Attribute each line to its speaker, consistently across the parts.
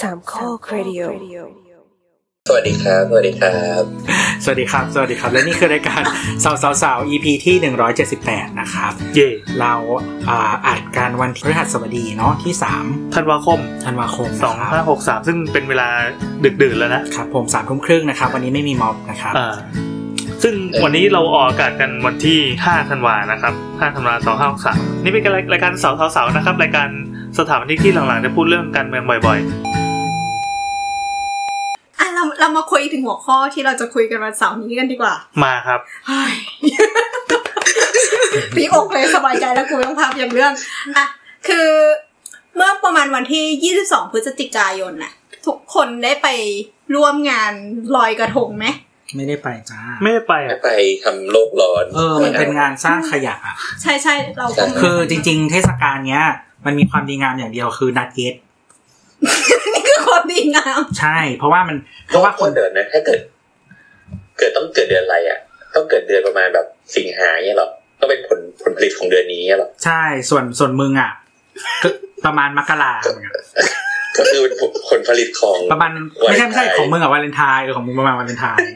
Speaker 1: สามข้อครดิโอ
Speaker 2: สวัสดีครับ สวัสดีครับ
Speaker 3: สวัสดีครับ สวัสดีครับ และนี่คือรายการ สาวสาวสาว EP ที่ 178 นะครับ
Speaker 4: เย่
Speaker 3: เราอ่าอัดการวันพฤหัสบดีเนาะที่ 3
Speaker 4: ธันวาคม
Speaker 3: ธันวาคม
Speaker 4: 2
Speaker 3: นะครั
Speaker 4: 5 6 3 ซึ่งเป็นเวลาดึกดื่นแล้วนะครับ
Speaker 3: ผมสามทุ่มครึ่งนะครับ วันนี้ไม่มีม็อบนะครับ
Speaker 4: อ่าซึ่งวันนี้เราออกอากาศกันวันที่ 5 ธันวานะครับ 5 ธันวา2 5 6 3 นี่เป็นรายรายการเสาร์เสาร์นะครับ รายการสถาปนิกที่หลังๆจะพูดเรื่องการเมืองบ่อย
Speaker 5: อ่ะเราเรามาคุยถึงหัวข้อที่เราจะคุยกันวันเสาร์นี้กันดีกว่า
Speaker 4: ๆ มาครับ
Speaker 5: เฮ้ย ปีอกเลยสบายใจแล้วกูไม่ต้องพับอย่างเรื่องอ่ะคือเมื่อประมาณวันที่ 22 พฤศจิกายนน่ะ ทุกคนได้ไปร่วมงานลอยกระทงไหม
Speaker 3: ไม่ได้ไปจ้า
Speaker 4: ไม่ได้ไป
Speaker 2: ไม่
Speaker 4: อ่ะ
Speaker 2: ไปทำโลกร้อน
Speaker 3: เออ มันเป็นงานสร้างขยะอะ
Speaker 5: ใช่ใช่เราก็ไม่
Speaker 3: คือจริง ๆ เทศกาลเนี้ย มันมีความดีงามอย่างเดียวคือนัดเย็ด
Speaker 5: นี่คือความดีงาม
Speaker 3: ใช่ เพราะว่ามันเพ
Speaker 2: เพราะ
Speaker 3: ราะ
Speaker 2: ว่า
Speaker 3: ว่า
Speaker 2: ค
Speaker 3: คน น
Speaker 2: เดินนะ ถ้าเกิด เกิดต้องเกิดเดือนอะไรอ่ะ ต้องเกิดเดือนประมาณแบบสิงหาเนี่ยหรอต้องเป็นผลผลผลิตของเดือนนี้เนี่ยหรอ
Speaker 3: ใช่ส่วนส่วนมึงอ่ะก็ประมาณมกราเหมือนกัน
Speaker 2: ก็คือเป็นผ ลผลผลิตของ
Speaker 3: ประมาณไม่ใช่ไม่ใช่ของมึงอะวาเลนไทน์เออของมึงประมาณวาเลนไทน์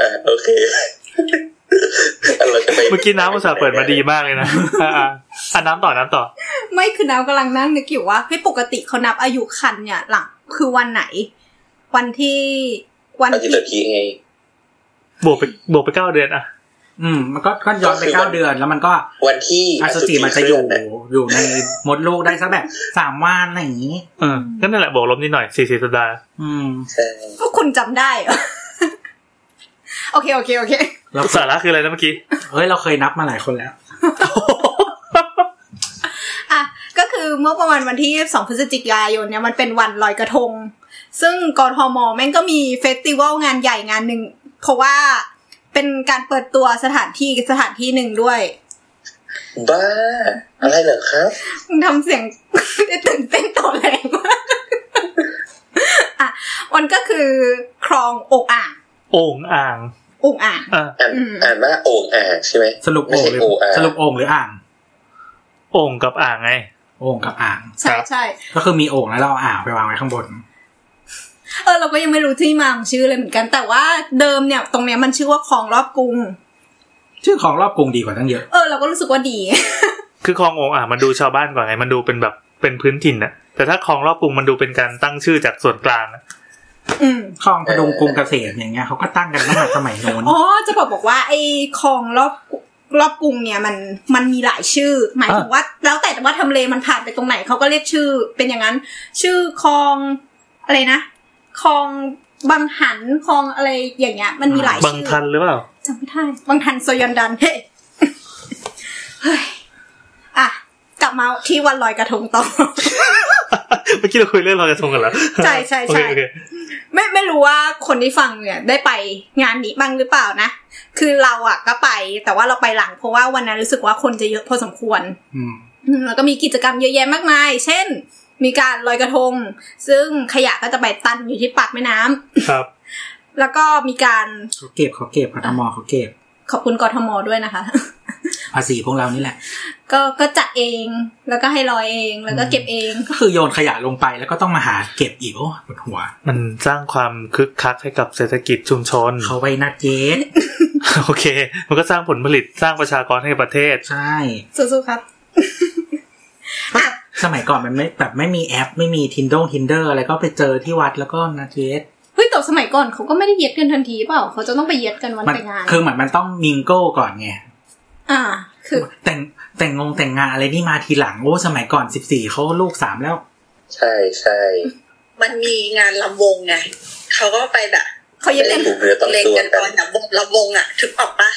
Speaker 2: อ่าโอเค เราจะไป
Speaker 4: เมื่อกี้น้ำอุตส่าห์เปิดมาดีมากเลยนะ อ่ะอ่ะอ่ะน้ำต่อน้ำต่อ
Speaker 5: ไม่คือน้ำกำลังนั่งนึกอยู่ว่าเฮ้ยปกติเขานับอายุคันเนี่ยหลังคือวันไหน วันที่วัน
Speaker 2: ปฏิ
Speaker 5: ที่
Speaker 2: ทินที่ไง
Speaker 4: บวกไปบวกไปเก้าเดือนอ่ะ
Speaker 3: อืมมันก็ก็ย้อนไป
Speaker 2: ก็คือ
Speaker 3: เก้า
Speaker 2: มัน
Speaker 3: เดือนแล้วมันก็
Speaker 2: วันที่
Speaker 3: อสุจิมันจะอยู่
Speaker 2: เคลื่
Speaker 3: อยู่ในมดลูกได้สักแบบ สามวันอะไรอย่างนี้
Speaker 4: เออก็นั่นแหละบวกลบนิดหน่อยสี่สิบสัปดาห์
Speaker 3: อืม
Speaker 2: ใช่
Speaker 5: พวกคุณจำได้เหรอ โอเคโอเคโอเค
Speaker 3: เรา
Speaker 4: สาระคืออะไรนะเมื่อกี้
Speaker 3: เฮ้ยเราเคยนับมาหลายคนแล้ว
Speaker 5: อ่ะก็คือเมื่อประมาณวันที่ 2 พฤศจิกายนเนี่ยมันเป็นวันลอยกระทง ซึ่งกรทมแม่งก็มีเฟสติวัลงานใหญ่งานหนึ่ง เพราะว่าเป็นการเปิดตัวสถานที่สถานที่หนึ่งด้วย
Speaker 2: บ้า อะไรเหรอครับ
Speaker 5: มึงทำเสียง ได้ตื่นเต้นต่อแรงมาก อ่ะมันก็คือคลองโองอ่าง
Speaker 4: โอ่งอ่าง
Speaker 5: โองอ่าง
Speaker 4: อ่ะ
Speaker 2: อ่าน
Speaker 5: อืม
Speaker 2: อ่านว่าโอ่งอ่างใช่ไหม
Speaker 3: สรุป
Speaker 2: ไม่
Speaker 3: โอ่ง
Speaker 2: ใช่
Speaker 3: หรือ
Speaker 2: OR
Speaker 3: สรุปโอ่งหรืออ่าง
Speaker 4: โอ่งกับอ่างไง
Speaker 3: โอ่งกับอ่าง
Speaker 5: ใช่ใช่
Speaker 3: ก็คือมีโอ่งแล้วเราเอาอ่างไปวางไว้ข้างบน
Speaker 5: เออเราก็ยังไม่รู้ที่มาของชื่อเลยเหมือนกัน แต่ว่าเดิมเนี่ย ตรงเนี้ยมันชื่อว่าคลองรอบกรุง
Speaker 3: ชื่อของรอบกรุงดีกว่าตั้งเยอะ
Speaker 5: เออเราก็รู้สึกว่าดี
Speaker 4: คือคลององอ่ะมันดูชาวบ้านก่อนไงมันดูเป็นแบบเป็นพื้นถิ่นอะแต่ถ้าคลองรอบกรุงมันดูเป็นการตั้งชื่อจากส่วนกลางอะ
Speaker 5: อืม
Speaker 3: คลองพดุงกรุงเกษตรอย่างเงี้ยเขาก็ตั้งกันตั้งแต่สมัยโน้น
Speaker 5: อ๋อ จะบอกบอกว่าไอ้คลองรอบรอบกรุงเนี่ยมันมันมีหลายชื่อ หมายถึงว่า แล้วแต่ว่าทำเลมันผ่านไปตรงไหนเขาก็เรียกชื่อ เป็นอย่างนั้น ชื่อคลองอะไรนะคลองบางหันคลองอะไรอย่างเงี้ย มันมีหลาย
Speaker 4: บาง
Speaker 5: ชื่อ
Speaker 4: ทันหรือเปล่า
Speaker 5: จำไม่ได้บางทันโซยอนดันเฮ้ เฮ้ยอ่ะกลับมาที่วันลอยกระทงต่อ
Speaker 4: เมื่อกี้เราคุยเรื่องลอยกระทงกันเหรอ
Speaker 5: ใช่ใช่
Speaker 4: โอ
Speaker 5: ใช่
Speaker 4: เคโอเค
Speaker 5: ไม่ไม่รู้ว่าคนที่ฟังเนี่ยได้ไปงานนี้บ้างหรือเปล่านะ คือเราอะก็ไปแต่ว่าเราไปหลังเพราะว่าวันนั้นรู้สึกว่าคนจะเยอะพอสมควร
Speaker 3: อืม
Speaker 5: อืมแล้วก็มีกิจกรรมเยอะแยะมากมาย เช่น มีการลอยกระทง ซึ่งขยะก็จะไปตันอยู่ที่ปากแม่น้ำ
Speaker 4: ครับ
Speaker 5: แล้วก็มีการ
Speaker 3: เขาเก็บเขาเก็บพทมเขาเก็บ
Speaker 5: ขอบคุณกทมด้วยนะคะ
Speaker 3: ภาษีพวกเรานี่แหละ
Speaker 5: ก็ก็จัดเองแล้วก็ให้ลอยเองแล้วก็เก็บเอง
Speaker 3: ก็คือโยนขยะลงไปแล้วก็ต้องมาหาเก็บอีกโอ้ปวดหัว
Speaker 4: มันสร้างความคึกคักให้กับเศรษฐกิจชุมชน
Speaker 3: เขาไว้นัดเย็ ด
Speaker 4: โอเค มันก็สร้างผลผลิตสร้างประชากรให้กับประเทศ
Speaker 3: ใช่
Speaker 5: สู้ๆครับ
Speaker 3: สมัยก่อนมันไม่แบบไม่มีแอปไม่มีทินดงทินเดอร์อะไรก็ไปเจอที่วัดแล้วก็นัดเย็ด
Speaker 5: เฮ้ยแต่สมัยก่อนเขาก็ไม่ได้เย็ดกันทันทีเปล่าเขาจะต้องไปเย็ดกันวัน
Speaker 3: มัน
Speaker 5: ไปงาน
Speaker 3: คือเหมือนมันต้องมิงโก้ก่อนไง
Speaker 5: อ่า คือ
Speaker 3: แต่งแต่งงแต่งงานอะไรนี่มาทีหลังโอ้สมัยก่อนสิบสี่เขาลูกสามแล้ว
Speaker 2: ใช่ใช่
Speaker 6: มันมีงานลำวงไง เขาก็ไปแบบ
Speaker 5: เขาเย็ด
Speaker 2: ได้
Speaker 5: กัน
Speaker 2: ถูกเนื้อต้อง
Speaker 6: เล่น
Speaker 2: ตัว
Speaker 6: กันต
Speaker 2: กั
Speaker 6: อน
Speaker 2: น
Speaker 6: ลำวงลำวงอ่ะ ถึงออกปะ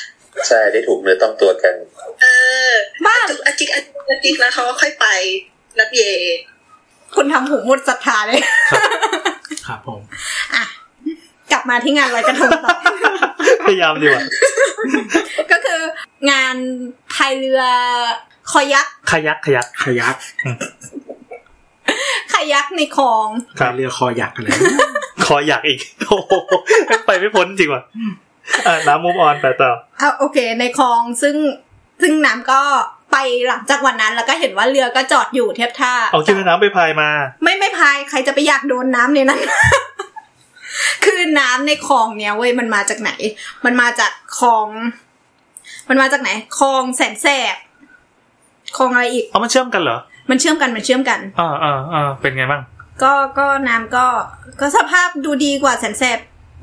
Speaker 2: ใช่ได้ถูกเนื้อต้องตัวกัน
Speaker 6: เออ
Speaker 5: บ้า
Speaker 6: จุกอาจิกอาจิกอาจิกแล้วเขาก็ค่อยไปนับเย
Speaker 5: คุณทำหูหมดศรัทธาเลย
Speaker 3: ครับผม
Speaker 5: กลับมาที่งานลอยกระทงต่อ
Speaker 4: พยายามดีกว่า
Speaker 5: ก็คืองานพายเรือคอยัก
Speaker 4: ขยักขยัก
Speaker 3: ขยัก
Speaker 5: คายักในคลอง
Speaker 4: ครับ
Speaker 3: เรือคอยักอะไร
Speaker 4: คออยาก อีก โอ้โหไปไม่พ้นจริงว่ะอ่ะน้ำมูฟออนไปต่อ
Speaker 5: เอาโอเคในคลองซึ่งซึ่งน้ำก็ ไปหลังจากวันนั้นแล้วก็เห็นว่าเรือก็จอดอยู่เทียบท่า
Speaker 4: เอาคิดว่าน้ำไปพายมา
Speaker 5: ไม่ไม่พายใครจะไปอยากโดนน้ำใน นั้น คือน้ำในคลองเนี่ยเว้ยมันมาจากไหน มันมาจากคลอง มันมาจากไหนคลองแสนแสบคลองอะไรอีก
Speaker 4: เอามันเชื่อมกันเหรอ
Speaker 5: มันเชื่อมกันมันเชื่อมกัน
Speaker 4: อ่าอ่าอ่าเป็นไงบ้าง
Speaker 5: ก็ก็น้ำก็ก็สภาพดูดีกว่าแสนแสบ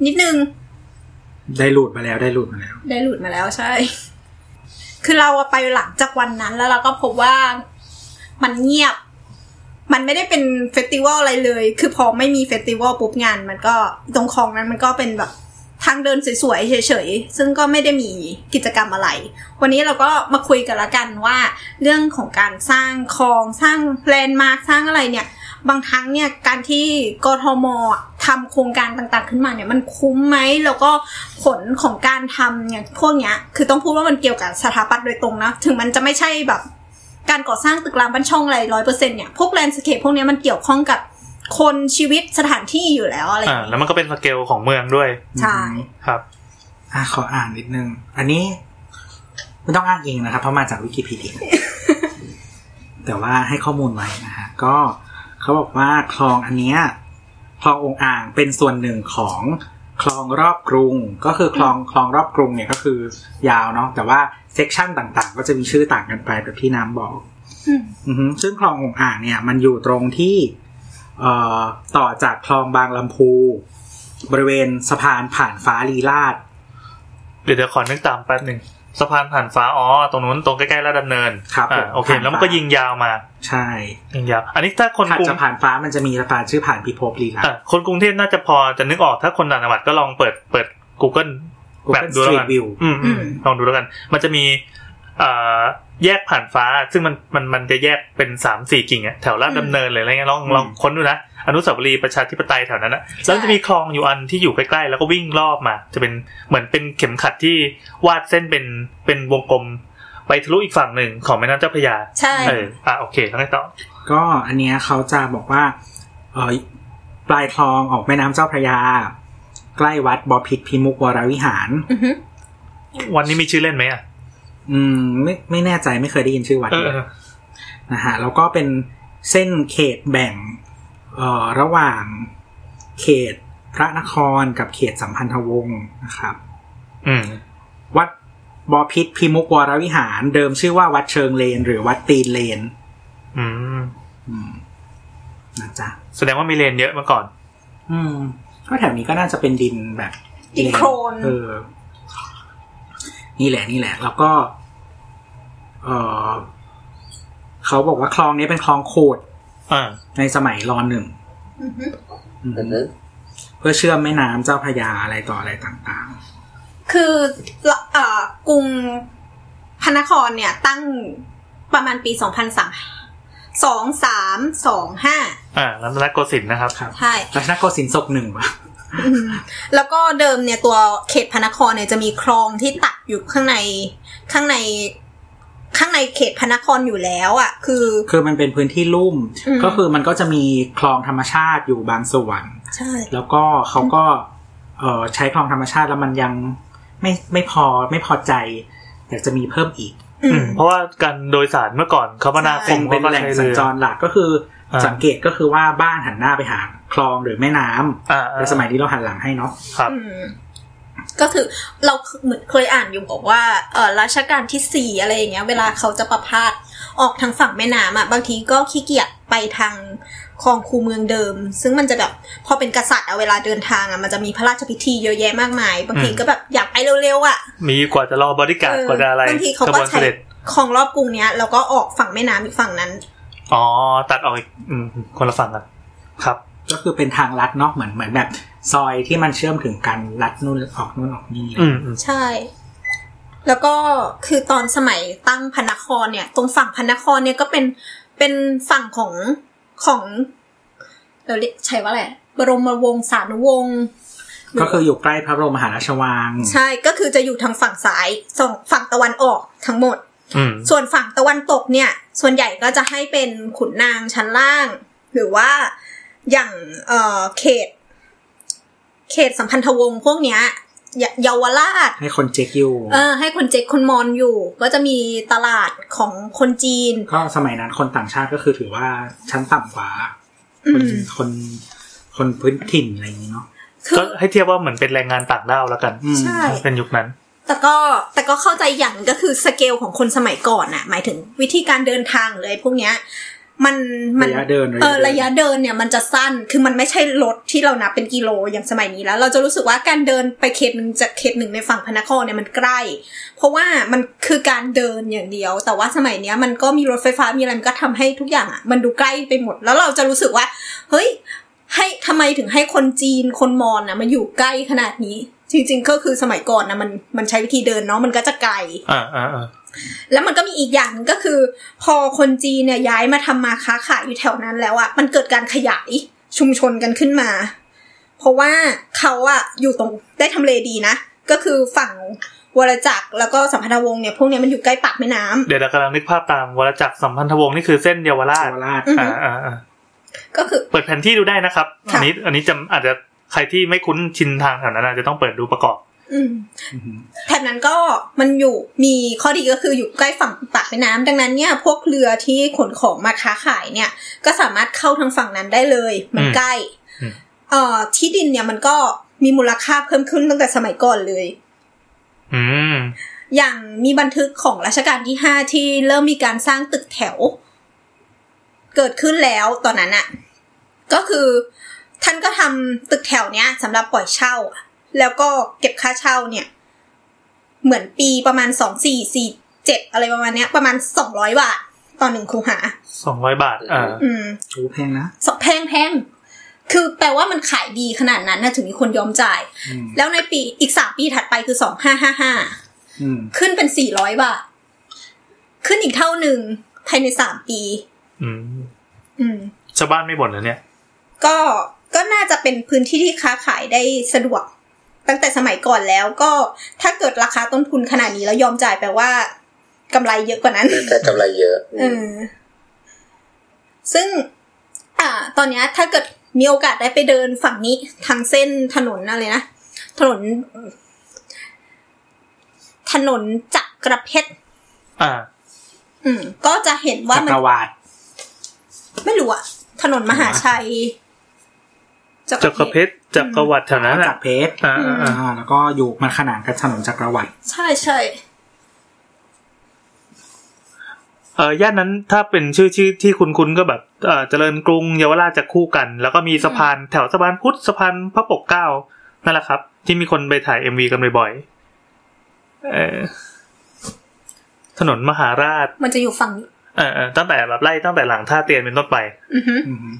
Speaker 5: นิดนึง
Speaker 3: ได้หลุดมาแล้วได้หลุดมาแล้ว
Speaker 5: ได้หลุดมาแล้วใช่ คือเราอะไปหลังจากวันนั้นแล้วเราก็พบว่ามันเงียบ มันไม่ได้เป็นเฟสติวัลอะไรเลย คือพอไม่มีเฟสติวัลปุ๊บงาน มันก็ตรงคลองนั้นมันก็เป็นแบบทางเดินสวยๆเฉยๆ ซึ่งก็ไม่ได้มีกิจกรรมอะไร วันนี้เราก็มาคุยกันละกันว่า เรื่องของการสร้างคลองสร้างแลนด์มาร์คสร้างอะไรเนี่ย บางครั้งเนี่ยการที่กทมอ่ะทำโครงการต่างๆขึ้นมาเนี่ยมันคุ้มไหมแล้วก็ผลของการทำเนี่ยพวกเนี้ยคือต้องพูดว่ามันเกี่ยวกับสถาปัตย์โดยตรงนะ ถึงมันจะไม่ใช่แบบ การก่อสร้างตึกรามบ้านช่องอะไรร้อยเปอร์เซ็นต์เนี่ยพวกแลนด์สเคปพวกเนี้ยมันเกี่ยวข้องกับคนชีวิตสถานที่อยู่แล้วอะไรอย่า
Speaker 4: อ่า
Speaker 5: งเงี้ย
Speaker 4: แล้วมันก็เป็นสเกลของเมืองด้วย
Speaker 5: ใช่
Speaker 4: ครับ
Speaker 3: อ่ะขออ่านนิดนึง อันนี้ไม่ต้องอ้างอิงนะครับ เพราะมาจากวิกิพีเดีย แต่ว่าให้ข้อมูลไว้นะฮะ ก็เขาบอกว่าคลองอันเนี้ยคลององอ่างเป็นส่วนหนึ่งของคลองรอบกรุง ก็คือคลองคลองรอบกรุงเนี่ยก็คือยาวเนาะ แต่ว่าเซกชันต่างๆ ก็จะมีชื่อต่างกันไปแบบที่น้ำบอก
Speaker 5: อืม
Speaker 3: อือฮึซึ่งคลององอ่างเนี่ยมันอยู่ตรงที่เอ่อต่อจากคลองบางลำพู บริเวณสะพานผ่านฟ้าลีลาด
Speaker 4: เดี๋ยวเดี๋ยวขอนึกตามแป๊บหนึ่งสะพานผ่านฟ้าอ๋อตรงนู้นตรงใกล้ๆลาดดำเนิน
Speaker 3: ครับ
Speaker 4: อ่า
Speaker 3: ผม
Speaker 4: โอเค
Speaker 3: ผ่านฟ้า
Speaker 4: แล้วมันก็ยิงยาวมา
Speaker 3: ใช่
Speaker 4: ยิงยาว อันนี้ถ้าคน
Speaker 3: ผ่าน
Speaker 4: กรุง
Speaker 3: จะผ่านฟ้ามันจะมีสะพานชื่อผ่านพิภพลีลา
Speaker 4: อ่ะ
Speaker 3: ด
Speaker 4: คนกรุงเทพน่าจะพอจะนึกออกถ้าคนต่างจังหวัดก็ลองเปิดเปิด Google แบบ
Speaker 3: Google
Speaker 4: ดูแล้วกั
Speaker 3: Street
Speaker 4: น
Speaker 3: View
Speaker 4: อืมอืมลองดูแล้วกัน มันจะมีอ่าแยกผ่านฟ้า ซึ่งมันมันมันจะแยกเป็นสามสี่กิ่งอะแถวลาดดำเนินเลยอะไรเงี้ยลอง
Speaker 3: อืม
Speaker 4: ลองค้นดูนะอนุสาวรีย์ประชาธิปไตยแถวนั้นนะแล้วจะมีคลองอยู่อันที่อยู่ใกล้ๆแล้วก็วิ่งรอบมา จะเป็นเหมือนเป็นเข็มขัดที่วาดเส้นเป็นเป็นวงกลม ไปทะลุอีกฝั่งหนึ่งของแม่น้ำเจ้าพระยา
Speaker 5: ใช่
Speaker 4: เอออ่ะโอเคแล้วไงต่อ
Speaker 3: ก็อันเนี้ยเขาจะบอกว่าเอ่อปลายคลองออกแม่น้ำเจ้าพระยา ใกล้วัดบอพิษพิมุกวรวิหาร
Speaker 5: อือฮึ
Speaker 4: วันนี้มีชื่อเล่นไหมอ่ะ
Speaker 3: อืมไม่ไม่แน่ใจไม่เคยได้ยินชื่อวัด
Speaker 4: เอ
Speaker 3: เล
Speaker 4: อย
Speaker 3: นะฮะแล้วก็เป็นเส้นเขตแบ่งเอ่อระหว่างเขตพระนครกับเขตสัมพันธวงศ์นะครับ
Speaker 4: อืม
Speaker 3: วัดบอพิษพิมุกวรวิหาร เดิมชื่อว่าวัดเชิงเลน หรือวัดตีนเลน
Speaker 4: อืม
Speaker 3: อืมนะจ๊ะ
Speaker 4: แสดงว่ามีเลนเยอะมาก่อน
Speaker 3: อืมก็แถวนี้ก็น่าจะเป็นดินแบบ
Speaker 5: ดินโครน
Speaker 3: เออ นี่แหละนี่แหละ แล้วก็ เออเขาบอกว่าคลองนี้เป็นคลองโขด
Speaker 4: อ่า
Speaker 3: ในสมัยรอหนึ่ง
Speaker 5: อฮึ
Speaker 2: อือฮึ
Speaker 3: เพื่อเชื่อมแม่น้ำเจ้าพระยาอะไรต่ออะไรต่าง
Speaker 5: คือละเอ่อกรุงพระนครเนี่ย ตั้งประมาณปีสองพันสามสองสามสองห้า
Speaker 4: อ่ารัตนโกสินทร์นะครับ
Speaker 5: ใช่
Speaker 3: ๆ รัชนโกสินทร์ศกหนึ่งวะ
Speaker 5: อืมแล้วก็เดิมเนี่ยตัวเขตพระนครเนี่ยจะมีคลองที่ตัดอยู่ข้างในข้างในข้างในเขตพระนครอยู่แล้วอะ่ะ คือ
Speaker 3: คือมันเป็นพื้นที่ลุ่ม
Speaker 5: อืม
Speaker 3: ก็คือมันก็จะมีคลองธรรมชาติอยู่บางส่วน
Speaker 5: ใช่
Speaker 3: แล้วก็เขาก็เอ่อใช้คลองธรรมชาติแล้วมันยังไม่ไม่พอไม่พอใจอยากจะมีเพิ่มอีก
Speaker 5: อืม
Speaker 4: เพราะว่าการโดยสารเมื่อก่อนคมนาค
Speaker 5: ผ
Speaker 3: เป็
Speaker 4: ม
Speaker 3: น
Speaker 4: ก็
Speaker 3: เป็นแหล่ง
Speaker 4: ใช้
Speaker 3: สัญ
Speaker 4: เรือ
Speaker 3: จรหลักก็คืออา สังเกตก็คือว่าบ้านหันหน้าไปหาคลองหรือแม่น้ำ
Speaker 4: อ่า
Speaker 3: แต่สมัยนี้เราหันหลังให้เนาะ
Speaker 4: ครับ
Speaker 5: อืมก็คือเราเหมือนเคยอ่านอยู่บอกว่าเออรัชกาลที่สี่อะไรอย่างเงี้ย เวลาเขาจะประพาสออกทางฝั่งแม่น้ำอ่ะบางทีก็ขี้เกียจไปทางคลองคูเมืองเดิม ซึ่งมันจะแบบพอเป็นกษัตริย์อะเวลาเดินทางอ่ะมันจะมีพระราชพิธีเยอะแยะมากมาย บางที
Speaker 4: อืม
Speaker 5: ก็แบบอยากไปเร็วๆอ่ะ
Speaker 4: มีกว่าจะรอบริการด
Speaker 5: เออก
Speaker 4: ว่าจะอะไร
Speaker 5: บางทีเขาก็
Speaker 4: ขบวนเสด็จ
Speaker 5: ใช้ คลองรอบกรุงเนี้ยแล้วก็ออกฝั่งแม่น้ำอีกฝั่งนั้น
Speaker 4: อ๋อ ตัดออกอีกอืมคนละฝั่งกันครับ
Speaker 3: ก็คือเป็นทางลัดเนาะเหมือนเหมือนแบบ ซอยที่มันเชื่อมถึงกันลัดนู่นออกนู่นออกนี่
Speaker 4: อืมอืม
Speaker 5: ใช่ แล้วก็คือตอนสมัยตั้งพระนครเนี่ย ตรงฝั่งพระนครเนี่ยก็เป็นเป็นฝั่งของของเราเรียกใช่ว่าอะไรบรมวงศานุวงศ์
Speaker 3: ก็คืออยู่ใกล้พระบรมมหาราชวัง
Speaker 5: ใช่ก็คือจะอยู่ทางฝั่งซ้ายส่วนฝั่งตะวันออกทั้งหมด
Speaker 4: อืม
Speaker 5: ส่วนฝั่งตะวันตกเนี่ย ส่วนใหญ่ก็จะให้เป็นขุนนางชั้นล่าง หรือว่าอย่างเอ่อเขต เขตสัมพันธวงศ์พวกเนี้ย เยเยาวราช
Speaker 3: ให้คนเจ๊กอยู่
Speaker 5: เออให้คนเจ็กคนมอนอยู่ ก็จะมีตลาดของคนจีน
Speaker 3: ก็สมัยนั้นคนต่างชาติก็คือถือว่าชั้นต่ำกว่า
Speaker 5: อื
Speaker 3: คน
Speaker 5: ม
Speaker 3: คนคนพื้นถิ่นอะไรอย่างนี้เนาะ
Speaker 5: คื
Speaker 4: ก็
Speaker 5: อ
Speaker 4: ให้เทียบว่าเหมือนเป็นแรงงานต่างด้าวแล้วกัน
Speaker 3: อืม
Speaker 5: ใช่
Speaker 4: เป็นยุคนั้น
Speaker 5: แต่ก็แต่ก็เข้าใจอย่างก็คือสเกลของคนสมัยก่อนน่ะ หมายถึงวิธีการเดินทางหรืออะไรพวกเนี้ย มันมัน
Speaker 3: ระยะเดิน
Speaker 5: เออระยะเดินเนี่ยมันจะสั้น คือมันไม่ใช่รถที่เรานับเป็นกิโลอย่างสมัยนี้แล้ว เราจะรู้สึกว่าการเดินไปเขตหนึ่งจากเขตหนึ่งในฝั่งพระนครเนี่ยมันใกล้ เพราะว่ามันคือการเดินอย่างเดียว แต่ว่าสมัยเนี้ยมันก็มีรถไฟฟ้ามีอะไรมันก็ทำให้ทุกอย่างอ่ะมันดูใกล้ไปหมด แล้วเราจะรู้สึกว่า เฮ้ย ให้ทำไมถึงให้คนจีนคนมอญน่ะมันอยู่ใกล้ขนาดนี้ จริงๆก็คือสมัยก่อนนะมันมันใช้วิธีเดินเนาะมันก็จะไกล
Speaker 4: อ่าอ่าอ่า
Speaker 5: แล้วมันก็มีอีกอย่างหนึ่งก็คือ พอคนจีนเนี่ยย้ายมาทำมาค้าขายอยู่แถวนั้นแล้วอะ่ะมันเกิดการขยายชุมชนกันขึ้นมา เพราะว่าเขาอะ่ะอยู่ตรงได้ทำเลดีนะ ก็คือฝั่งวรจักรแล้วก็สัมพันธวงศ์เนี่ยพวกเนี้ยมันอยู่ใกล้ปากแม่น้ำ
Speaker 4: เดี๋ยวเรากำลังนึกภาพตามวรจักรสัมพันธวงศ์นี่คือเส้นเยาวรา
Speaker 3: เยาว
Speaker 4: ช
Speaker 3: ราช
Speaker 5: อือฮึ
Speaker 4: อ่าอ่าอ่า
Speaker 5: ก็คือ
Speaker 4: เปิดแผนที่ดูได้นะครับ
Speaker 5: ค่ะ
Speaker 4: อันนี้อันนี้จำอาจจะใครที่ไม่คุ้นชินทางแถวนั้นอาจจะต้องเปิดดูประกอบ
Speaker 5: อืม
Speaker 3: อือฮึ
Speaker 5: แถบนั้นก็มันอยู่มีข้อดีก็คืออยู่ใกล้ฝั่งปากแม่น้ำดังนั้นเนี่ยพวกเรือที่ขนของมาค้าขายเนี่ย ก็สามารถเข้าทางฝั่งนั้นได้เลยมัน
Speaker 4: อืม
Speaker 5: ใกล้
Speaker 4: อืม
Speaker 5: เอ่อที่ดินเนี่ยมันก็มีมูลค่าเพิ่มขึ้นตั้งแต่สมัยก่อนเลย
Speaker 4: อืม
Speaker 5: อย่างมีบันทึกของรัชกาลที่ห้าที่เริ่มมีการสร้างตึกแถว เกิดขึ้นแล้วตอนนั้นอะก็คือท่านก็ทำตึกแถวเนี้ยสำหรับปล่อยเช่าอะแล้วก็เก็บค่าเช่าเนี่ย เหมือนปีประมาณสองสี่สี่เจ็ดอะไรประมาณเนี้ย ประมาณสองร้อยบาทต่อหนึ่งคูหา
Speaker 4: สองร้อยบาท อ่า
Speaker 5: อืม
Speaker 3: โอ้แพงนะ
Speaker 5: สแพงแพงๆคือแปลว่ามันขายดีขนาดนั้นนะถึงมีคนยอมจ่าย
Speaker 3: อืม
Speaker 5: แล้วในปีอีกสามปีถัดไปคือสองห้าห้าห้า
Speaker 3: อืม
Speaker 5: ขึ้นเป็นสี่ร้อยบาท ขึ้นอีกเท่าหนึ่งภายในสามปี
Speaker 4: อืม
Speaker 5: อืม
Speaker 4: ชาวบ้านไม่บ่นเลยเนี่ย
Speaker 5: ก็ก็น่าจะเป็นพื้นที่ที่ค้าขายได้สะดวก ตั้งแต่สมัยก่อนแล้วก็ถ้าเกิดราคาต้นทุนขนาดนี้แล้วยอมจ่ายแปลว่ากำไรเยอะกว่านั้น
Speaker 2: แต่กำไรเยอะ
Speaker 5: เออซึ่ง อ่า ตอนเนี้ยถ้าเกิดมีโอกาสได้ไปเดินฝั่งนี้ ทางเส้นถนนอะไรนะ ถนน ถนนจักรเพชร
Speaker 4: อ่า
Speaker 5: อืม ก็จะเห็นว่า
Speaker 3: จั
Speaker 5: มัน
Speaker 3: กรวาด
Speaker 5: ไม่รู้อะถนนมหาชัย
Speaker 4: จักรเพชรจักรวรรดิแถวนั้น
Speaker 3: จั
Speaker 4: อ่ะ
Speaker 3: กรเพชร
Speaker 4: อ่าอ่าอ่า
Speaker 3: อ่าแล้วก็อยู่มันขนานกับถนนจักรวาด
Speaker 5: ใช่ใช่
Speaker 4: เออย่านนั้นถ้าเป็นชื่อชื่อที่คุณคุณก็แบบเออเจริญกรุงเยาวราชจะคู่กัน แล้วก็มีสะพานแถวสะพานพุทธสะพานพระปกเกล้านั่นแหละครับ ที่มีคนไปถ่ายเอ็มวีกันบ่อยๆเออถนนมหาราช
Speaker 5: มันจะอยู่ฝั่งนี้
Speaker 4: เออเออตั้งแต่แบบไล่ตั้งแต่หลังท่าเตียนเป็นต้นไป
Speaker 5: อือฮึ
Speaker 3: อือฮึ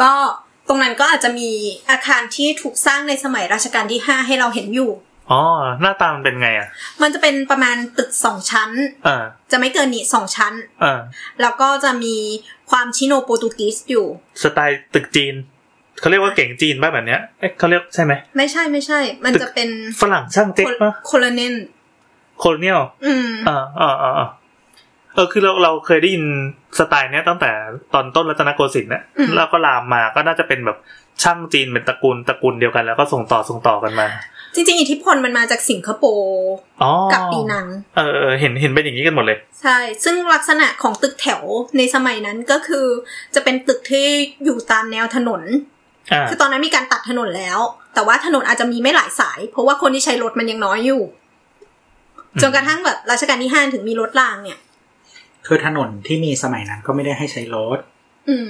Speaker 5: ก็ตรงนั้นก็อาจจะมีอาคารที่ถูกสร้างในสมัยรัชกาลที่ห้าให้เราเห็นอยู่
Speaker 4: อ๋อ หน้าตามันเป็นไงอ่ะ
Speaker 5: มันจะเป็นประมาณตึกสองชั้น
Speaker 4: อ่า
Speaker 5: จะไม่เกินนี้สองชั้น
Speaker 4: อ่า
Speaker 5: แล้วก็จะมีความชิโนโปรตุกีสอยู่
Speaker 4: สไตล์ตึกจีน เขาเรียกว่าเก่งจีนป่ะแบบเนี้ยเอ๊ะเขาเรียกใช่ไหม
Speaker 5: ไม่ใช่ไม่ใช่ มัน
Speaker 4: ตึก
Speaker 5: จะเป็น
Speaker 4: ฝรั่งช่างเจ๊กป่ะ
Speaker 5: โคลเนน
Speaker 4: โคลเนียล
Speaker 5: อืม
Speaker 4: อ่าอ่าอ่าอ่าเออคือเราเราเคยได้ยินสไตล์เนี้ยตั้งแต่ตอนต้นรัตนโกสินทร์เนี่ย
Speaker 5: อืม
Speaker 4: แล้วก็ลามมาก็น่าจะเป็นแบบช่างจีนเป็นตระกูลตระกูลเดียวกัน แล้วก็ส่งต่อส่งต่อกันมา
Speaker 5: จริง ๆ อิทธิพลมันมาจากสิงคโปร์
Speaker 4: อ๋อ
Speaker 5: กับปีนัง
Speaker 4: เออเออเห็นเห็นเป็นอย่างนี้กันหมดเลย
Speaker 5: ใช่ ซึ่งลักษณะของตึกแถวในสมัยนั้นก็คือ จะเป็นตึกที่อยู่ตามแนวถนน
Speaker 4: อ่า
Speaker 5: คือตอนนั้นมีการตัดถนนแล้ว แต่ว่าถนนอาจจะมีไม่หลายสาย เพราะว่าคนที่ใช้รถมันยังน้อยอยู่ จนกระทั่งแบบรัชกาลที่ห้าถึงมีรถรางเนี่ย
Speaker 3: คือถนนที่มีสมัยนั้นก็ไม่ได้ให้ใช้รถ
Speaker 5: อืม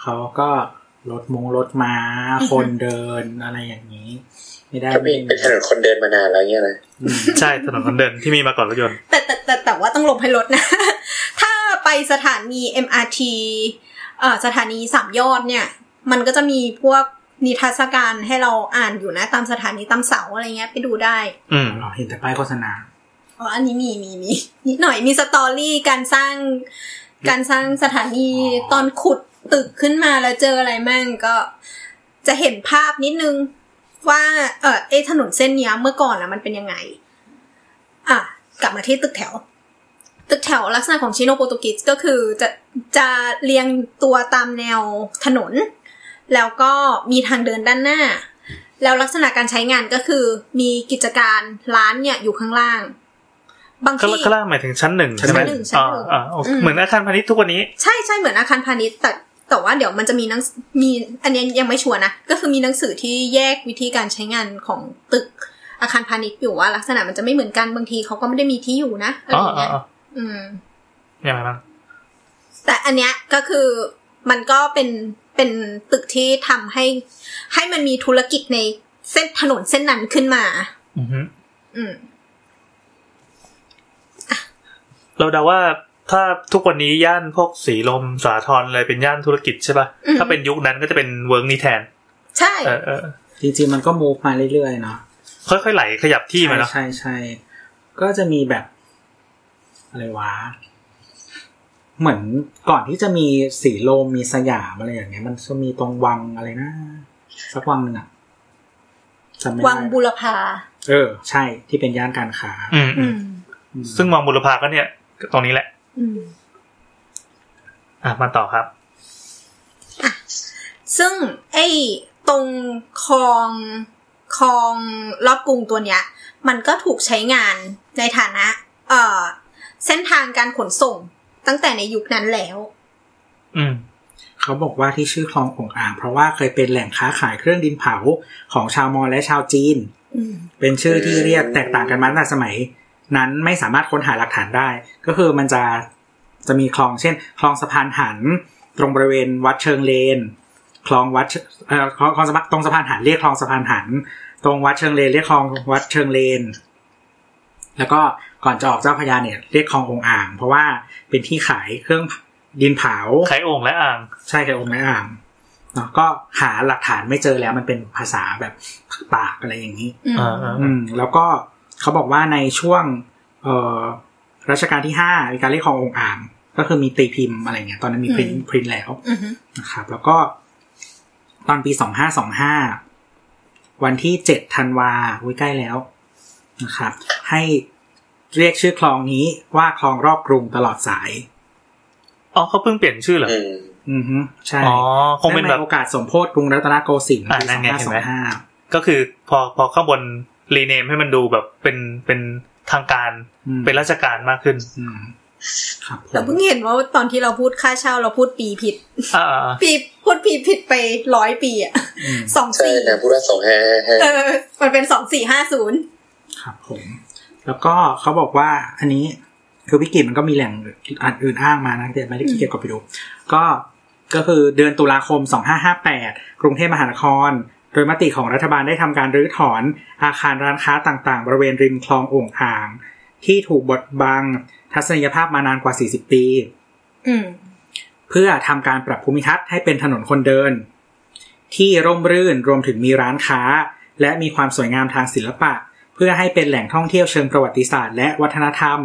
Speaker 3: เขาก็รถมงรถม้า
Speaker 5: อือฮึ
Speaker 3: คนเดินอะไรอย่างนี้ ไม่ได้
Speaker 2: ถ้ามี
Speaker 3: ไม่
Speaker 2: เป็นถนนคนเดินมานานแล้วเนี่ยนะ
Speaker 3: อืม
Speaker 4: ใช่ถนนคนเดินที่มีมาก่อนรถยนต์
Speaker 5: แต่แต่แต่แต่ว่าต้องหลบให้รถนะ ถ้าไปสถานี MRT เอ่อสถานีสามยอดเนี่ย มันก็จะมีพวกนิทรรศการให้เราอ่านอยู่นะ ตามสถานีตามเสาอะไรเงี้ยไปดูได้
Speaker 4: อืม
Speaker 3: เราเห็นแต่ป้ายโฆษณา
Speaker 5: อ๋อ อันนี้มีมีมีนิดหน่อยมีสตอรี่การสร้าง การสร้างสถานี
Speaker 3: อ๋อ
Speaker 5: ตอนขุดตึกขึ้นมาแล้วเจออะไรมั่งก็ จะเห็นภาพนิดนึง ว่า เออไอถนนเส้นเนี้ยเมื่อก่อนอะมันเป็นยังไง อ่ะ กลับมาที่ตึกแถว ตึกแถวลักษณะของชิโนโปรตุกิสก็คือจะจะเรียงตัวตามแนวถนน แล้วก็มีทางเดินด้านหน้า แล้วลักษณะการใช้งานก็คือ มีกิจการร้านเนี่ยอยู่ข้างล่าง บาง
Speaker 4: ข้าง
Speaker 5: ที่
Speaker 4: ข้างล่างหมายถึงชั้นหนึ่ง
Speaker 3: ชั้น
Speaker 4: ใช่ไหม
Speaker 5: หนึ่งชั้นหนึ่ง
Speaker 4: อ่าอ่าโอเค
Speaker 5: อืม
Speaker 4: เหมือนอาคารพาณิชย์ทุกวันนี้
Speaker 5: ใช่ใช่เหมือนอาคารพาณิชย์แต่แต่ว่าเดี๋ยวมันจะมีหนังมีอันเนี้ยยังไม่ชัวร์นะ ก็คือมีหนังสือที่แยกวิธีการใช้งานของตึกอาคารพาณิชย์อยู่ว่าลักษณะมันจะไม่เหมือนกันบางทีเขาก็ไม่ได้มีที่อยู่นะอะไร
Speaker 4: อ๋
Speaker 5: อ
Speaker 4: อ
Speaker 5: ย่างเงี้ย
Speaker 4: อ๋ออ๋อ
Speaker 5: อืม
Speaker 4: ยังไงบ้าง
Speaker 5: แต่อันเนี้ยก็คือมันก็เป็นเป็นตึกที่ทำให้ ให้มันมีธุรกิจในเส้นถนนเส้นนั้นขึ้นมา
Speaker 4: อือฮึ
Speaker 5: อืม
Speaker 4: เราเดาว่าถ้าทุกวันนี้ย่านพวกสีลมสาทรอะไรเป็นย่านธุรกิจใช่ป่ะ
Speaker 5: อืม
Speaker 4: ถ้าเป็นยุคนั้นก็จะเป็นเวิร์กนี่แทน
Speaker 5: ใช่
Speaker 4: เออเออ
Speaker 3: จริงๆมันก็มูฟมาเรื่อยๆเนาะ
Speaker 4: ค่อยๆไหลขยับที่มาเนาะ
Speaker 3: ใช่ใช่ใช่ ก็จะมีแบบอะไรวะ เหมือนก่อนที่จะมีสีลมมีสยามอะไรอย่างเงี้ย มันจะมีตรงวังอะไรนะ สักวังหนึ่งอะจำไม่
Speaker 5: วัง
Speaker 3: ได้
Speaker 5: บุรพา
Speaker 3: เออ ใช่ที่เป็นย่านการค้า
Speaker 4: อืม
Speaker 5: อื
Speaker 4: อืม
Speaker 5: ม
Speaker 3: อืม
Speaker 4: ซึ่งมองบุรพาก็เนี่ย ตรงนี้แหละ
Speaker 5: อืม
Speaker 4: อ่ะมาต่อครับ
Speaker 5: ซึ่งไอ้ตรงคลองคลองรอบกรุงตัวเนี้ย มันก็ถูกใช้งานในฐานะเอ่อเส้นทางการขนส่งตั้งแต่ในยุคนั้นแล้ว
Speaker 4: อืม
Speaker 3: เขาบอกว่าที่ชื่อคลององอ่าง เพราะว่าเคยเป็นแหล่งค้าขายเครื่องดินเผาของชาวมอญและชาวจีน
Speaker 5: อืม
Speaker 3: เป็นชื่อที่เรียกแตกต่างกันมาตั้งแต่สมัย นั้นไม่สามารถค้นหาหลักฐานได้ ก็คือมันจะจะมีคลองเช่น คลองสะพานหัน ตรงบริเวณวัดเชิงเลน คลองวัดเอ่อคลองคลองสะพานตรงสะพานหันเรียกคลองสะพานหัน ตรงวัดเชิงเลนเรียกคลองวัดเชิงเลน แล้วก็ก่อนจะออกเจ้าพระยาเนี่ยเรียกคลององอ่าง เพราะว่าเป็นที่ขายเครื่องดินเผา
Speaker 4: ไขโอ่งและอ่าง
Speaker 3: ใช่ไข่องค์และอ่างเนาะก็หาหลักฐานไม่เจอแล้วมันเป็นภาษาแบบปากอะไรอย่างนี้
Speaker 5: อืม
Speaker 4: อ่าอ่า
Speaker 3: อืมแล้วก็เขาบอกว่าในช่วงเอ่อรัชกาลที่ห้ามีการเรียกคลององค์อ่าง ก็คือมีตีพิมพ์อะไรเงี้ยตอนนั้นมี
Speaker 5: อืม
Speaker 3: พรินพรินแล้ว
Speaker 5: อืมฮึ
Speaker 3: นะครับ แล้วก็ตอนปีสองห้าสองห้าวันที่เจ็ดธันวาอุ้ยใกล้แล้วนะครับ ให้เรียกชื่อคลองนี้ว่าคลองรอบกรุงตลอดสาย
Speaker 4: อ๋อเขาเพิ่งเปลี่ยนชื่อเหรอ
Speaker 2: อืม
Speaker 3: อือฮึใช่
Speaker 4: อ๋อ คงเป็นแบ
Speaker 3: ได้
Speaker 4: บ
Speaker 3: ในโอกาสสมโพธิกรุงรัตนโกสินทร์
Speaker 4: อ่ะ
Speaker 3: ปีสอ
Speaker 4: นั่
Speaker 3: น ง
Speaker 4: ไง
Speaker 3: ห้า
Speaker 4: เห็
Speaker 3: สอ
Speaker 4: นไหม
Speaker 3: งห้า
Speaker 4: ก็คือพอพอข้างบนรีเนมให้มันดูแบบเป็นเป็นทางการเป็นราชการมากขึ้น
Speaker 3: ครับผม
Speaker 5: เราเพิ่งเห็นว่าตอนที่เราพูดค่าเช่าเราพูดปีผิด
Speaker 4: อ่าอ่าอ่า
Speaker 5: ปีพูดปีผิดไปร้อยปีอะ
Speaker 3: อืม
Speaker 5: สอง
Speaker 2: ใช่
Speaker 5: สี่
Speaker 2: นะพุทธสองห้าห้า
Speaker 5: เออ มันเป็นสองสี่ห้าศูนย์
Speaker 3: ครับผม แล้วก็เขาบอกว่าอันนี้คือวิกิมันก็มีแหล่งอันอื่นอ้างมานะแต่ไม่ได้ขี้เกียจกดไปดู ก็ก็คือเดือนตุลาคม 2558 กรุงเทพมหานคร โดยมติของรัฐบาลได้ทำการรื้อถอนอาคารร้านค้าต่างๆ บริเวณริมคลองโอ่งอ่าง ที่ถูกบดบังทัศนียภาพมานานกว่า 40 ปี
Speaker 5: อืม
Speaker 3: เพื่อทำการปรับภูมิทัศน์ให้เป็นถนนคนเดิน ที่ร่มรื่นรวมถึงมีร้านค้า และมีความสวยงามทางศิลปะ เพื่อให้เป็นแหล่งท่องเที่ยวเชิงประวัติศาสตร์และวัฒนธรรม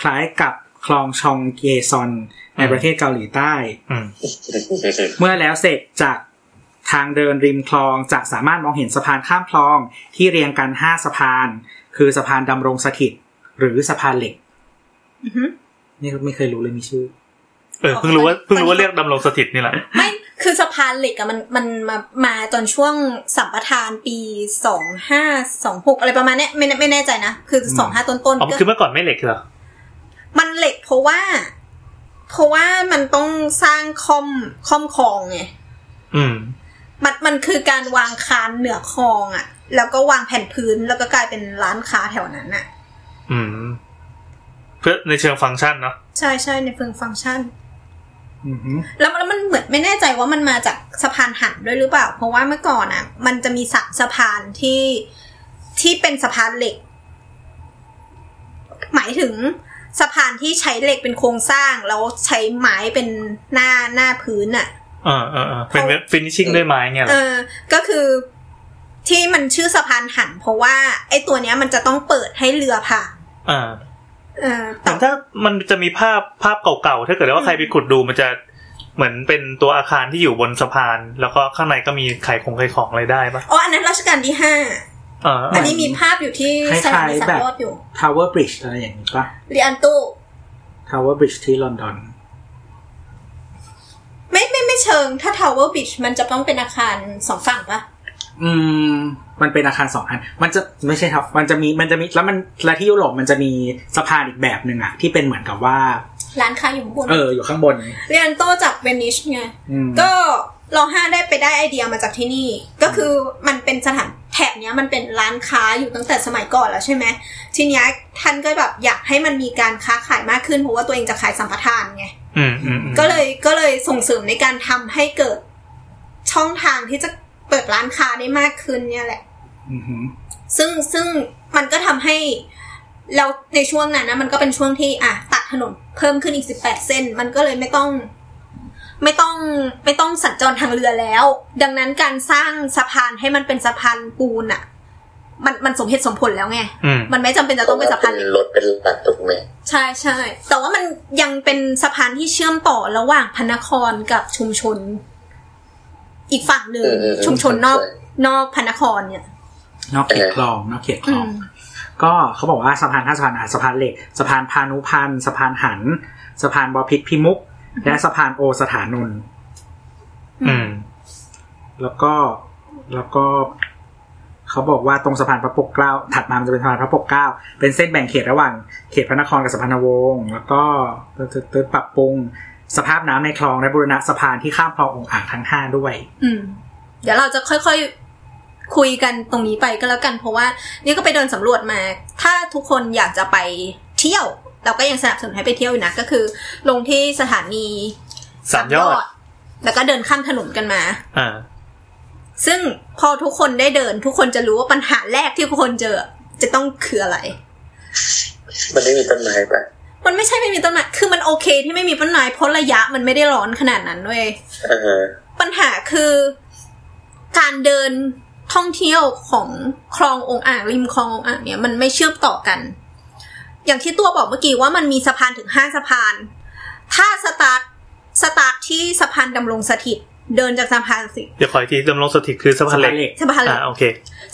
Speaker 3: คล้ายกับคลองชองเยซอนในประเทศเกาหลีใต้
Speaker 4: อืม
Speaker 3: เมื่อแล้วเสร็จจากทางเดินริมคลองจะสามารถมองเห็นสะพานข้ามคลองที่เรียงกัน 5 สะพาน คือสะพานดำรงสถิต หรือสะพานเหล็ก
Speaker 5: อือฮึ
Speaker 3: นี่ไม่เคยรู้เลยมีชื่อ
Speaker 4: เออเพิ่งรู้ว่าเพิ่งรู้ว่าเรียกดำรงสถิตนี่แหละ
Speaker 5: ไม่ คือสะพานเหล็กอะมันมันมามาตอนช่วงสัมปทานปีสองห้าสองหกอะไรประมาณเนี้ยไม่แน่ไม่แน่ใจนะ คือสองห้าต้นต้น
Speaker 4: อ๋อ
Speaker 5: ก็
Speaker 4: คือเมื่อก่อนไม่เหล็กเหรอ
Speaker 5: มันเหล็กเพราะว่า เพราะว่ามันต้องสร้างคอมคอมคลองไง
Speaker 4: อืม
Speaker 5: มันมันคือการวางคานเหนือคลองอะแล้วก็วางแผ่นพื้นแล้วก็กลายเป็นร้านค้าแถวนั้นอะ
Speaker 4: อืม เพื่อในเชิงฟังก์ชันเนาะ
Speaker 5: ใช่ใช่ในเฟิงฟังก์ชัน
Speaker 3: อือฮึ
Speaker 5: แล้วแล้วมันเหมือนไม่แน่ใจว่ามันมาจากสะพานหันด้วยหรือเปล่า เพราะว่าเมื่อก่อนอ่ะ มันจะมีสะสะพานที่ที่เป็นสะพานเหล็ก หมายถึงสะพานที่ใช้เหล็กเป็นโครงสร้าง แล้วใช้ไม้เป็นหน้าหน้าพื้นอ่ะ
Speaker 4: เออเออเออเป็นฟินิชชิ่งด้วยไม้เงี้ยเหร
Speaker 5: เอ
Speaker 4: อ
Speaker 5: อ ก็คือที่มันชื่อสะพานหัน เพราะว่าไอ้ตัวเนี้ยมันจะต้องเปิดให้เรือผ่าน
Speaker 4: อ่า
Speaker 5: เออแต่
Speaker 4: แต่ถ้ามันจะมีภาพภาพเก่าๆ ถ้าเกิดว่าใครไปขุดดูมันจะเหมือนเป็นตัวอาคารที่อยู่บนสะพาน แล้วก็ข้างในก็มีขายของขายของอะไรได้ปะ
Speaker 5: อ๋ออันนั้นรัชกาลที่ห้า
Speaker 4: เออเอ
Speaker 5: อัน
Speaker 4: อ
Speaker 5: นี้มีภาพอยู่ที่
Speaker 3: คล้ายๆ
Speaker 5: สถานีสั
Speaker 3: แบบ บ
Speaker 5: รถอยู่
Speaker 3: Tower Bridge อะไรอย่างนี้ปะ
Speaker 5: เรียนตู้
Speaker 3: Tower Bridge ที่ลอนดอน
Speaker 5: ไม่ไม่ไม่เชิงถ้า Tower Bridge มันจะต้องเป็นอาคารสองฝั่งปะ
Speaker 3: อืม มันเป็นอาคารสองอัน มันจะไม่ใช่ครับ มันจะมีมันจะมีแล้วมันและที่ยุโรปมันจะมีสะพานอีกแบบหนึ่งอะที่เป็นเหมือนกับว่า
Speaker 5: ร้านค้าอยู่ข้างบน
Speaker 3: เอออยู่ข้างบน
Speaker 5: เรียนโตจากเวนิชไง
Speaker 3: อืม
Speaker 5: ก็ลองห้าได้ไปได้ไอเดียมาจากที่นี่ ก็คือมันเป็นสถานแถบเนี้ยมันเป็นร้านค้าอยู่ตั้งแต่สมัยก่อนแล้วใช่ไหมทีเนี้ยท่านก็แบบอยากให้มันมีการค้าขายมากขึ้นเพราะว่าตัวเองจะขายสัมปทานไง
Speaker 4: อืมอืมอืม
Speaker 5: ก็เลยก็เลยส่งเสริมในการทำให้เกิดช่องทางที่จะเปิดร้านค้าได้มากขึ้นเนี่ยแหละ
Speaker 3: อือหือ
Speaker 5: ซึ่งซึ่งมันก็ทำให้เราในช่วงนั้นนะมันก็เป็นช่วงที่อ่ะตัดถนนเพิ่มขึ้นอีกสิบแปดเส้น มันก็เลยไม่ต้อง ไม่ต้องไม่ต้องสัญจรทางเรือแล้ว ดังนั้นการสร้างสะพานให้มันเป็นสะพานปูนอะ่ะ มันมันสมเหตุสมผลแล้วไง
Speaker 4: อืม
Speaker 5: มันไม่จำเป็นจะต้องเป็นสะพานเหล็ก
Speaker 2: รถเป็นหลักถูกไหม
Speaker 5: ใช่ใช่ แต่ว่ามันยังเป็นสะพานที่เชื่อมต่อระหว่างพระนครกับชุมชน อีกฝั่งหนึ่ง
Speaker 2: อือื
Speaker 5: ชุมชนนอก
Speaker 2: ใช่
Speaker 5: นอกพระนครเนี่ย
Speaker 3: นอกเขตคลองนอกเขตคลอง
Speaker 5: อืม
Speaker 3: ก็เขาบอกว่าสะพานท่าสะพานอ่ะสะพานเหล็กสะพานพานุพันธ์สะพานหัน สะพานบอพิษพิมุก และสะพานโอสถานนท์
Speaker 4: อืม
Speaker 3: แล้วก็แล้วก็ เขาบอกว่าตรงสะพานพระปกเกล้าถัดมามันจะเป็นสะพานพระปกเกล้า เป็นเส้นแบ่งเขตระหว่างเขตพระนครกับสะพานวงศ์แล้วก็ตึ๊ดตึ๊ดปรับปรุงสภาพน้ำในคลองและบูรณะสะพานที่ข้ามคลององค์อ่างทั้งห้าด้วย
Speaker 5: อืม เดี๋ยวเราจะค่อยๆคุยกันตรงนี้ไปก็แล้วกัน เพราะว่า นี่ก็ไปเดินสำรวจมา ถ้าทุกคนอยากจะไปเที่ยว เราก็ยังสนับสนุนให้ไปเที่ยวอยู่นะ ก็คือ ลงที่สถานี
Speaker 4: สามยอด
Speaker 5: แล้วก็เดินข้ามถนนกันมา
Speaker 4: อ่า
Speaker 5: ซึ่งพอทุกคนได้เดิน ทุกคนจะรู้ว่าปัญหาแรกที่ทุกคนเจอ จะต้องคืออะไร
Speaker 2: มันไม่มีต้นไม้ปะ
Speaker 5: มันไม่ใช่ไม่มีต้นไม้คือมันโอเคที่ไม่มีต้นไม้เพราะระยะมันไม่ได้ร้อนขนาดนั้นเว้ย
Speaker 2: อ่าฮะ
Speaker 5: ปัญหาคือการเดินท่องเที่ยวของคลององอ่างริมคลององอ่างเนี่ยมันไม่เชื่อมต่อกัน อย่างที่ตัวบอกเมื่อกี้ว่ามันมีสะพานถึงห้าสะพาน ถ้าสตาร์ทสตาร์ทที่สะพานดำรงสถิต เดินจากสะพานสิ
Speaker 4: เดี๋ยวขออีกทีดำรงสถิตคือสะพานเหล็ก
Speaker 5: สะพานเหล็
Speaker 4: อ่าก โอเค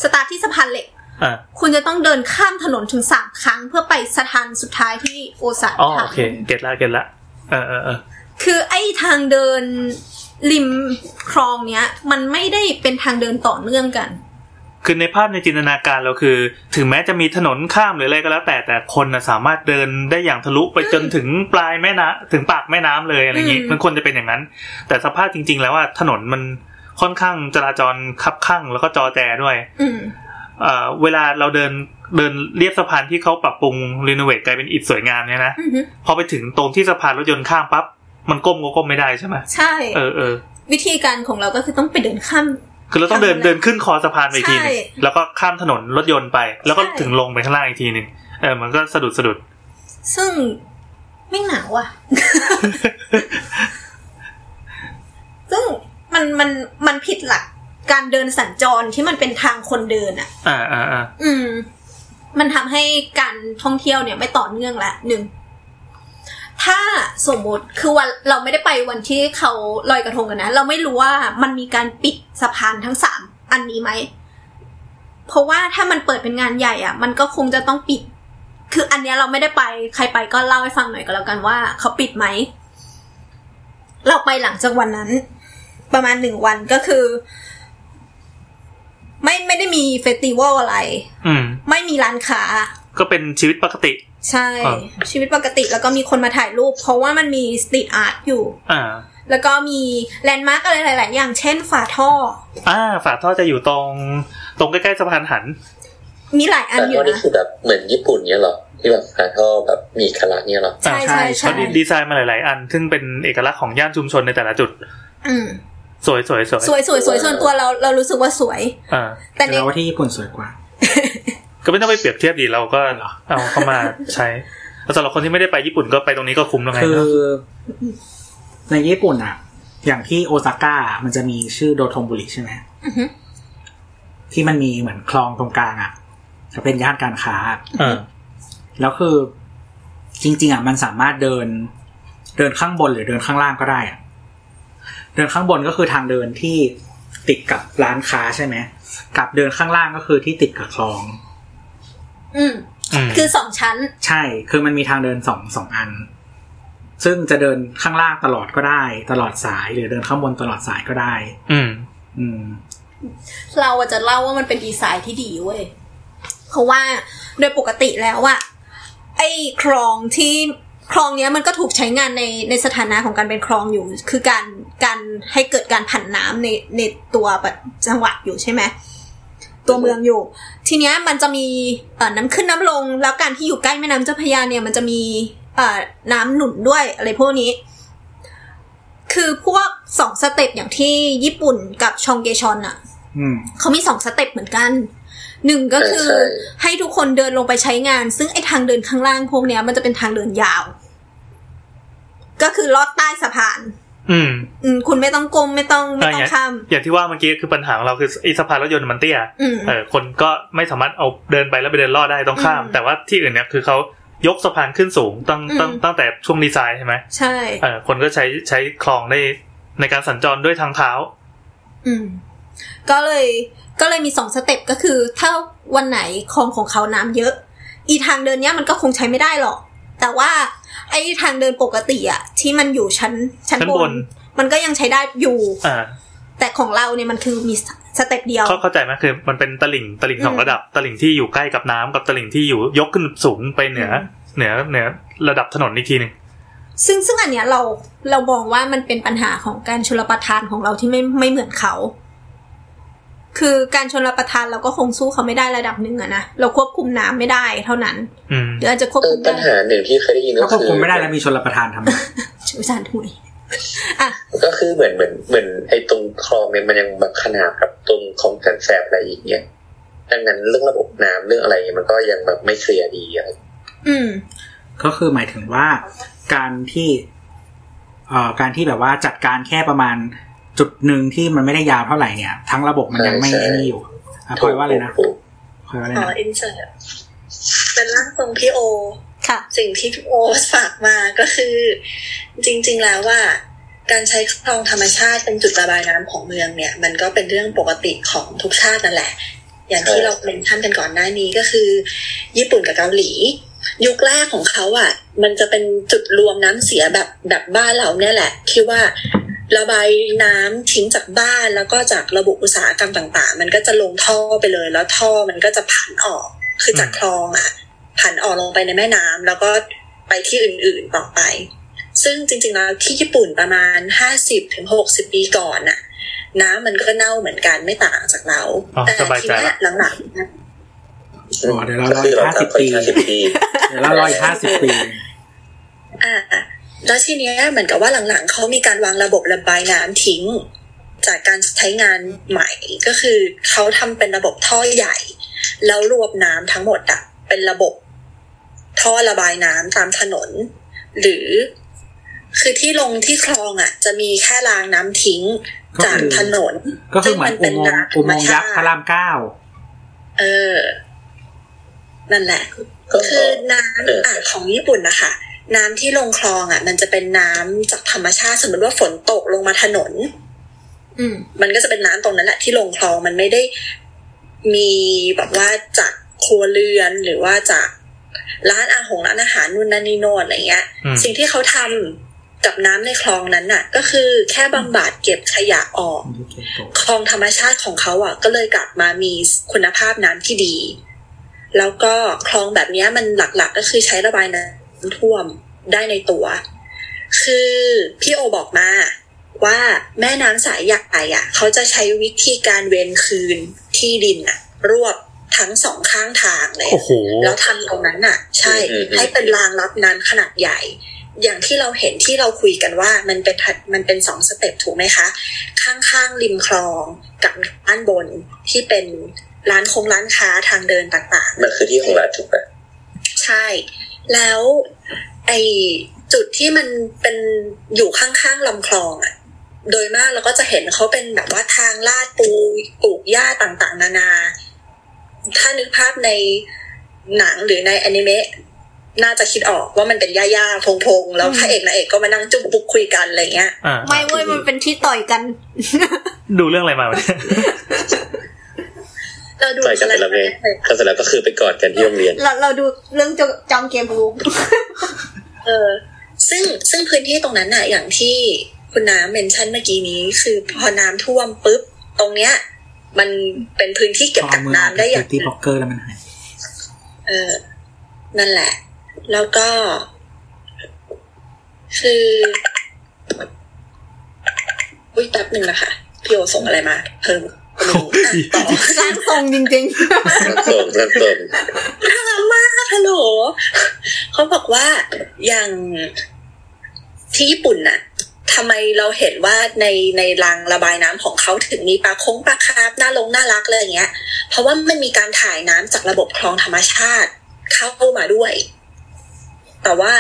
Speaker 5: สตาร์ทที่สะพานเหล็ก
Speaker 4: อ่า
Speaker 5: คุณจะต้องเดินข้ามถนนถึงสามครั้ง เพื่อไปสถานสุดท้ายที่โอซา
Speaker 4: อ๋อ
Speaker 5: ก้า
Speaker 4: โอเค เก็ตละเก็ตละเออเออเออ
Speaker 5: คือไอ้ทางเดินริมคลองเนี้ย มันไม่ได้เป็นทางเดินต่อเนื่องกัน
Speaker 4: คือในภาพในจินตนาการเราคือ ถึงแม้จะมีถนนข้ามหรืออะไรก็แล้วแต่แต่คนนะสามารถเดินได้อย่างทะลุไปจนถึงปลายแม่น้ำถึงปากแม่น้ำเลยอะไรอย่างงี้
Speaker 5: อืม
Speaker 4: มันควรจะเป็นอย่างนั้น แต่สภาพจริง ๆ แล้วว่าถนนมันค่อนข้างจราจรคับข้างแล้วก็จอแจด้วย
Speaker 5: อืม
Speaker 4: เอ่อเวลาเราเดินเดินเรียบสะพานที่เขาปรับปรุงรีโนเวทกลายเป็นอิฐสวยงามเนี่ยนะ
Speaker 5: อือฮึ
Speaker 4: พอไปถึงตรงที่สะพานรถยนต์ข้ามปั๊บมันก้มก็ก้มไม่ได้ใช่ไหม
Speaker 5: ใช่
Speaker 4: เออเออ
Speaker 5: วิธีการของเราก็คือต้องไปเดินข้าม
Speaker 4: คือเราต้องเดิน
Speaker 5: ใช่
Speaker 4: เดินขึ้นคอสะพานไปอีกทีหนึง
Speaker 5: ใช่
Speaker 4: แล้วก็ข้ามถนนรถยนต์ไป แล้วก็
Speaker 5: ใช่
Speaker 4: ถึงลงไปข้างล่างอีกทีหนึงเออมันก็สะดุดสะดุด
Speaker 5: ซึ่งไม่หนาว อะ่ะ ซึ่งมันมันมันผิดหลักการเดินสัญจรที่มันเป็นทางคนเดินอะ่ะ
Speaker 4: อ่าอ่าอ่า
Speaker 5: อืม มันทำให้การท่องเที่ยวเนี่ยไม่ต่อเนื่องละหนึ่ง ถ้าสมมติคือวันเราไม่ได้ไปวันที่เขาลอยกระทงกันนะ เราไม่รู้ว่ามันมีการปิดสะพานทั้งสามอันนี้ไหม เพราะว่าถ้ามันเปิดเป็นงานใหญ่อะมันก็คงจะต้องปิด คืออันเนี้ยเราไม่ได้ไปใครไปก็เล่าให้ฟังหน่อยก็แล้วกันว่าเขาปิดไหม เราไปหลังจากวันนั้น ประมาณหนึ่งวันก็คือ ไม่ไม่ได้มีเฟสติวัลอะไร
Speaker 4: อืม
Speaker 5: ไม่มีร้านค้า
Speaker 4: ก็เป็นชีวิตปกติ
Speaker 5: ใช่
Speaker 4: ครับ
Speaker 5: ชีวิตปกติแล้วก็มีคนมาถ่ายรูป เพราะว่ามันมีสตรีทอาร์ตอยู่
Speaker 4: อ่า
Speaker 5: แล้วก็มีแลนด์มาร์กอะไรหลาย ๆ อย่างเช่นฝาท่อ
Speaker 4: อ่า ฝาท่อจะอยู่ตรงตรงใกล้ๆสะพานหัน
Speaker 5: มีหลายอัน
Speaker 2: แต่
Speaker 5: อยู่
Speaker 2: ว่านี่
Speaker 5: นะ
Speaker 2: คือแบบเหมือนญี่ปุ่นเนี้ยเหรอที่แบบขาท่อแบบมีคาระเนี้ยเหรอ
Speaker 5: ใช่ใช่ใช่
Speaker 4: เขาดีไซน์มาหลายๆ อัน ซึ่งเป็นเอกลักษณ์ของย่านชุมชนในแต่ละจุด
Speaker 5: อืม
Speaker 4: สวยสวยสวย
Speaker 5: สวยสวยสวยส่วนตัวเราเรารู้สึกว่าสวย
Speaker 4: อ่า
Speaker 5: แต่ใน
Speaker 3: แต่เราว่าที่ญี่ปุ่นสวยกว่า
Speaker 4: ก็ไม่ต้องไปเปรียบเทียบดีเราก็เอาเข้ามาใช้แล้วสำหรับคนที่ไม่ได้ไปญี่ปุ่นก็ไปตรงนี้ก็คุ้มแล้วไง
Speaker 3: คือในญี่ปุ่นอะอย่างที่โอซาก้ามันจะมีชื่อโดโทงบุริใช่ไหม
Speaker 5: อือฮึ
Speaker 3: ที่มันมีเหมือนคลองตรงกลางอะจะเป็นย่านการค้า
Speaker 4: เออ
Speaker 3: แล้วคือจริง ๆอะมันสามารถเดิน เดินข้างบนหรือเดินข้างล่างก็ได้อะเดินข้างบนก็คือทางเดินที่ติดกับร้านค้าใช่ไหมกับเดินข้างล่างก็คือที่ติดกับคลอง
Speaker 5: อืม
Speaker 4: อืม
Speaker 5: คือสองชั้น
Speaker 3: ใช่ คือมันมีทางเดินสองสองอัน ซึ่งจะเดินข้างล่างตลอดก็ได้ ตลอดสายหรือเดินข้างบนตลอดสายก็ได้
Speaker 4: อืม
Speaker 3: อืม
Speaker 5: เราอะจะเล่าว่ามันเป็นดีไซน์ที่ดีเว้ยเพราะว่าโดยปกติแล้วอะไอ้คลองที่คลองเนี้ยมันก็ถูกใช้งานในในสถานะของการเป็นคลองอยู่ คือการการให้เกิดการผันน้ำในในตัวจังหวัดอยู่ใช่ไหมตัวเมืองอยู่ ทีเนี้ยมันจะมีเอ่อน้ำขึ้นน้ำลง แล้วการที่อยู่ใกล้แม่น้ำเจ้าพระยาเนี่ยมันจะมีเอ่อน้ำหนุนด้วยอะไรพวกนี้ คือพวกสองสเต็ปอย่างที่ญี่ปุ่นกับชองเกชอนอะ
Speaker 3: อืม
Speaker 5: เขามีสองสเต็ปเหมือนกัน หนึ่งก็คือ
Speaker 2: ใช่
Speaker 5: ให้ทุกคนเดินลงไปใช้งาน ซึ่งไอ้ทางเดินข้างล่างพวกเนี้ยมันจะเป็นทางเดินยาว ก็คือลอดใต้สะพาน
Speaker 4: อืม
Speaker 5: อืมคุณไม่ต้องกลมไม่ต้องไม่ต้อง
Speaker 4: อะไรเงี้ย
Speaker 5: ข้าม
Speaker 4: อย่างที่ว่าเมื่อกี้คือปัญหาของเราคือไอ้สะพานรถยนต์มันเตี้ย
Speaker 5: อืม
Speaker 4: เออคนก็ไม่สามารถเอาเดินไปแล้วไปเดินลอดได้ต้องข้าม
Speaker 5: อืม
Speaker 4: แต่ว่าที่อื่นเนี่ยคือเขายกสะพานขึ้นสูงตั้งตั้ง
Speaker 5: อืม
Speaker 4: ตั้งแต่ช่วงดีไซน์ใช่ไหม
Speaker 5: ใช่
Speaker 4: เออคนก็ใช้ใช้คลองได้ในการสัญจรด้วยทางเท้า
Speaker 5: อืม ก็เลย ก็เลยมีสองสเต็ปก็คือ ถ้าวันไหนคลองของเขาน้ำเยอะ อีทางเดินเนี้ยมันก็คงใช้ไม่ได้หรอก แต่ว่า ไอ้ทางเดินปกติอะที่มันอยู่ชั้นชั้น
Speaker 4: ชั้น
Speaker 5: บบ น
Speaker 4: น
Speaker 5: มันก็ยังใช้ได้อยู่
Speaker 4: อ่า
Speaker 5: แต่ของเราเนี่ยมันคือมีสเต็ปเดียว
Speaker 4: เขาเข้าใจไหมคือมันเป็นตลิ่งตลิ่งสอง
Speaker 5: อืม
Speaker 4: ระดับ ตลิ่งที่อยู่ใกล้กับน้ำกับตลิ่งที่อยู่ยกขึ้นสูงไปเหนืออ
Speaker 5: ม
Speaker 4: เหนือเหนือระดับถนนอีกทีหนึ่ง
Speaker 5: ซึ่งซึ่งอันเนี้ยเราเรามองว่ามันเป็นปัญหาของการชลประทานของเราที่ไม่ไม่เหมือนเขา คือการชลประทานเราก็คงสู้เขาไม่ได้ระดับหนึ่งอะนะ เราควบคุมน้ำไม่ได้เท่านั้น
Speaker 4: อืม
Speaker 5: เดี๋ยวอาจจะควบ
Speaker 2: เออ
Speaker 5: คุม
Speaker 2: ปั
Speaker 5: ได้
Speaker 2: ญหาหนึ่งที่เคยได้ยิน
Speaker 3: ก็
Speaker 2: ก็
Speaker 3: ควบ
Speaker 2: คือ
Speaker 3: คุมไม่ได้แล้วมีชนรับประทานทำไม
Speaker 5: ช่วยจานถุย
Speaker 2: ก็คือเหมือนเหมือนเหมือนไอ้ตรงคลองเนี่ยมันยังแบบขนาบกับตรงคลองแสนแสบอะไรอีกเนี่ยดังนั้นเรื่องระบบน้ำเรื่องอะไรเนี่ยมันก็ยังแบบไม่เคลียร์ดีอะไร
Speaker 5: อืม
Speaker 3: ก็คือหมายถึงว่าการที่เอ่อการที่แบบว่าจัดการแค่ประมาณจุดหนึ่งที่มันไม่ได้ยาวเท่าไหร่เนี่ย ทั้งระบบมันยังไม่ไอ้นี่อยู่อ่ะพลอยว่าเลยนะ
Speaker 2: ถูก
Speaker 3: พลอยว่าเลย
Speaker 6: อ๋อ
Speaker 3: นะ
Speaker 6: อินเสิร์ตเป็นร่างทรงพี่โอ
Speaker 5: ค่ะ
Speaker 6: สิ่งที่พี่โอฝากมาก็คือ จริง ๆ แล้วว่า การใช้คลองธรรมชาติเป็นจุดระบายน้ำของเมืองเนี่ย มันก็เป็นเรื่องปกติของทุกชาตินั่นแหละ อย่างที่เราเป็นท่านกันก่อนหน้านี้ก็คือ ญี่ปุ่นกับเกาหลี ยุคแรกของเขาอ่ะ มันจะเป็นจุดรวมน้ำเสียแบบแบบบ้านเราเนี่ยแหละ ที่ว่าระบายน้ำทิ้งจากบ้านแล้วก็จากระบบอุตสาหกรรมต่าง ๆ มันก็จะลงท่อไปเลย แล้วท่อมันก็จะผันออก คือจากคลองอ่ะ ผันออกลงไปในแม่น้ำแล้วก็ไปที่อื่นๆต่อไป ซึ่งจริงๆแล้วที่ญี่ปุ่นประมาณ 50-60ถึง60 ปีก่อนน่ะ น้ำมันก็เน่าเหมือนกันไม่ต่างจากเรา
Speaker 4: อ๋อ
Speaker 6: แต่
Speaker 4: สบาย
Speaker 6: ที
Speaker 4: ใจ
Speaker 6: เนี้
Speaker 4: ละ
Speaker 6: ยหลังๆ
Speaker 3: อ๋อเดี๋ยวเรา
Speaker 2: ก็
Speaker 3: รอ
Speaker 2: คือ
Speaker 3: อีก
Speaker 2: เรา
Speaker 3: ห้าสิบ
Speaker 2: ทำไปห้าสิบ
Speaker 3: ปี
Speaker 2: ปี
Speaker 3: เดี๋ยวเรารออีกห้าสิบปี
Speaker 6: อ่าแล้วทีเนี้ยเหมือนกับว่าหลังๆเขามีการวางระบบระบายน้ำทิ้ง จากการใช้งานใหม่ก็คือเขาทำเป็นระบบท่อใหญ่ แล้วรวบน้ำทั้งหมดอะเป็นระบบท่อระบายน้ำตามถนน หรือ คือที่ลงที่คลองอะจะมีแค่รางน้ำทิ้ง
Speaker 3: ก็คือ
Speaker 6: จากถนน
Speaker 3: ก็คือเหมือนอุโมงค์อุโมงค์ยักษ์พระรามเก้า
Speaker 6: เออ นั่นแหละ
Speaker 2: ก็
Speaker 6: คือน้
Speaker 2: เออ
Speaker 6: ำ
Speaker 2: อ่
Speaker 6: อ่างของญี่ปุ่นนะคะ น้ำที่ลงคลองอ่ะ มันจะเป็นน้ำจากธรรมชาติสมมติว่าฝนตกลงมาถนน
Speaker 5: อืม
Speaker 6: มันก็จะเป็นน้ำตรงนั้นแหละที่ลงคลองมันไม่ได้มีแบบว่าจากครัวเรือนหรือว่าจากร้านอาหงร้านอาหารนู่นนั่นนี่โน่นอะไรเงี้ย
Speaker 4: อืม
Speaker 6: สิ่งที่เขาทำกับน้ำในคลองนั้นน่ะ ก็คือแค่บำบัดเก็บขยะออก คลองธรรมชาติของเขาอ่ะก็เลยกลับมามีคุณภาพน้ำที่ดี แล้วก็คลองแบบเนี้ยมันหลักๆ ก็คือใช้ระบายน้ำท่วมได้ในตัว คือพี่โอบอกมาว่าแม่น้ำสายใหญ่อ่ะ เขาจะใช้วิธีการเวนคืนที่ดินอ่ะ รวบทั้งสองข้างทางเลย
Speaker 4: โอ้โห
Speaker 6: แล้วทำตรงนั้นน่ะ ใช่
Speaker 2: อืมอืมอืม
Speaker 6: ให้เป็นรางรับน้ำขนาดใหญ่ อย่างที่เราเห็นที่เราคุยกันว่ามันเป็นทัดมันเป็นสองสเต็ปถูกไหมคะ ข้างๆริมคลองกับด้านบนที่เป็นร้านคงร้านค้าทางเดินต่าง
Speaker 2: มันคือที่ของรัฐถูกไหม
Speaker 6: ๆ ใช่ แล้วไอจุดที่มันเป็นอยู่ข้างๆลำคลองอ่ะ โดยมากเราก็จะเห็นเขาเป็นแบบว่าทางลาดปูปลูกหญ้าต่างๆ นานา ถ้านึกภาพในหนังหรือในอนิเมะน่าจะคิดออกว่ามันเป็นหญ้าๆพงๆ แล้ว
Speaker 5: อืม
Speaker 6: พระเอกนางเอกก็มานั่งจุ๊บปุ๊กคุยกันอะไรเงี้ย
Speaker 4: อ่า
Speaker 5: ไม่เว้ยมันเป็นที่ต่อยกัน
Speaker 4: ดูเรื่องอะไรมาวะเนี่ย
Speaker 6: เราดู
Speaker 2: ใส่กันเป็นระเบียง ก็เสร็จแล้วก็คือไปกอดกันที่โรงเรียน
Speaker 5: เราเราดูเรื่องจองจองเกมบู
Speaker 6: เออ ซึ่งซึ่งพื้นที่ตรงนั้นน่ะ อย่างที่คุณน้ำเมนชั่นเมื่อกี้นี้ คือพอน้ำท่วมปุ๊บ ตรงเนี้ย มันเป็นพื้นที่เก็บกักน้ำได้อย่าง
Speaker 3: ตีบ็อกเกอร์แล้วมันหาย
Speaker 6: เออ นั่นแหละ แล้วก็ คืออุ้ยแป๊บหนึ่งนะคะพี่โอส่งอะไรมาเพิ่ม ไม่รู้อ่ะต่อ
Speaker 5: ร่างทรงจริง
Speaker 2: ร่างทรงร่างทรง
Speaker 6: น่ารักม ากฮัลโหลเขาบอกว่าอย่างที่ญี่ปุ่นน่ะทำไมเราเห็นว่าในในรางระบายน้ำของเขาถึงมีปลาคงปลาคาร์ฟน่าลงน่ารักเลยอย่างเงี้ย เพราะว่ามันมีการถ่ายน้ำจากระบบคลองธรรมชาติเข้ามาด้วย แต่ว่า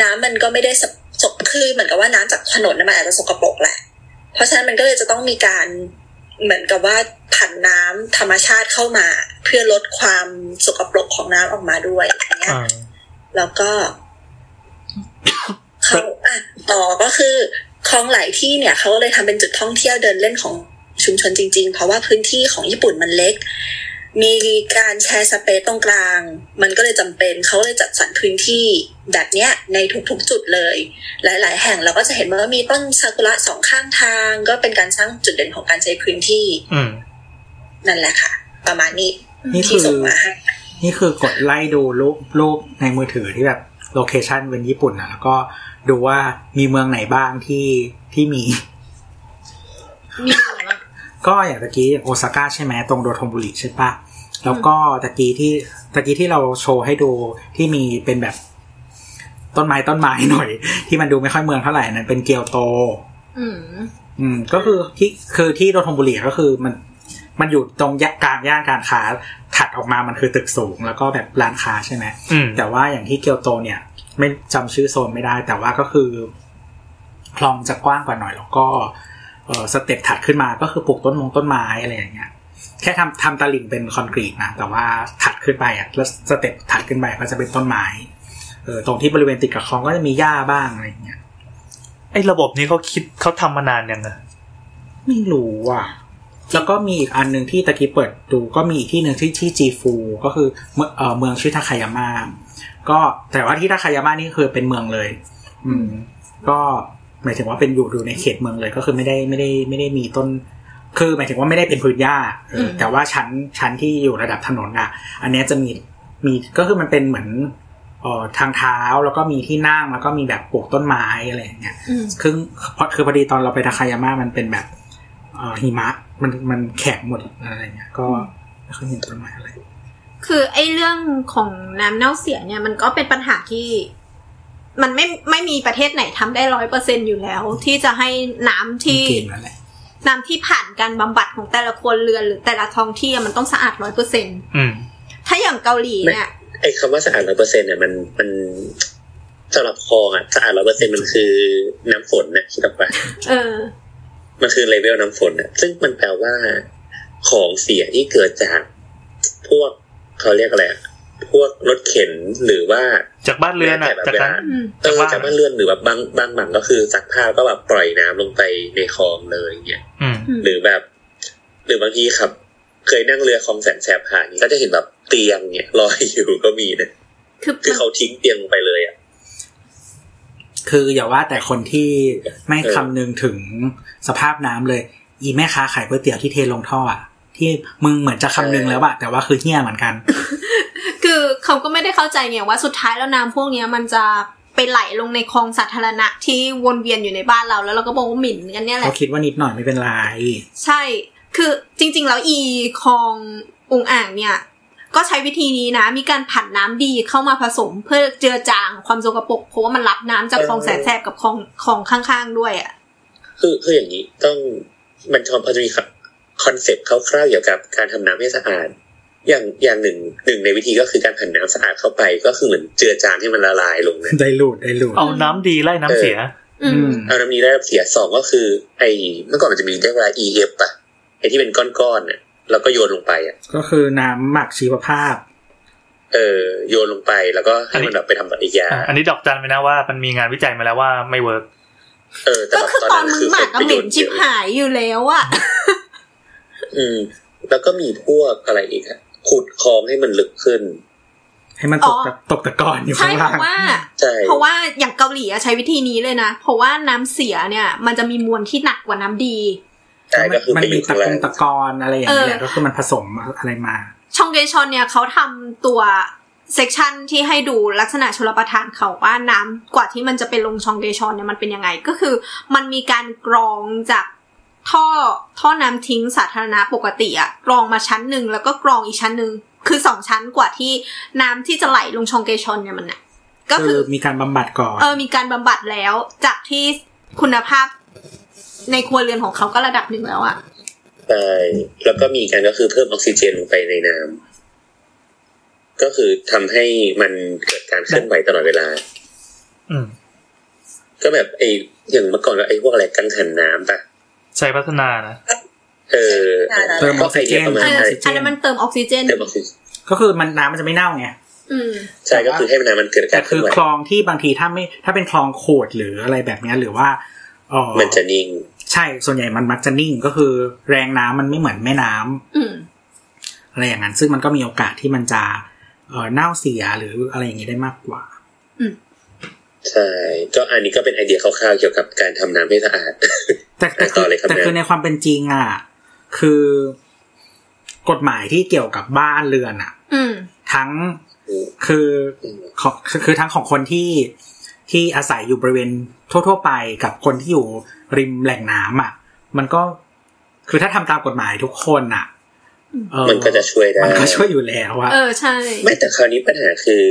Speaker 6: น้ำมันก็ไม่ได้สกสกคือเหมือนกับว่าน้ำจากถนนน่ะมันอาจจะสกปรกแหละ เพราะฉะนั้นมันก็เลยจะต้องมีการเหมือนกับว่าผันน้ำธรรมชาติเข้ามา เพื่อลดความสกปรกของน้ำออกมาด้วยอย่างเงี้ย
Speaker 4: อ่า
Speaker 6: แล้วก็ เขาอ่ะต่อก็คือคลองไหลที่เนี่ยเขาเลยทำเป็นจุดท่องเที่ยวเดินเล่นของชุมชนจริง ๆ เพราะว่าพื้นที่ของญี่ปุ่นมันเล็ก มีการแชร์สเปซตรงกลาง มันก็เลยจำเป็นเขาเลยจัดสรรพื้นที่แบบเนี้ย ในทุกๆจุดเลย หลาย ๆ แห่งเราก็จะเห็นว่ามีต้นซากุระสองข้างทาง ก็เป็นการสร้างจุดเด่นของการใช้พื้นที่
Speaker 4: อืม
Speaker 6: นั่นแหละค่ะ ประมาณนี้
Speaker 3: นี่คื
Speaker 6: ที่
Speaker 3: อ
Speaker 6: ส่งมาให้
Speaker 3: นี่คือกดไล่ดูรูปรูปในมือถือที่แบบโลเคชันเป็นญี่ปุ่นนะแล้วก็ดูว่ามีเมืองไหนบ้างที่ที่มี
Speaker 5: ๆ มีอะไรบ้าง
Speaker 3: ก็อย่างตะกี้โอซาก้าใช่ไหมตรงโดโทงบุริใช่ปะแล้วก็ตะกี้ที่ตะกี้ที่เราโชว์ให้ดูที่มีเป็นแบบต้นไม้ต้นไม้หน่อย ที่มันดูไม่ค่อยเมืองเท่าไหร่นั่นเป็นเกียวโต
Speaker 5: อืม
Speaker 3: อืมก็คือที่คือที่โดโทงบุรีก็คือมันมันอยู่ตรงแยกกลางย่านการค้าถัดออกมามันคือตึกสูง แล้วก็แบบร้านค้าใช่ไหม
Speaker 4: อืม
Speaker 3: แต่ว่าอย่างที่เกียวโตเนี่ย ไม่จำชื่อโซนไม่ได้ แต่ว่าก็คือคลองจะกว้างกว่าหน่อย แล้วก็เออสเต็ปถัดขึ้นมาก็คือปลูกต้นมงต้นไม้อะไรอย่างเงี้ยแค่ทำทำตะลิ่งเป็นคอนกรีตนะแต่ว่าถัดขึ้นไปอ่ะแล้วสเต็ปถัดขึ้นไปก็จะเป็นต้นไม้เออตรงที่บริเวณติดกับคลองก็จะมีหญ้าบ้างอะไรอย่างเงี้ย
Speaker 4: ไอ้ระบบนี้เขาคิดเขาทำมานานยังอะ
Speaker 3: ไม่รู้อ่ะ แล้วก็มีอีกอันหนึ่งที่ตะกี้เปิดดูก็มีอีกที่หนึ่งที่ที่จีฟูก็คือเมืองเอ่อเมืองชื่อทาคายาม่าก็แต่ว่าที่ทาคายาม่านี่คือเป็นเมืองเลย อืม ก็หมายถึงว่าเป็นอยู่ดูในเขตเมืองเลยก็คือไม่ได้ไม่ได้ไม่ได้มีต้น คือหมายถึงว่าไม่ได้เป็นพื้นหญ้าเออแต่ว่าชั้นชั้นที่อยู่ระดับถนนอ่ะ อันเนี้ยจะมีมีก็คือมันเป็นเหมือนเอ่อทางเท้าแล้วก็มีที่นั่งแล้วก็มีแบบปลูกต้นไม้อะไรอย่างเงี้ย
Speaker 5: อืม
Speaker 3: คือพอคือพอดีตอนเราไปทาคายาม่ามันเป็นแบบเอ่อหิมะมันมันแข็งหมดอะไรเงี้ยก็ไม่ค่อยเห็นต้นไม้อะไร
Speaker 5: คือไอ้เรื่องของน้ำเน่าเสียเนี่ย มันก็เป็นปัญหาที่ มันไม่ไม่มีประเทศไหนทำได้ร้อยเปอร์เซ็นอยู่แล้ว ที่จะให้น้ำ
Speaker 3: มี
Speaker 5: ที่
Speaker 3: เกณฑ์นั่นแหละ
Speaker 5: น้ำที่ผ่านการบำบัดของแต่ละครัวเรือนหรือแต่ละท้องที่อะมันต้องสะอาดร้อยเปอร์เซ็น
Speaker 4: อืม
Speaker 5: ถ้าอย่างเกาหลีเนี่ย
Speaker 2: ไอ้คำว่าสะอาดร้อยเปอร์เซ็นต์เนี่ยมันมันสำหรับคลองอ่ะสะอาดร้อยเปอร์เซ็นต์มันคือน้ำฝนนะคิดออกปะ
Speaker 5: เออ
Speaker 2: มันคือเลเวลน้ำฝนอะซึ่งมันแปลว่าของเสียที่เกิดจาก พวกเขาเรียกอะไรอะพวกรถเข็นหรือว่า
Speaker 4: จากบ้านเรือนอะจากการ
Speaker 5: อืม
Speaker 2: เออ
Speaker 4: จากบ้าน
Speaker 2: จากบ้านเรือนหรือแบบบางบางหลังก็คือซักผ้าก็แบบปล่อยน้ำลงไปในคลองเลยเนี่ย
Speaker 4: อืม
Speaker 5: อืม
Speaker 2: หรือแบบ หรือบางทีครับ เคยนั่งเรือคลองแสนแสบผ่านก็จะเห็นแบบเตียงเนี่ย ลอยอยู่ก็มีนะ
Speaker 5: คือ
Speaker 2: คือเขาทิ้งเตียงไปเลยอะ
Speaker 3: คืออย่าว่าแต่คนที่ไม่คำนึงถึงสภาพน้ำเลย อีแม่ค้าขายก๋วยเตี๋ยวที่เทลงท่ออะที่มึงเหมือนจะคำนึงแล้วอะแต่ว่าคือเหี้ยเหมือนกัน
Speaker 5: คือเขาก็ไม่ได้เข้าใจไงว่าสุดท้ายแล้วน้ำพวกเนี้ยมันจะไปไหลลงในคลองสาธารณะที่วนเวียนอยู่ในบ้านเราแล้วเราก็บอกว่าหมิ่นกันเนี่ยแห
Speaker 3: เขา
Speaker 5: ละ
Speaker 3: คิดว่านิดหน่อยไม่เป็นไร
Speaker 5: ใช่ คือจริง ๆ แล้วอีคลององอ่างเนี่ย ก็ใช้วิธีนี้นะ มีการผันน้ำดีเข้ามาผสมเพื่อเจือจางความสกปรกเพราะว่ามันรับน้ำจากคลองแสนแสบกับคลองคลองข้างๆด้วยอ่ะ
Speaker 2: คือคืออย่างนี้ต้องมันชอบพอจะมีคอนเซปต์คร่าวๆเกี่ยวกับการทำน้ำให้สะอาด อย่างอย่างหนึ่งหนึ่งในวิธีก็คือการผ่านน้ำสะอาดเข้าไปก็คือเหมือนเจือจางให้มันละลายลง นะ
Speaker 3: ได้หลุดได้หลุด
Speaker 4: เอาน้ำดีไล่น้ำเสีย
Speaker 5: อืม
Speaker 2: เอาน้ำนี้ได้รับเสียสองก็คือ ไอ้เมื่อก่อนมันจะมีเรียกว่า EF อะไอ้ที่เป็นก้อนๆน่ะแล้วก็โยนลงไปอะ
Speaker 3: ก็คือน้ำหมักชีวภาพ
Speaker 2: เออโยนลงไปแล้วก็ให้มันแบบไปทำปฏิกิริยา
Speaker 4: อ่ะอันนี้ดอกจันไปนะว่ามันมีงานวิจัยมาแล้วว่าไม่เวิร์ก
Speaker 2: เออแต่
Speaker 5: ก็คือ
Speaker 2: แบบต
Speaker 5: ต
Speaker 2: อ
Speaker 5: อน น
Speaker 2: นั้น
Speaker 5: มึง
Speaker 2: คือ
Speaker 5: หมักก็
Speaker 2: ไป
Speaker 5: เห
Speaker 2: โย
Speaker 5: ม็น
Speaker 2: น
Speaker 5: ชิบหายอยู่แล้วอะ
Speaker 2: อืม แล้วก็มีพวกอะไรอีกอะขุดคลองให้มันลึกขึ้น
Speaker 3: ให้มันตกตะตกตะกอนอยู่
Speaker 5: ใช่
Speaker 3: ข้าง
Speaker 5: เพ
Speaker 3: ล่าง
Speaker 5: ราะว่า
Speaker 2: ใช่
Speaker 5: เพราะว่าอย่างเกาหลีอะใช้วิธีนี้เลยนะ เพราะว่าน้ำเสียเนี่ย มันจะมีมวลที่หนักกว่าน้ำดี
Speaker 2: ใช่ก็คือ
Speaker 3: มั
Speaker 2: ไปอ
Speaker 3: มี
Speaker 2: ยู่
Speaker 3: ตะ
Speaker 2: ข้างล่าง ง
Speaker 3: กตะกอนอะไรอย่างนี้แหละ
Speaker 5: เออ
Speaker 3: ก็คือมันผสมอะไรมา
Speaker 5: ชองเกชอนเนี่ยเขาทำตัวเซกชันที่ให้ดูลักษณะชลประทานเขาว่าน้ำกว่าที่มันจะเป็นลงชองเกชอนเนี่ยมันเป็นยังไง ก็คือมันมีการกรองจากท่อท่อน้ำทิ้งสาธารณะปกติอะกรองมาชั้นหนึ่งแล้วก็กรองอีกชั้นหนึ่งคือสองชั้นกว่าที่น้ำที่จะไหลลงชองเกชอนเนี่ยมันน่ะก็
Speaker 3: คื
Speaker 5: คืออ
Speaker 3: มีการบำบัดก่อน
Speaker 5: เออ มีการบำบัดแล้ว จากที่คุณภาพในครัวเรือนของเขาก็ระดับหนึ่งแล้วอะ
Speaker 2: ใช่แล้วก็มีการก็คือเพิ่มออกซิเจนลงไปในน้ำก็คือทำให้มันเกิดการเคลื่อนไหวตลอดเวลา
Speaker 4: อืม
Speaker 2: ก็แบบไออย่างเมื่อก่อนก็ไอพวกอะไรกังหันน้ำปะ
Speaker 4: ใช้พัฒนานะ
Speaker 2: เออ
Speaker 3: เติมออกซิเจน
Speaker 2: ประมาณ
Speaker 5: อัน
Speaker 2: นั้
Speaker 5: นั้น นอันนั้นมันเติมออกซิเจน
Speaker 2: เติมออกซิเจน
Speaker 3: ก็คือมันน้ำมันจะไม่เน่าไง
Speaker 5: อืม
Speaker 2: ใช่ก็คือให้มันน้ำมันเกิด
Speaker 3: แต่
Speaker 2: การเค
Speaker 3: คื
Speaker 2: ลื่อ
Speaker 3: อน
Speaker 2: ไหว
Speaker 3: คลองที่บางทีถ้าไม่ถ้าเป็นคลองโขดหรืออะไรแบบเนี้ยหรือว่าเออ
Speaker 2: มันจะนิ่ง
Speaker 3: ใช่ส่วนใหญ่มันมักจะนิ่งก็คือแรงน้ำมันไม่เหมือนแม่น้ำ
Speaker 5: อืม
Speaker 3: อะไรอย่างนั้น ซึ่งมันก็มีโอกาสที่มันจะเออเน่าเสียหรืออะไรอย่างนี้ได้มากกว่า
Speaker 2: ใช่ ก็อันนี้ก็เป็นไอเดียคร่าวๆเกี่ยวกับการทำน้ำให้สะอาด
Speaker 3: แต่แต่
Speaker 2: ต่
Speaker 3: คือ
Speaker 2: อเลยครับ
Speaker 3: แต่คือ
Speaker 2: แม่
Speaker 3: ในความเป็นจริงอ่ะคือกฎหมายที่เกี่ยวกับบ้านเรือนอ่ะ
Speaker 5: อืม
Speaker 3: ทั้งคือของคือคือทั้งของคนที่ที่อาศัยอยู่บริเวณทั่ว ๆ ไปกับคนที่อยู่ริมแหล่งน้ำอ่ะ มันก็คือถ้าทำตามกฎหมายทุกคนอ่ะเอ่อ
Speaker 2: มันก็จะช่วยได้
Speaker 3: มันก็ช่วยอยู่แล้วอ่ะ
Speaker 5: เออ ใช่
Speaker 2: ไม่แต่คราวนี้ปัญหาคือ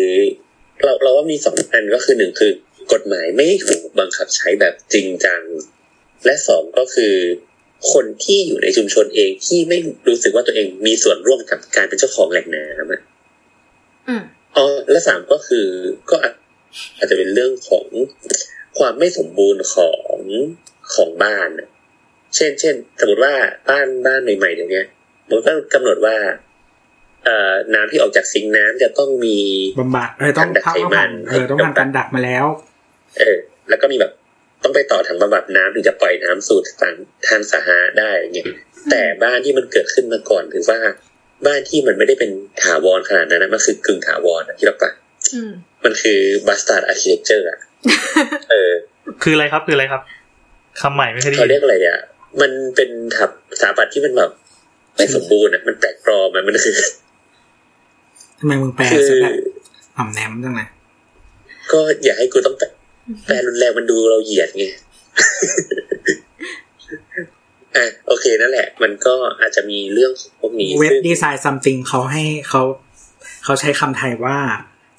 Speaker 2: เราเราว่ามีสองอันก็คือหนึ่งคือกฎหมายไม่ถูกบังคับใช้แบบจริงจัง และสองก็คือ คนที่อยู่ในชุมชนเองที่ไม่รู้สึกว่าตัวเองมีส่วนร่วมกับการเป็นเจ้าของแหล่งน้ำอะ
Speaker 5: อืม
Speaker 2: อ๋อและสามก็คือก็อาจอาจจะเป็นเรื่องของความไม่สมบูรณ์ของของบ้านอะเช่น เช่น สมมติว่าบ้านบ้านใหม่ๆเดี๋ยวนี้มันก็กำหนดว่า เอ่อน้ำที่ออกจากซิงค์น้ำจะต้องมี
Speaker 3: บำบัดเออต้อง
Speaker 2: การดัก
Speaker 3: พัก
Speaker 2: ไขมั
Speaker 3: ผ่อน นเออต้องทำการดักมาแล้ว
Speaker 2: เออแล้วก็มีแบบต้องไปต่อถังบำบัดน้ำถึงจะปล่อยน้ำสู่ทางทางสาธารณะได้อย่างเงี้ยแต่บ้านที่มันเกิดขึ้นมาก่อนถือว่า บ้านที่มันไม่ได้เป็นถาวรขนาดนั้นนะมันคือกึ่งถาวรอะที่เราปะ
Speaker 5: อืม
Speaker 2: มันคือบัสตาร์ดอาร์เคเจอร์ อะเออ
Speaker 4: คืออะไรครับคืออะไรครับคำใหม่ไม่เคยได้
Speaker 2: เขาเรี
Speaker 4: ยิ
Speaker 2: ย
Speaker 4: น
Speaker 2: กอะไรอ่ะมันเป็นถับสถาปัตย์ที่มันแบบไม่สมบูรณ์อะมันแปลกปลอมอะมันคือ
Speaker 3: ทำไมมึงแปล
Speaker 2: คือ
Speaker 3: ซะแบบอ่ำแหนมจังเลย
Speaker 2: ก็อย่าให้กูต้องแปลแปลรุนแรงมันดูเราเหยียดไง อ่ะโอเคนั่นแหละ มันก็อาจจะมีเรื่องพวกนี้
Speaker 3: เว็บ
Speaker 2: ซึ่ง
Speaker 3: ดีไซน์ซัมติงเขาให้เขาเขาใช้คำไทยว่า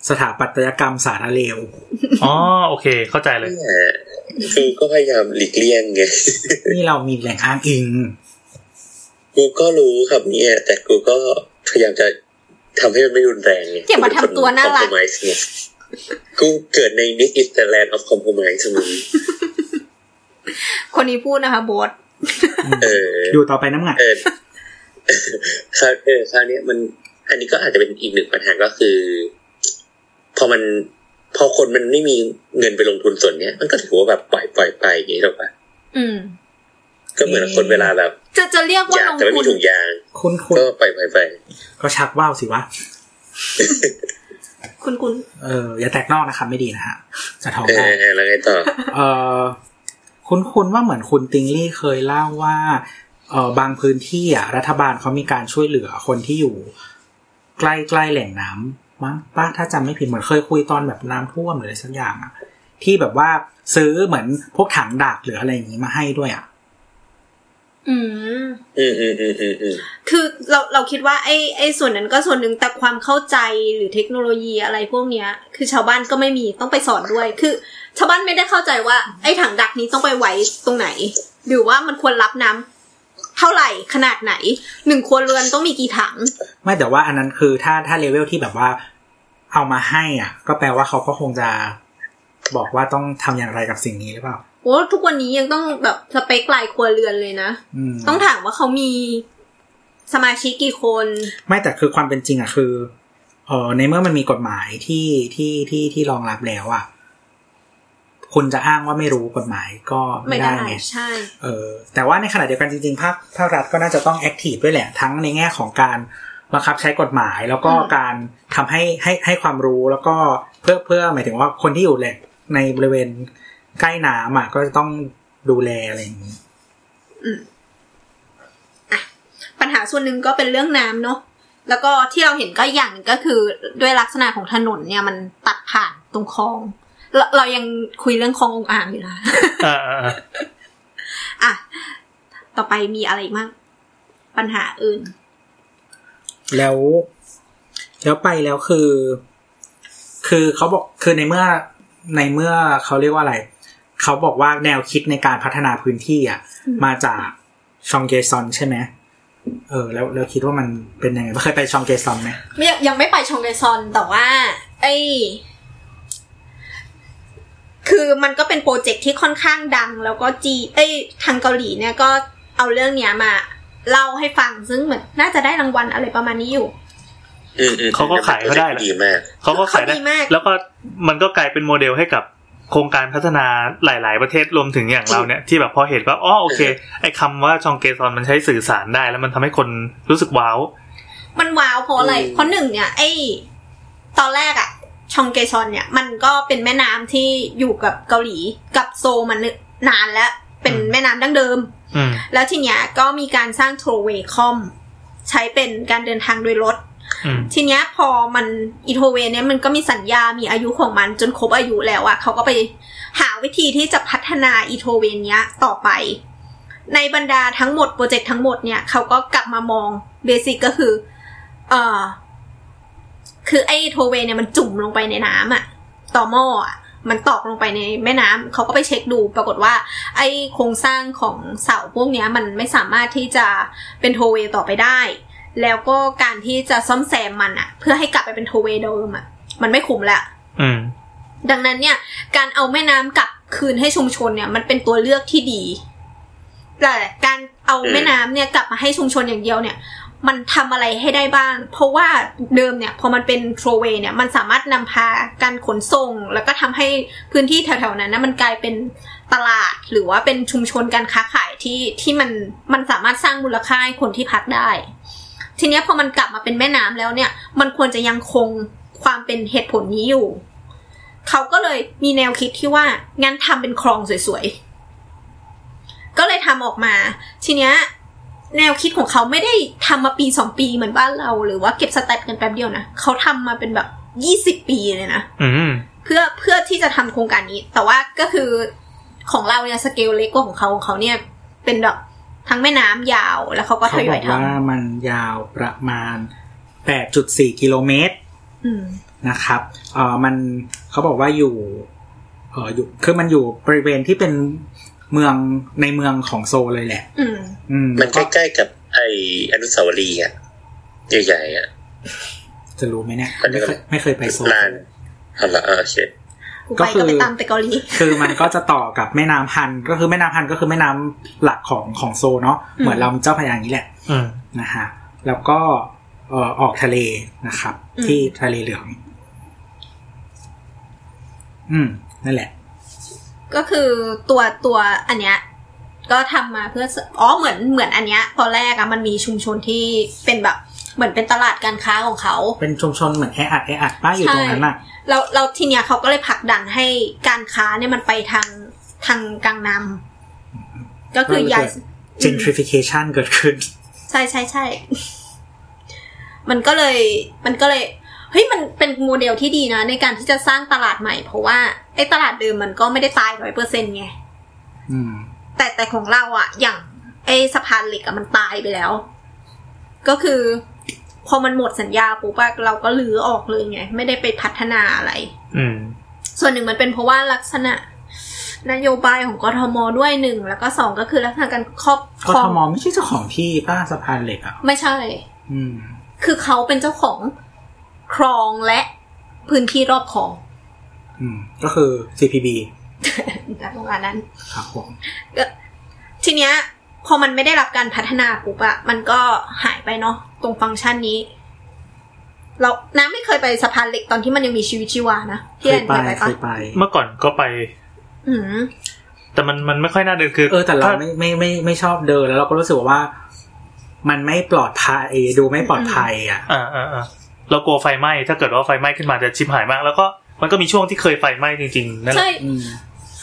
Speaker 3: สถาปัตยกรรมสาร เลว
Speaker 4: อ๋อโอเค เข้าใจเลย
Speaker 2: เนี่ยคือก็พยายามหลีกเลี่ยงไง
Speaker 3: นี่เรามีแหล่งอ้างอิง
Speaker 2: กูก็รู้ครับเนี่ย แต่กูก็พยายามจะทำให้มันไม่รุนแรงไง
Speaker 5: อย่ามาทำตัวน่ารัก
Speaker 2: คอมโพไมซ์เนี่ยกูเกิดใน This is the land of compromise มึง
Speaker 5: คนนี้พูดนะคะโบท
Speaker 2: เออ
Speaker 3: อยู่ต่อไปน้ำหนัก
Speaker 2: เออคราวเออคราวเนี้ยมัน อันนี้ก็อาจจะเป็นอีกหนึ่งปัญหาก็คือ พอมันพอคนมันไม่มีเงินไปลงทุนส่วนเนี้ย มันก็ถือว่าแบบปล่อยปล่อยไปอย่างนี้หรอกปะ
Speaker 5: อืม
Speaker 2: ก็เหมือนคนเวลาแบบ
Speaker 5: จะจะเรียกว่าย
Speaker 2: อา
Speaker 5: ล
Speaker 2: ก
Speaker 5: ง
Speaker 2: แต่ไม่
Speaker 5: ทุ
Speaker 2: มี
Speaker 5: น
Speaker 2: ถุงยาง
Speaker 3: คุณคุณ
Speaker 2: ก็ปล่อยปล่อยไป
Speaker 3: ก็ชักว่าวสิวะ
Speaker 5: คุณคุณ
Speaker 3: เอออย่าแตกนอกนะครับไม่ดีนะฮะ จะท้อง
Speaker 2: เอ
Speaker 3: ได้
Speaker 2: อเออแล้วไงต่อ
Speaker 3: เออคุณคุณว่าเหมือนคุณติงลี่เคยเล่าว่าเออบางพื้นที่อ่ะรัฐบาลเขามีการช่วยเหลือคนที่อยู่ ใกล้ใกล้แหล่งน้ำมั้งป้าถ้าจำไม่ผิดเหมือนเคยคุยตอนแบบน้ำท่วมหรืออะไรสักอย่างอ่ะ ที่แบบว่าซื้อเหมือนพวกถังดักหรืออะไรอย่างนี้มาให้ด้วยอ่ะ
Speaker 5: อืม
Speaker 2: อืมอืมอืมอืมอืม
Speaker 5: คือเราเราคิดว่าไอ้ไอ้ส่วนนั้นก็ส่วนหนึ่งแต่ความเข้าใจหรือเทคโนโลยีอะไรพวกเนี้ย คือชาวบ้านก็ไม่มีต้องไปสอนด้วย คือ ชาวบ้านไม่ได้เข้าใจว่าไอ้ถังดักนี้ต้องไปไว้ตรงไหน หรือว่ามันควรรับน้ำเท่าไหร่ขนาดไหนหนึ่งครัวเรือนต้องมีกี่ถัง
Speaker 3: ไม่แต่ว่าอันนั้นคือถ้าถ้าเลเวลที่แบบว่าเอามาให้อ่ะ ก็แปลว่าเขาก็คงจะบอกว่าต้องทำอย่างไรกับสิ่งนี้หรือเปล่า
Speaker 5: โอ้ทุกวันนี้ยังต้องแบบสเปคลายครัวเรือนเลยนะ
Speaker 3: อืม
Speaker 5: ต้องถามว่าเขามีสมาชิกกี่คน
Speaker 3: ไม่แต่คือความเป็นจริงอ่ะคือเออในเมื่อมันมีกฎหมายที่ที่ที่ที่รองรับแล้วอ่ะคุณจะอ้างว่าไม่รู้กฎหมายก็ไม่
Speaker 5: ไม่
Speaker 3: ได้
Speaker 5: ได้
Speaker 3: ไง
Speaker 5: ใช่
Speaker 3: เออแต่ว่าในขณะเดียวกันจริงๆภาคภาครัฐก็น่าจะต้องแอคทีฟด้วยแหละ ทั้งในแง่ของการบังคับใช้กฎหมาย แล้วก็
Speaker 5: อืม
Speaker 3: การทำให้ให้ให้ความรู้แล้วก็เพื่อเพื่อหมายถึงว่าคนที่อยู่แหล่งในบริเวณใกล้น้ำอ่ะก็จะต้องดูแลอะไรอย่างนี้
Speaker 5: ปัญหาส่วนหนึ่งก็เป็นเรื่องน้ำเนาะแล้วก็ที่เราเห็นก็อย่างหนึ่งก็คือด้วยลักษณะของถนนเนี่ยมันตัดผ่านตรงคลองเราเรายังคุยเรื่องคลององอ่างอยู่นะ
Speaker 4: อ่าอ่าอ่า
Speaker 5: อ่ะ ต่อไปมีอะไรอีกบ้างปัญหาอื่น
Speaker 3: แล้ว แล้วไปแล้วคือ คือเขาบอกคือในเมื่อในเมื่อเขาเรียกว่าอะไร เขาบอกว่าแนวคิดในการพัฒนาพื้นที่อ่ะ
Speaker 5: อืม
Speaker 3: มาจากชองเกซอนใช่ไหมเออ แล้วแล้วคิดว่ามันเป็นยังไงเคยไปชองเกซอนไหม
Speaker 5: ไม่ยังไม่ไปชองไดซอนแต่ว่า ไอคือมันก็เป็นโปรเจกต์ที่ค่อนข้างดัง แล้วก็จีเอ้ยทางเกาหลีเนี่ยก็เอาเรื่องเนี้ยมาเล่าให้ฟังซึ่งเหมือนน่าจะได้รางวัลอะไรประมาณนี้อยู่
Speaker 2: อืมอืม
Speaker 4: เขาก็ขายก็ได้แหละ
Speaker 2: ดีมาก
Speaker 4: เขาก็ขายได้
Speaker 5: เขาดีมาก
Speaker 4: แล้วก็มันก็กลายเป็นโมเดลให้กับโครงการพัฒนาหลาย ๆ ประเทศรวมถึงอย่างเราเนี่ย ที่แบบพอเห็นว่าอ๋อโอเค ไอ้คำว่าชองเกซอนมันใช้สื่อสารได้ แล้วมันทำให้คนรู้สึกว้าว
Speaker 5: มันว้าวเพราะอะไร
Speaker 2: อืม
Speaker 5: เพราะหนึ่งเนี่ยไอตอนแรกอะชองเกชอนเนี่ย มันก็เป็นแม่น้ำที่อยู่กับเกาหลีกับโซลมันนานแล้ว เป็น
Speaker 4: อืม
Speaker 5: แม่น้ำดั้งเดิม
Speaker 4: อืม
Speaker 5: แล้วทีเนี้ยก็มีการสร้างโทรเวคอมใช้เป็นการเดินทางโดยรถ
Speaker 4: อืม
Speaker 5: ทีเนี้ยพอมันอีโทเวเนี่ยมันก็มีสัญญา มีอายุของมันจนครบอายุแล้วอะเขาก็ไปหาวิธีที่จะพัฒนาอีโทเวเนี้ยต่อไป ในบรรดาทั้งหมดโปรเจกต์ทั้งหมดเนี่ยเขาก็กลับมามองเบสิกก็คือเอ่อคือไอ้โทเวเนี่ยมันจุ่มลงไปในน้ำอะต่อหม้ออะมันตอกลงไปในแม่น้ำเขาก็ไปเช็คดู ปรากฏว่า ไอ้โครงสร้างของเสาพวกเนี้ยมันไม่สามารถที่จะเป็นโทเวต่อไปได้ แล้วก็การที่จะซ่อมแซมมันอะเพื่อให้กลับไปเป็นโทเวเดิมอะมันไม่คุ้มละ
Speaker 4: อืม
Speaker 5: ดังนั้นเนี่ย การเอาแม่น้ำกลับคืนให้ชุมชนเนี่ย มันเป็นตัวเลือกที่ดี แต่การเอาแม่น้ำเนี่ยกลับมาให้ชุมชนอย่างเดียวเนี่ย มันทำอะไรให้ได้บ้าง เพราะว่าเดิมเนี่ย พอมันเป็นโทรเวเนี่ยมันสามารถนำพาการขนส่ง แล้วก็ทำให้พื้นที่แถวๆนั้นนะมันกลายเป็นตลาดหรือว่าเป็นชุมชนการค้าขายที่ที่มันมันสามารถสร้างมูลค่าให้คนที่พักได้ ทีเนี้ยพอมันกลับมาเป็นแม่น้ำแล้วเนี่ย มันควรจะยังคงความเป็นเหตุผลนี้อยู่ เขาก็เลยมีแนวคิดที่ว่างั้นทำเป็นคลองสวยๆ ก็เลยทำออกมา ทีเนี้ยแนวคิดของเขาไม่ได้ทำมาปีสองปีเหมือนบ้านเราหรือว่าเก็บสแตทกันแป๊บเดียวนะเขาทำมาเป็นแบบยี่สิบปีเลยนะ
Speaker 4: อืม
Speaker 5: เพื่อเพื่อที่จะทำโครงการนี้ แต่ว่าก็คือของเราเนี่ยสเกลเล็กกว่าของเขาของเขาเนี่ย เป็นแบบทั้งแม่น้ำยาว แล้วเขาก็ท
Speaker 3: เขา
Speaker 5: ย
Speaker 3: บ
Speaker 5: อ
Speaker 3: อย กว่า
Speaker 5: ทำ
Speaker 3: มันยาวประมาณ 8.4 กิโลเมตร
Speaker 5: อืม
Speaker 3: นะครับเออมันเขาบอกว่าอยู่เอออยู่ คือมันอยู่บริเวณที่เป็นเมืองในเมืองของโซลเลยแหละ
Speaker 5: อืม
Speaker 3: อืม
Speaker 2: มันใกล้ๆกับไออนุสาวรีย์อ่ะใหญ่ๆอ่ะ
Speaker 3: จะรู้ไหมเนี่ย
Speaker 2: อันนี้ก็
Speaker 3: ไม่เคยไม่เคยไปโซล
Speaker 2: ลานอ๋อเหรออ่าโอเค
Speaker 5: กูไป
Speaker 3: ก็คือ
Speaker 5: ก็ไปตามแต่เกาหลี
Speaker 3: คือมันก็จะต่อกับแม่น้ำฮัน ก็คือแม่น้ำฮันก็คือแม่น้ำหลักของของโซลเนาะ
Speaker 5: อืม
Speaker 3: เหมือนลำเจ้าพระยาอย่างนี้แหละ
Speaker 4: อืม
Speaker 3: นะฮะ แล้วก็เอ่อออกทะเลนะครับ
Speaker 5: อืม
Speaker 3: ที่ทะเลเหลือง อืม นั่นแหละ
Speaker 5: ก็คือตัวตัวอันเนี้ยก็ทำมาเพื่ออ๋อเหมือนเหมือนอันเนี้ยตอนแรกอะมันมีชุมชนที่เป็นแบบเหมือนเป็นตลาดการค้าของเขา
Speaker 3: เป็นชุมชนเหมือนแออัดแออัดป้าอยู่ตรงนั้นน่ะ
Speaker 5: เราเราทีเนี้ยเขาก็เลยผลักดันให้การค้าเนี่ยมันไปทางทางกลางนำก็คือย้าย
Speaker 3: gentrification เกิดขึ้น
Speaker 5: ใช่ใช่ใช่ มันก็เลย มันก็เลย เฮ้ย มันเป็นโมเดลที่ดีนะ ในการที่จะสร้างตลาดใหม่ เพราะว่าไอ้ตลาดเดิมมันก็ไม่ได้ตายร้อยเปอร์เซ็นต์ไง
Speaker 3: อืม
Speaker 5: แต่แต่ของเราอะอย่างไอ้สะพานเหล็กอะมันตายไปแล้ว ก็คือ พอมันหมดสัญญาปุ๊บอะเราก็ลื้อออกเลยไง ไม่ได้ไปพัฒนาอะไร
Speaker 4: อืม
Speaker 5: ส่วนหนึ่งมันเป็นเพราะว่าลักษณะ นโยบายของกทมด้วยหนึ่งแล้วก็สองก็คือลักษณะการครอบค
Speaker 3: ก
Speaker 5: รอ
Speaker 3: ท
Speaker 5: ง
Speaker 3: มไม่ใช่เจ้าของที่ป้าสะพานเหล็กอ่ะ
Speaker 5: ไม่ใช่
Speaker 3: อืม
Speaker 5: คือเขาเป็นเจ้าของคลองและพื้นที่รอบคลอง
Speaker 3: อืม ก็คือ CPB
Speaker 5: โรงงานนั้น
Speaker 3: ครับผม
Speaker 5: ทีเนี้ย พอมันไม่ได้รับการพัฒนาปุ๊บอะมันก็หายไปเนาะตรงฟังก์ชันนี้ เราน้ำไม่เคยไปสะพานเหล็กตอนที่มันยังมีชีวิตชีวานะ
Speaker 3: เค
Speaker 5: พี่แอย น
Speaker 3: ไป
Speaker 5: เคยไป
Speaker 3: เค
Speaker 5: ปะ
Speaker 3: ยไป
Speaker 4: เมื่อก่อนก็ไป
Speaker 5: อืม
Speaker 4: แต่มันมันไม่ค่อยน่าเดินคือ
Speaker 3: เออ แต่เรา
Speaker 4: ถ้
Speaker 3: ไม่ไม่ไม่ไม่ไม่ชอบเดินแล้วเราก็รู้สึกว่า มันไม่ปลอดภัย ดูไม่ปลอดภัยอ่ะ
Speaker 4: อ่าอ่าอ่าเรากลัวไฟไหม้ ถ้าเกิดว่าไฟไหม้ขึ้นมาจะชิบหายมาก แล้วก็มันก็มีช่วงที่เคยไฟไหม้จริงๆนั่นแห
Speaker 5: ใช่
Speaker 4: ละ
Speaker 3: อืม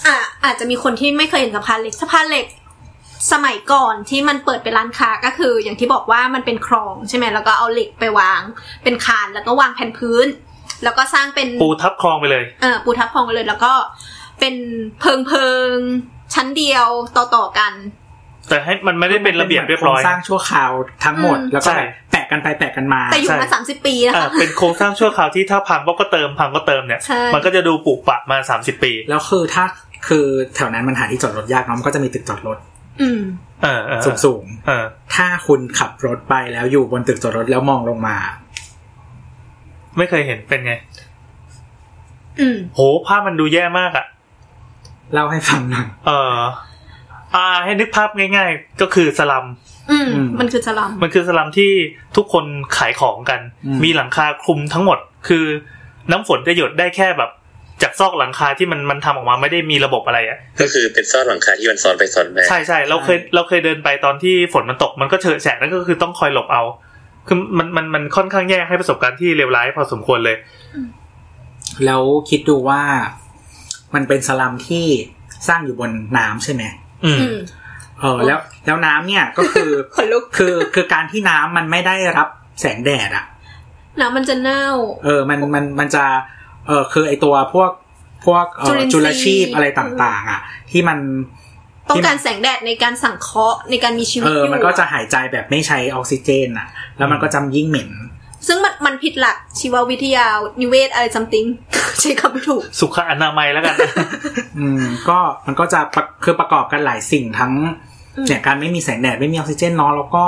Speaker 5: อ่ะอาจจะมีคนที่ไม่เคยเห็นสะพานเหล็กสะพานเหล็ก สมัยก่อนที่มันเปิดเป็นร้านค้าก็คือ อย่างที่บอกว่ามันเป็นคลองใช่ไหมแล้วก็เอาเหล็กไปวาง เป็นคานแล้วก็วางแผ่นพื้น แล้วก็สร้างเป็น
Speaker 4: ปูทับคลองไปเลย
Speaker 5: เออปูทับพองไปเลยแล้วก็เป็นเพิงเพิงๆชั้นเดียวต่อต่อๆกัน
Speaker 4: แต่ให้มันไม่ได้เป็นระเบียบเรียบร้อย
Speaker 3: โคงสร้างชั่วคราวทั้งหมด
Speaker 5: อืม
Speaker 3: แล้วก็
Speaker 4: ใช่
Speaker 3: แปะกันไปแปะกันมา
Speaker 5: แต่อยู่มา
Speaker 4: ใช่
Speaker 5: สามสิบปีนะ
Speaker 4: อ่า
Speaker 5: คะ
Speaker 4: เป็นโครงสร้างชั่วคราวที่ถ้าพังก็เติมพังก็เติมเนี่ย
Speaker 5: ใช่
Speaker 4: มันก็จะดูปลูกปะมาสามสิบปี
Speaker 3: แล้วคือถ้าคือแถวนั้นมันหาที่จอดรถยากเน้อะมันก็จะมีตึกจอดรถ
Speaker 5: อืม
Speaker 4: เออเออ
Speaker 3: สูงสูง
Speaker 4: เออ
Speaker 3: ๆถ้าคุณขับรถไปแล้วอยู่บนตึกจอดรถแล้วมองลงมา
Speaker 4: ไม่เคยเห็นเป็นไง
Speaker 5: อืม
Speaker 4: โหภาพมันดูแย่มากอ่ะ
Speaker 3: เล่าให้ฟังหน่อย
Speaker 4: เอออ่า ให้นึกภาพง่าย ๆ ก็คือสลัม
Speaker 5: อืม
Speaker 3: อืม
Speaker 5: มันคือสลัม
Speaker 4: มันคือสลัมที่ทุกคนขายของกัน
Speaker 3: อืม
Speaker 4: มีหลังคาคลุมทั้งหมด คือน้ำฝนจะหยดได้แค่แบบจากซอกหลังคาที่มันมันทำออกมาไม่ได้มีระบบอะไรอ่ะ
Speaker 2: ก็คือเป็นซ่อนหลังคาที่มันซ้อนไปซ้อนมา
Speaker 4: ใช่ใช่เราเคยเราเคยเดินไปตอนที่ฝนมันตกมันก็เฉอะแฉะนั่นก็คือต้องคอยหลบเอา คือมันมันมันค่อนข้างแย่ให้ประสบการณ์ที่เลวร้ายพอสมควรเลย
Speaker 3: แล้วคิดดูว่ามันเป็นสลัมที่สร้างอยู่บนน้ำใช่ไหม
Speaker 4: อืม
Speaker 5: อืม
Speaker 3: เออแล้วแล้วน้ำเนี่ยก็คือ
Speaker 5: ขนลุก
Speaker 3: คือคือการที่น้ำมันไม่ได้รับแสงแดดอ่ะ
Speaker 5: น้ำมันจะเน่า
Speaker 3: เออ มัน มัน มันจะ เออคือไอตัวพวก พวกเอ่อ
Speaker 5: จุลินทรีย์
Speaker 3: จุลชีพอะไรต่างๆ อ่ะ ที่มัน
Speaker 5: ต้องการแสงแดดในการสังเคราะห์ในการมีชีวิ
Speaker 3: เอ
Speaker 5: ต
Speaker 3: อ
Speaker 5: อยู่
Speaker 3: มันก็จะหายใจแบบไม่ใช้ออกซิเจนอ่ะ แล้วมันก็จะยิ่งเหม็น
Speaker 5: ซึ่งมันมันผิดหลักชีววิทยา นิเวศอะไรซัมติง ใช้คำไม่ถูก
Speaker 4: สุขอนามัยแล้วกัน
Speaker 3: อืม ก็ มันก็จะประคือประกอบกันหลายสิ่งทั้ง
Speaker 5: อืม
Speaker 3: เนี่ย การไม่มีแสงแดด ไม่มีออกซิเจนเนอะแล้วก็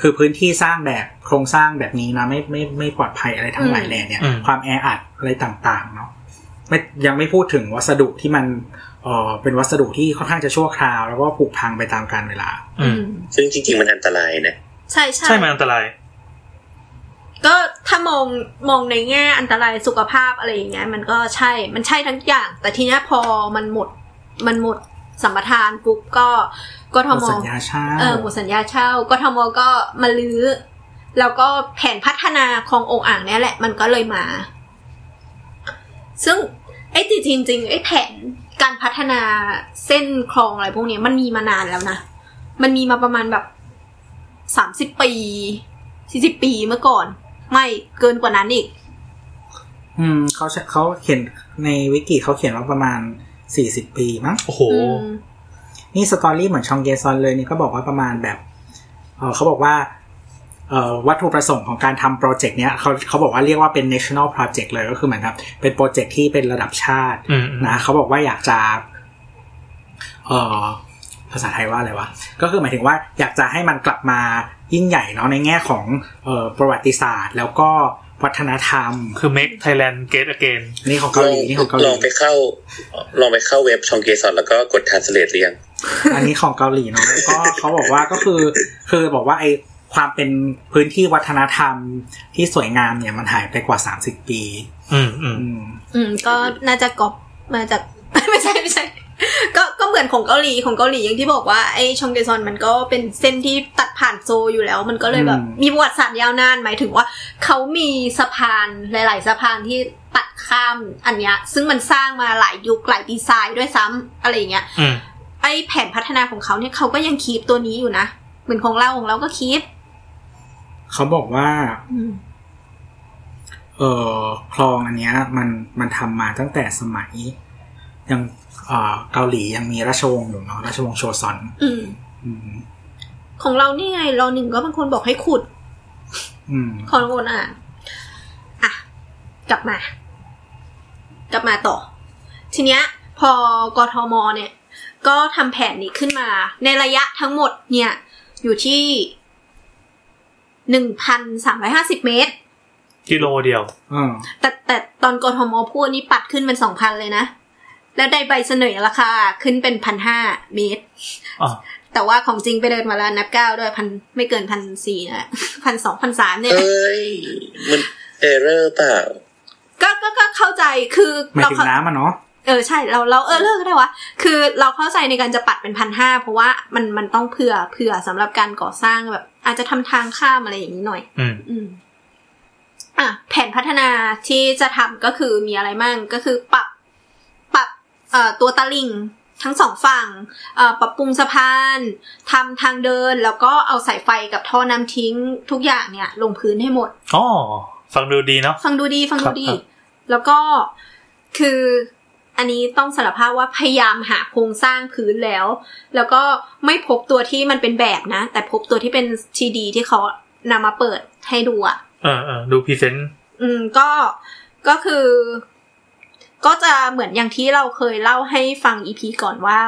Speaker 3: คือพื้นที่สร้างแบบโครงสร้างแบบนี้นะ ไม่ ไม่ ไม่ปลอดภัยอะไรทั้งหลายแหล่เนี่ย
Speaker 4: อืม
Speaker 3: ความแออัดอะไรต่างๆ เนอะไม่ ยังไม่พูดถึงวัสดุที่มัน เออเป็นวัสดุที่ค่อนข้างจะชั่วคราว แล้วก็ผุพังไปตามกาลเวลา
Speaker 4: อืม
Speaker 5: อืม
Speaker 2: ซึ่งจริง ๆ มันอันตรายนะ
Speaker 5: ใช่ใช่
Speaker 4: ใช่มันอันตราย
Speaker 5: ก็ถ้ามองมองในแง่อันตรายสุขภาพอะไรอย่างเงี้ย มันก็ใช่ มันใช่ทั้งอย่าง แต่ทีเนี้ยพอมันหมดมันหมดสัมปทานปุ๊บก็กท
Speaker 3: หม
Speaker 5: ม
Speaker 3: ดสัญญาเช่า
Speaker 5: เออหมดสัญญาเช่ากทมก็มาลื้อ แล้วก็แผนพัฒนาขององค์อ่างเนี่ยแหละ มันก็เลยมา ซึ่งไอ้จริงจริงๆไอ้แผนการพัฒนาเส้นคลองอะไรพวกเนี้ยมันมีมานานแล้วนะ มันมีมาประมาณแบบสามสิบปีสี่สิบปีเมื่อก่อน ไม่เกินกว่านั้นอีก
Speaker 3: อืมเขาใช้เขาเขียนในวิกิเขาเขียนว่าประมาณสี่สิบปีมั้ง
Speaker 4: โอ้โห
Speaker 5: อืม
Speaker 3: นี่สตอรี่เหมือนชองเยซอนเลยนี่ก็บอกว่าประมาณแบบเออเขาบอกว่าเอ่อวัตถุประสงค์ของการทำโปรเจกต์เนี้ยเขาเขาบอกว่าเรียกว่าเป็น national project เลยก็คือเหมือนครับเป็นโปรเจกต์ที่เป็นระดับชาติ
Speaker 4: อืมอืม
Speaker 3: นะเขาบอกว่าอยากจะเออภาษาไทยว่าอะไรวะ ก็คือหมายถึงว่าอยากจะให้มันกลับมายิ่งใหญ่เนาะในแง่ของเอ่อประวัติศาสตร์ แล้วก็วัฒนธรรม
Speaker 4: คือ make Thailand great again
Speaker 3: นี่ของเกาหลีนี่ของเกาห
Speaker 2: ล
Speaker 3: ลี
Speaker 2: องไปเข้า ลองไปเข้าเว็บชองเกซอนแล้วก็กดทานสเลตหรือยัง
Speaker 3: อันนี้ของเกาหลีเนาะแล้วก็เขาบอกว่าก็คือ คือบอกว่าไอความเป็นพื้นที่วัฒนธรรมที่สวยงามเนี่ยมันหายไปกว่า 30 ปี
Speaker 4: อืมอืม
Speaker 3: อืม
Speaker 5: อืม ก็น่าจะกอบมาจาก ไม่ใช่ไม่ใช่ ก็ก็เหมือนของเกาหลีของเกาหลีอย่างที่บอกว่าไอ้ชองเดซอนมันก็เป็นเส้นที่ตัดผ่านโซลอยู่แล้ว มันก็เลยแบบมีประวัติศาสตร์ยาวนานหมายถึงว่า เขามีสะพานหลาย ๆ สะพานที่ตัดข้ามอันเนี้ย ซึ่งมันสร้างมาหลายยุคหลายดีไซน์ด้วยซ้ำอะไรอย่างเงี้ย
Speaker 4: อืม
Speaker 5: ไอ้แผนพัฒนาของเขาเนี่ยเขาก็ยังคีปตัวนี้อยู่นะเหมือนของเราของเราก็คีป
Speaker 3: เขาบอกว่า
Speaker 5: อืม
Speaker 3: เอ่อคลองอันเนี้ยมันมันทำมาตั้งแต่สมัย ยังเอ่อเกาหลียังมีราชวงศ์อยู่เนาะราชวงศ์โชซอน
Speaker 5: อืม
Speaker 3: อืม
Speaker 5: ของเรานี่ไงรอหนึ่งก็เป็นคนบอกให้ขุด
Speaker 3: อืม
Speaker 5: คอนโวนอ่ะอ่ะ กลับมา กลับมาต่อ ทีเนี้ย พอกทมเนี่ย ก็ทำแผนนี้ขึ้นมา ในระยะทั้งหมดเนี่ย อยู่ที่หนึ่งพันสามร้อยห้าสิบเมตร
Speaker 4: กิโลเดียว
Speaker 3: เออ
Speaker 5: แต่แต่ตอนกทมพูดนี่ปัดขึ้นเป็นสองพันเลยนะ แล้วได้ใบเสนอราคาขึ้นเป็นพันห้าเมตร
Speaker 4: อ่ะ
Speaker 5: แต่ว่าของจริงไปเดินมาแล้วนับเก้าด้วยพันไม่เกินพันสี่ นะพันสองพันสามเนี่ย
Speaker 2: เอ้ย มันเอเรอร์เปล่า
Speaker 5: ก็ก็ก็เข้าใจคือ
Speaker 3: หมาย
Speaker 5: เรา
Speaker 3: ถึง
Speaker 5: เข้า
Speaker 3: น้ำอ่ะเนาะ
Speaker 5: เออใช่เราเราเออเลิกก็ได้วะคือเราเข้าใจในการจะปัดเป็นพันห้าเพราะว่ามันมันต้องเผื่อเผื่อสำหรับการก่อสร้างแบบ อาจจะทำทางข้ามอะไรอย่างนี้หน่อย
Speaker 4: อืม
Speaker 5: อืมอ่ะแผนพัฒนาที่จะทำก็คือมีอะไรมั่งก็คือปรับ ปรับเอ่อตัวตะลิง ทั้งสองฝั่งเอ่อปรับปรุงสะพานทำทางเดินแล้วก็เอาสายไฟกับท่อน้ำทิ้งทุกอย่างเนี่ย ลงพื้นให้หมด
Speaker 4: อ๋อฟังดูดีเนาะ
Speaker 5: ฟังดูดีฟัง
Speaker 4: ครั
Speaker 5: ดู
Speaker 4: บ
Speaker 5: ดี
Speaker 4: ครับ
Speaker 5: แล้วก็คืออันนี้ต้องสารภาพว่าพยายามหาโครงสร้างพื้นแล้ว แล้วก็ไม่พบตัวที่มันเป็นแบบนะ แต่พบตัวที่เป็นทีดีที่เขานำมาเปิดให้ดูอะ
Speaker 4: เออเออดูพรีเซนต์
Speaker 5: อืมก็ก็คือ ก็จะเหมือนอย่างที่เราเคยเล่าให้ฟังอีพีก่อนว่า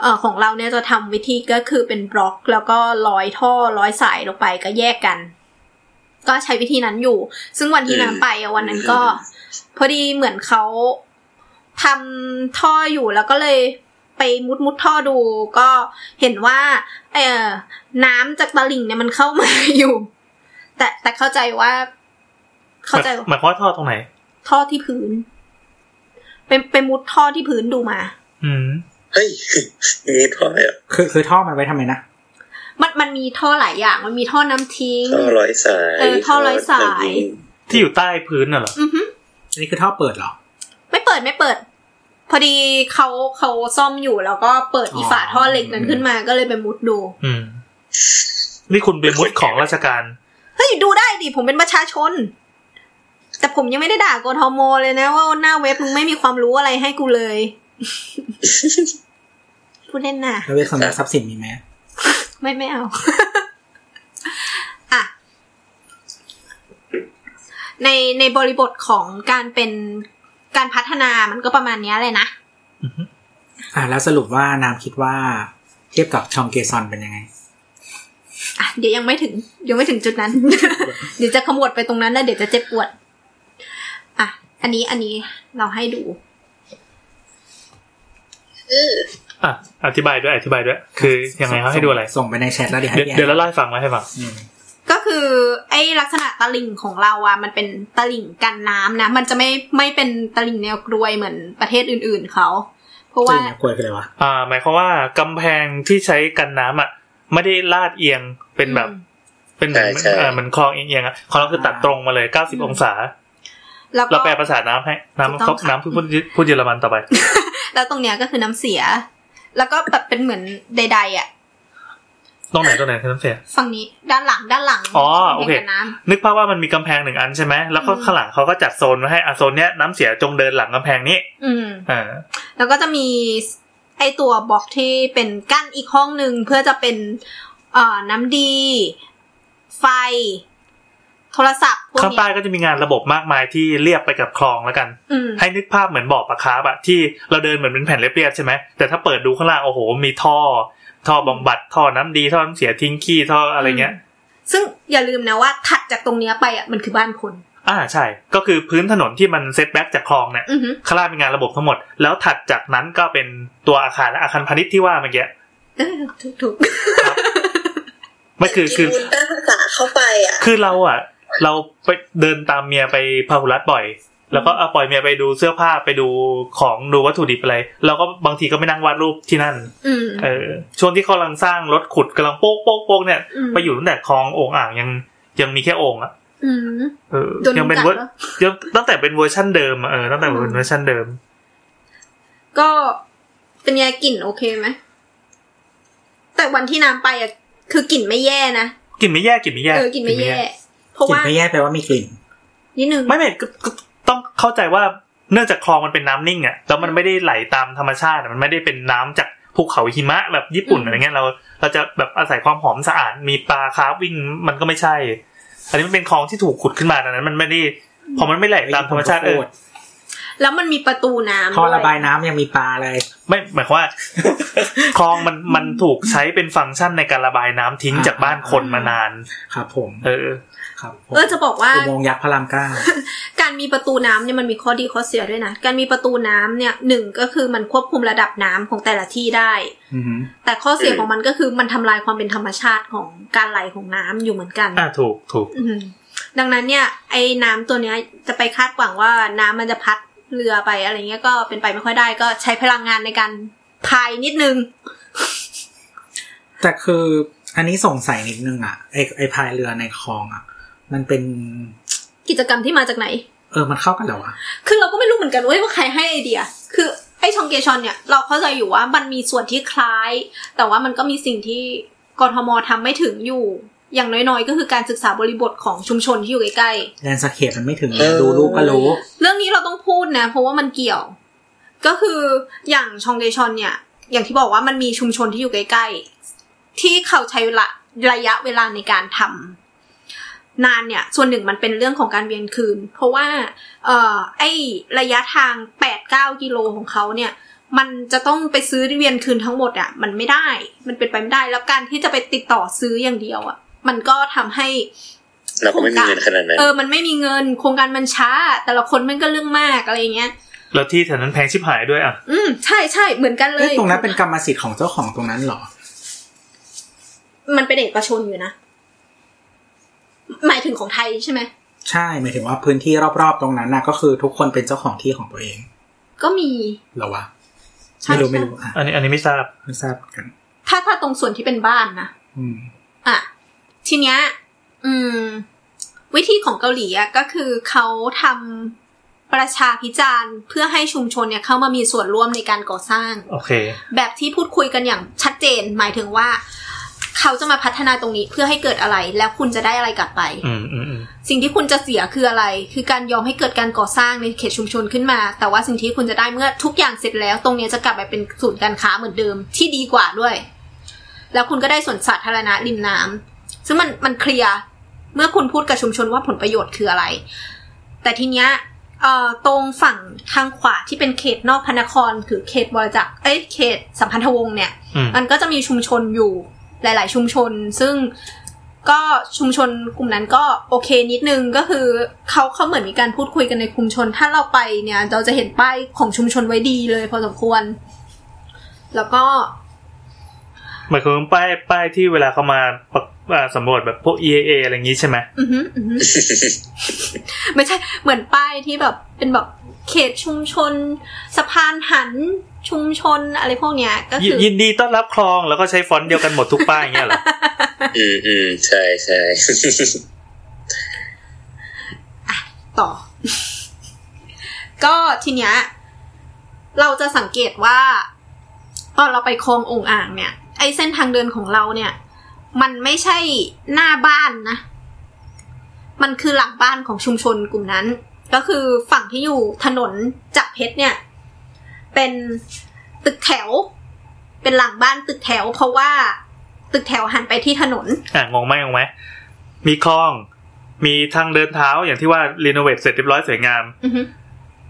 Speaker 5: เออของเราเนี่ยจะทำวิธีก็คือเป็นบล็อก แล้วก็ร้อยท่อร้อยสายลงไปก็แยกกัน ก็ใช้วิธีนั้นอยู่ ซึ่งวันที่
Speaker 2: อืม
Speaker 5: น้ำไปอะวันนั้นก็ พอดีเหมือนเขาทำท่ออยู่แล้วก็เลยไปมุดมุดท่อดูก็เห็นว่า เออน้ำจากตะลิ่งเนี่ยมันเข้ามาอยู่ แต่แต่เข้าใจว่า เข้าใจ
Speaker 4: หมายความว่าท่อตรงไหน
Speaker 5: ท่อที่พื้น เป็นเป็นมุดท่อที่พื้นดูมา
Speaker 4: อืม
Speaker 2: เฮ้ยมีท่อเหรอ
Speaker 3: คือคือท่อมันไว้ทำไมนะ
Speaker 5: มันมันมีท่อหลายอย่าง มันมีท่อน้ำทิ้ง
Speaker 2: ท่อร้อยสาย
Speaker 5: เออท่อร้อยสาย
Speaker 2: น้ำง
Speaker 4: ที่อยู่ใต้พื้นน่ะเหรอ
Speaker 5: อือฮึ
Speaker 3: อันนี้คือท่อเปิดเหรอ
Speaker 5: ไม่เปิดไม่เปิด พอดีเขาเขาซ่อมอยู่แล้วก็เปิด
Speaker 3: อ๋ออี
Speaker 5: อีฝาท่อเหล็กนั้นขึ้นมาก็เลยไปมุดดู
Speaker 4: อืม นี่คุณไปมุดของราชการ
Speaker 5: เฮ้ย ดูได้ดิ ผมเป็นประชาชน แต่ผมยังไม่ได้ด่ากทมเลยนะว่าหน้าเว็บมึงไม่มีความรู้อะไรให้กูเลย พูดเล่นน่ะ
Speaker 3: แล้วเว็บสำนักทรัพย์สินมีไหม
Speaker 5: ไม่ไม่เอา อะในในบริบทของการเป็นการพัฒนามันก็ประมาณเนี้ยเลยนะ
Speaker 3: อ่ะแล้วสรุปว่านามคิดว่า เทียบกับชองเกซอนเป็นยังไง
Speaker 5: อ่ะเดี๋ยวยังไม่ถึง ยังไม่ถึงจุดนั้น เดี๋ยวจะขมวดไปตรงนั้นแล้วเดี๋ยวจะเจ็บปวด อ่ะ อันนี้อันนี้เราให้ดู
Speaker 4: อ่ะ อธิบายด้วย อธิบายด้วย คือยังไงเขาให้ดูอะไร
Speaker 3: ส่งไปในแชทแล้วเดี๋ยวให้
Speaker 4: เดี๋ย
Speaker 3: พี่อ่าน
Speaker 4: วเดี๋ยวเราเล่าให้ฟังไว้ให้ฟัง
Speaker 3: อืม
Speaker 5: ก็คือไอ้ลักษณะตะลิ่งของเราอะมันเป็นตะลิ่งกันน้ำนะ มันจะไม่ไม่เป็นตะลิ่งแนวกรวยเหมือนประเทศอื่นๆเขาเพราะว่า
Speaker 3: จืดเนี่ยกลัวไปเลยวะ
Speaker 4: อ่า หมายความว่ากำแพงที่ใช้กันน้ำอ่ะ ไม่ได้ลาดเอียง เป็นแบบ
Speaker 5: อืม
Speaker 4: เป็นเหมือน
Speaker 2: ใช่ใช่
Speaker 4: เออเหมือนคลองเอียงๆอ่ะ ของเราคือตัดตรงมาเลย 90 องศา
Speaker 5: แล้ว
Speaker 4: เรา
Speaker 5: ก็
Speaker 4: แปลภาษาน้ำให้
Speaker 5: ถูกต้อง
Speaker 4: น้ำเขา
Speaker 5: ค่ะ
Speaker 4: น้ำพูดพูดพูดเยอรมันต่อไป
Speaker 5: แล้วตรงเนี้ยก็คือน้ำเสีย แล้วก็แบบเป็นเหมือนใด ๆ อ่ะ
Speaker 4: ตรงไหนตรงไหนคือน้ำเสีย
Speaker 5: ฝั่งนี้ด้านหลังด้านหลัง
Speaker 4: อ๋อโอเค
Speaker 5: แห่งกันน้ำ
Speaker 4: นึกภาพว่ามันมีกำแพงหนึ่งอันใช่ไหม แล้วก็
Speaker 5: อืม
Speaker 4: ข้างหลังเขาก็จัดโซนไว้ให้อ่ะโซนเนี้ยน้ำเสียจงเดินหลังกำแพงนี้
Speaker 5: อืม
Speaker 4: อ่า
Speaker 5: แล้วก็จะมีไอตัวบล็อกที่เป็นกั้นอีกห้องหนึ่งเพื่อจะเป็นเอ่อน้ำดี ไฟ โทรศัพท์พวก
Speaker 4: ข้างใต้
Speaker 5: เนี้ย
Speaker 4: ก็จะมีงานระบบมากมายที่เรียบไปกับคลองแล้วกัน
Speaker 5: อืม
Speaker 4: ให้นึกภาพเหมือนบ่อปลาคาร์ฟอะที่เราเดินเหมือนเป็นแผ่นเรียบๆใช่ไหมแต่ถ้าเปิดดูข้างล่างโอ้โห มีท่อ ท่อบำบัดท่อน้ำดีท่อน้ำเสียทิ้งขี้ท่ออะไรเงี้ย
Speaker 5: ซึ่งอย่าลืมนะว่าถัดจากตรงเนี้ยไปอ่ะมันคือบ้านคน
Speaker 4: อ่าใช่ ก็คือพื้นถนนที่มันเซตแบ็กจากคลองเนี่ย
Speaker 5: อือหือ
Speaker 4: ข้างล่างเป็นงานระบบทั้งหมด แล้วถัดจากนั้นก็เป็นตัวอาคารและอาคารพาณิชย์ที่ว่าเมื่อกี้
Speaker 5: เออ ถูกถูก
Speaker 4: มันคือคือ
Speaker 6: คุณตั้งภาษาเข้าไปอ่ะ
Speaker 4: คือเราอ่ะ เราไปเดินตามเมียไปพาหุรัตบ่อย แล้วก็เอาปล่อยเมียไปดูเสื้อผ้าไปดูของดูวัตถุดิบอะไรเราก็บางทีก็ไปนั่งวาดรูปที่นั่น
Speaker 5: ๆอืม
Speaker 4: เออช่วงที่เขากำลังสร้างรถขุดกำลังโป๊กโป๊กโป๊กเนี่ย
Speaker 5: ม
Speaker 4: ไปอยู่ตั้งแต่คลองโอ่งอ่างยังยังมีแค่โอ่งอ่ะ
Speaker 5: อืม
Speaker 4: เออ
Speaker 5: โดน
Speaker 4: ยังเป็น
Speaker 5: กัด
Speaker 4: เวอร์
Speaker 5: หรอ
Speaker 4: ยังตั้งแต่เป็นเวอร์ชั่นเดิมอะเออตั้งแต่เป็นเวอร์ชันเดิม
Speaker 5: ก็เป็นไงกลิ่นโอเคไหม แต่วันที่น้ำไปอะคือกลิ่นไม่แย่นะ
Speaker 4: กลิ่นไม่แย่กลิ่นไม่แย่
Speaker 5: เออกลิ่นไม่แย่ เพราะ
Speaker 3: กลิ่น
Speaker 5: ว่า
Speaker 3: ไม่แย่แปลว่ามีกลิ่น
Speaker 5: นิดนึง
Speaker 4: ไม่ไม่ก็ก็ต้องเข้าใจว่าเนื่องจากคลองมันเป็นน้ำนิ่งอ่ะแล้วมันไม่ได้ไหลตามธรรมชาติอะมันไม่ได้เป็นน้ำจากภูเขาหิมะแบบญี่ปุ่นอะไรเงี้ยเราเราจะแบบอาศัยความหอมสะอาดมีปลาคาร์ฟวิ่งมันก็ไม่ใช่ อันนี้มันเป็นคลองที่ถูกขุดขึ้นมาดังนั้น มันไม่ได้พอมันไม่ไหลตามธรรมชาติเออ
Speaker 5: แล้วมันมีประตูน้ำ
Speaker 3: ท่อ
Speaker 5: ด้วย
Speaker 3: ระบายน้ำยังมีปลาเลย
Speaker 4: ไม่หมายความว่า คลองมันมันถูกใช้เป็นฟังก์ชันในการระบายน้ำทิ้ง
Speaker 3: อ่า
Speaker 4: จากบ้านคนมานาน
Speaker 3: ครับผม
Speaker 4: เออ
Speaker 3: ครับผม
Speaker 5: เออจะบอกว่า
Speaker 3: อุโมงค์ยักษ์พระราม เก้า
Speaker 5: การมีประตูน้ำเนี่ยมันมีข้อดีข้อเสียด้วยนะ การมีประตูน้ำเนี่ยหนึ่งก็คือมันควบคุมระดับน้ำของแต่ละที่ได้
Speaker 3: อือหือ
Speaker 5: แต่ข้อเสียของมันก็คือมันทำลายความเป็นธรรมชาติของการไหลของน้ำอยู่เหมือนกัน
Speaker 4: อ่าถูกถูก
Speaker 5: อืมดังนั้นเนี่ยไอ้น้ำตัวเนี้ยจะไปคาดหวังว่าน้ำมันจะพัดเรือไปอะไรเงี้ยก็เป็นไปไม่ค่อยได้ก็ใช้พลังงานในการพายนิดนึง
Speaker 3: แต่คืออันนี้สงสัยนิดนึงอ่ะไอไอพายเรือในคลองอ่ะ มันเป็น
Speaker 5: กิจกรรมที่มาจากไหน
Speaker 3: เออมันเข้ากันเหรอวะ
Speaker 5: คือเราก็ไม่รู้เหมือนกันเว้ยว่าใครให้ไอเดีย คือไอ ไอ้ชองเกชอนเนี่ยเราเข้าใจอยู่ว่ามันมีส่วนที่คล้าย แต่ว่ามันก็มีสิ่งที่กทมทำไม่ถึงอยู่ อย่างน้อยๆ ก็คือการศึกษาบริบทของชุมชนที่อยู่ใกล้ๆ
Speaker 3: แลนสเคปมันไม่ถึงเลยดูรูปก็รู้
Speaker 5: เรื่องนี้เราต้องพูดนะ เพราะว่ามันเกี่ยว ก็คืออย่างชองเดชอนเนี่ย อย่างที่บอกว่ามันมีชุมชนที่อยู่ใกล้ๆ ที่เขาใช้เวลาระยะเวลาในการทำนานเนี่ย ส่วนหนึ่งมันเป็นเรื่องของการเวียนคืน เพราะว่า เอ่อไอระยะทาง 8-9 กิโลของเขาเนี่ย มันจะต้องไปซื้อเวียนคืนทั้งหมดอะ่ะ มันไม่ได้ มันเป็นไปไม่ได้ แล้วการที่จะไปติดต่อซื้ออย่างเดียวอะ่ะ มันก็ทำให้
Speaker 2: เราก็ไม่มีเงินขนาดนั้น
Speaker 5: เออ มันไม่มีเงิน โครงการมันช้า แต่ละคนมันก็เรื่องมากอะไรอย่างเงี้ย
Speaker 4: แล้วที่แถวนั้นแพงชิบหายด้วยอ่ะ
Speaker 5: อืม ใช่ใช่ เหมือนกันเล
Speaker 3: เอ้ย
Speaker 5: ย
Speaker 3: ตรงนั้นเป็นกรรมสิทธิ์ของเจ้าของตรงนั้นเหรอ
Speaker 5: มันเป็นเอกชนอยู่นะ หมายถึงของไทยใช่ไหม
Speaker 3: ใช่หมายถึงว่าพื้นที่รอบๆตรงนั้นน่ะก็คือทุกคนเป็นเจ้าของที่ของตัวเอง
Speaker 5: ก็มี
Speaker 3: เหรอวะ
Speaker 5: ใช่
Speaker 3: ไม่รู้
Speaker 5: ใช่
Speaker 3: ไม่รู้อ่ะ
Speaker 4: อันนี้อันนี้ไม่ทราบ
Speaker 3: ไม่ทราบเหมือนกัน
Speaker 5: ถ้าถ้าตรงส่วนที่เป็นบ้านนะ
Speaker 3: อืม
Speaker 5: อ่ะ ทีเนี้ย อืม วิธีของเกาหลีอ่ะก็คือเขาทำประชาพิจารณ์เพื่อให้ชุมชนเนี่ยเข้ามามีส่วนร่วมในการก่อสร้าง
Speaker 4: โอเค
Speaker 5: แบบที่พูดคุยกันอย่างชัดเจน หมายถึงว่า เขาจะมาพัฒนาตรงนี้เพื่อให้เกิดอะไร แล้วคุณจะได้อะไรกลับไป
Speaker 4: อืมอืมอืม
Speaker 5: สิ่งที่คุณจะเสียคืออะไร คือการยอมให้เกิดการก่อสร้างในเขตชุมชนขึ้นมา แต่ว่าสิ่งที่คุณจะได้เมื่อทุกอย่างเสร็จแล้ว ตรงเนี้ยจะกลับไปเป็นศูนย์การค้าเหมือนเดิมที่ดีกว่าด้วย แล้วคุณก็ได้สวนสาธารณะริมน้ำซึ่งมันมันเคลียร์เมื่อคุณพูดกับชุมชนว่าผลประโยชน์คืออะไร แต่ทีเนี้ยเอ่อตรงฝั่งทางขวาที่เป็นเขตนอกพระนครคือเขตบรจักรเอ้ยเขตสัมพันธวงศ์เนี่ย
Speaker 4: อืม
Speaker 5: มันก็จะมีชุมชนอยู่หลาย ๆ ชุมชน ซึ่งก็ชุมชนกลุ่มนั้นก็โอเคนิดนึงก็คือเขาเขาเหมือนมีการพูดคุยกันในชุมชน ถ้าเราไปเนี่ย เราจะเห็นป้ายของชุมชนไว้ดีเลยพอสมควร แล้วก็
Speaker 4: หมายความว่าป้ายป้ายที่เวลาเขามาประอ่าสำรวจแบบพวก EAA อะไรอย่างงี้ใช่ไหม
Speaker 5: อือหืออือหือ ไม่ใช่เหมือนป้ายที่แบบเป็นแบบเขตชุมชน สะพานหันชุมชนอะไรพวกเนี้ย ก็
Speaker 4: ย
Speaker 5: คือ
Speaker 4: ยินดีต้อนรับคลองแล้วก็ใช้ฟอนต์เดียวกันหมดทุกป้ายอย่างเงี้ยเหรอ
Speaker 2: อืมอืมใช่ใช่
Speaker 5: ต่อ ก็ทีเนี้ยเราจะสังเกตว่า ตอนเราไปคลององอ่างเนี่ย ไอเส้นทางเดินของเราเนี่ย มันไม่ใช่หน้าบ้านนะ มันคือหลังบ้านของชุมชนกลุ่มนั้น ก็คือฝั่งที่อยู่ถนนจักรเพชรเนี่ย เป็นตึกแถว เป็นหลังบ้านตึกแถว เพราะว่าตึกแถวหันไปที่ถนน
Speaker 4: อ่ะงงไหมงงไหมมีคลอง มีทางเดินเท้าอย่างที่ว่ารีโนเวทเสร็จเรียบร้อยสวยงาม
Speaker 5: อือฮึ